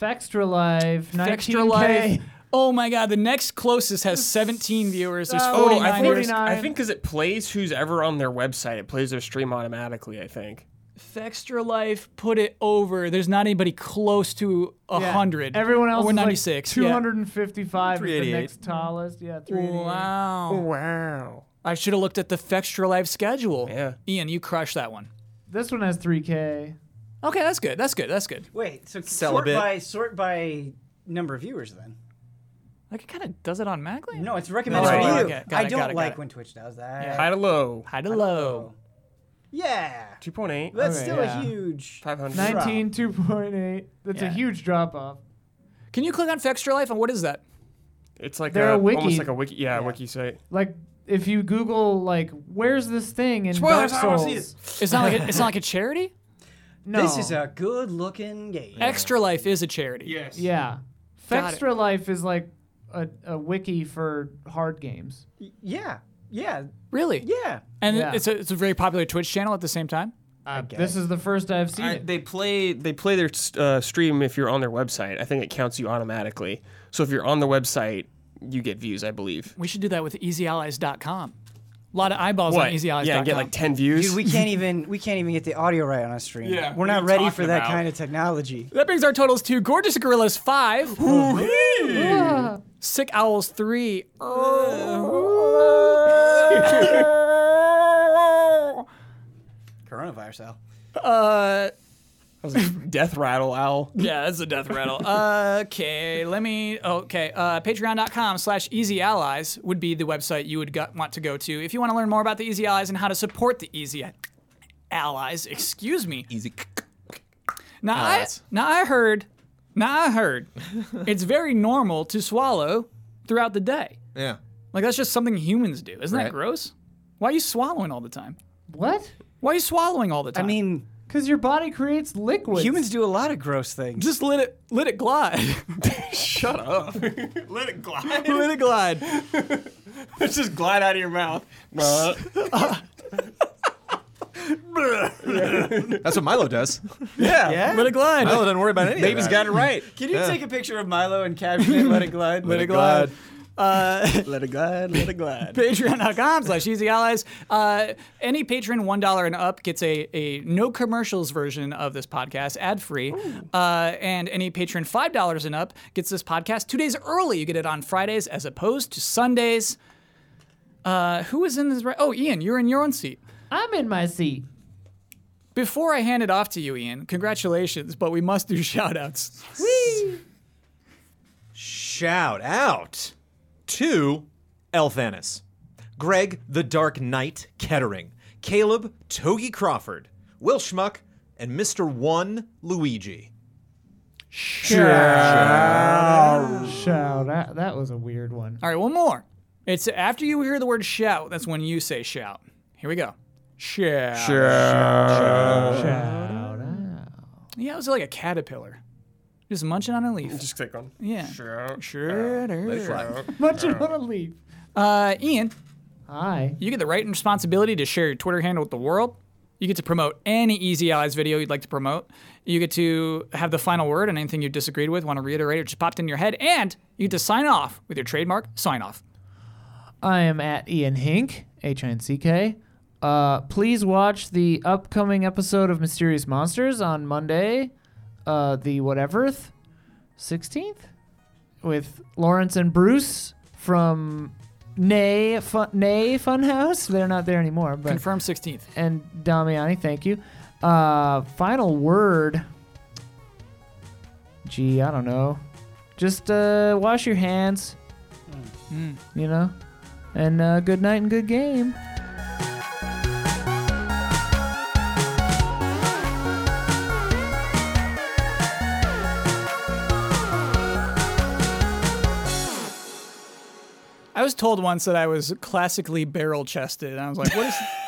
S5: Fextra Live. 19K.
S1: Extra Life. Oh my God. The next closest has 17 viewers. There's
S5: Oh,
S1: 49
S2: I think
S1: viewers.
S5: 49.
S2: I think because it plays who's ever on their website, it plays their stream automatically. I think.
S1: Extra Life put it over. There's not anybody close to
S5: Yeah.
S1: 100.
S5: Everyone else
S1: Oh, We're
S5: is
S1: 96.
S5: Like
S1: yeah.
S5: 255 is the
S3: 388.
S5: next tallest. Yeah, 388.
S1: Wow.
S2: Wow.
S1: I should have looked at the Extra Life schedule.
S2: Yeah.
S1: Ian, you crushed that one.
S5: This one has 3K.
S1: Okay, that's good. That's good. That's good.
S4: Wait, so sort
S3: Celibate.
S4: by sort by number of viewers then.
S1: Like it kind of does it automatically.
S4: No, it's recommended
S2: Right.
S4: for
S2: Got
S4: you.
S1: it, got it, got
S4: I
S1: it,
S4: don't
S1: got it.
S4: like when Twitch does that.
S2: High to low.
S1: High to low.
S4: Yeah.
S2: Two point eight.
S4: That's
S5: Okay,
S4: still
S5: yeah.
S4: a huge.
S2: Five hundred.
S5: 19, 2.8. That's
S1: Yeah.
S5: a huge drop off.
S1: Can you click on Extra Life and what is that?
S2: It's like
S5: They're
S2: a,
S5: a wiki.
S2: almost like a wiki. Yeah, wiki site.
S5: Like, if you Google, like, where's this thing in
S2: Spoilers,
S5: Dark
S2: I wanna
S5: Souls?
S2: see
S1: It's not like a, it's not like a charity.
S5: No.
S4: This is a good looking game.
S1: Extra Life is a charity.
S2: Yes.
S5: Yeah.
S1: Got it.
S5: Fextra Life is like a, a wiki for hard games.
S4: Yeah. Yeah.
S1: Really?
S4: Yeah.
S1: And
S5: Yeah.
S1: it's a it's a very popular Twitch channel at the same time.
S5: Uh, this is the first I've seen it.
S2: they play they play their uh, stream if you're on their website. I think it counts you automatically. So if you're on the website, you get views, I believe.
S1: We should do that with EasyAllies.com. A lot of eyeballs on EasyAllies.com.
S2: Yeah, and get like ten views.
S4: Dude, we can't even we can't even get the audio right on a stream.
S2: Yeah,
S4: We're
S2: what are
S4: not
S2: you
S4: ready
S2: talking
S4: for that
S2: about?
S4: kind of technology.
S1: that brings our totals to Gorgeous Gorillas five, Sick Owls three,
S4: Coronavirus, Al.
S1: uh,
S2: That was a death rattle owl.
S1: Yeah, that's a death rattle. okay, let me. Okay, uh, patreon.com slash easy allies would be the website you would go- want to go to if you want to learn more about the Easy Allies and how to support the Easy Allies. Excuse me.
S3: Easy.
S1: Now, I,
S3: Allies.
S1: now I heard, now I heard it's very normal to swallow throughout the day.
S3: Yeah.
S1: Like, that's just something humans do. Isn't that
S3: Right.
S1: gross? Why are you swallowing all the time?
S5: What?
S1: Why are you swallowing all the
S4: I
S1: time?
S4: mean,
S5: Because your body creates liquids.
S4: humans do a lot of gross things.
S1: just let it let it glide.
S2: Shut up. Let it glide.
S1: let it glide.
S2: Let's just glide out of your mouth.
S3: That's what Milo does.
S2: yeah.
S4: Yeah.
S1: Let it glide.
S3: Milo doesn't worry about anything.
S2: Baby's got it right.
S4: Can you take a picture of Milo and caption it? Let it glide.
S1: Let it glide. Uh,
S2: Let it glide. Let it glide.
S1: patreon.com slash easy allies uh, any patron one dollar and up gets a, a no commercials version of this podcast ad free uh, and any patron five dollars and up gets this podcast two days early you get it on fridays as opposed to sundays uh, who is in this right oh ian you're in your own seat
S5: I'm in my seat.
S1: before i hand it off to you ian congratulations but we must do shout outs
S3: Shout out to Elthanis, Greg the Dark Knight Kettering, Caleb Togi Crawford, Will Schmuck, and Mr. One Luigi.
S1: Shout
S5: Shout out. That was a weird one.
S1: All right, one more. It's after you hear the word shout, that's when you say shout. Here we go. Shout.
S5: Shout out.
S1: Yeah, it was like a caterpillar. Just munching on a leaf.
S2: Just click on.
S1: yeah.
S2: Sure.
S1: Sure.
S3: Let it fly.
S5: Much you want to leave.
S1: Uh, Ian,
S5: Hi.
S1: you get the right and responsibility to share your Twitter handle with the world. You get to promote any Easy Allies video you'd like to promote. You get to have the final word on anything you disagreed with, want to reiterate, or just popped in your head. And you get to sign off with your trademark sign off.
S5: I am at Ian Hink, H I N C K. Uh, please watch the upcoming episode of Mysterious Monsters on Monday, uh, the whateverth, 16th, with Lawrence and Bruce from Nay Fun, Nay Funhouse. They're not there anymore, but
S1: Confirm 16th.
S5: and Damiani, thank you. Uh, final word. Gee, I don't know. Just uh, wash your hands. You know, and uh, good night and good game.
S1: I was told once that I was classically barrel chested, and I was like, "What is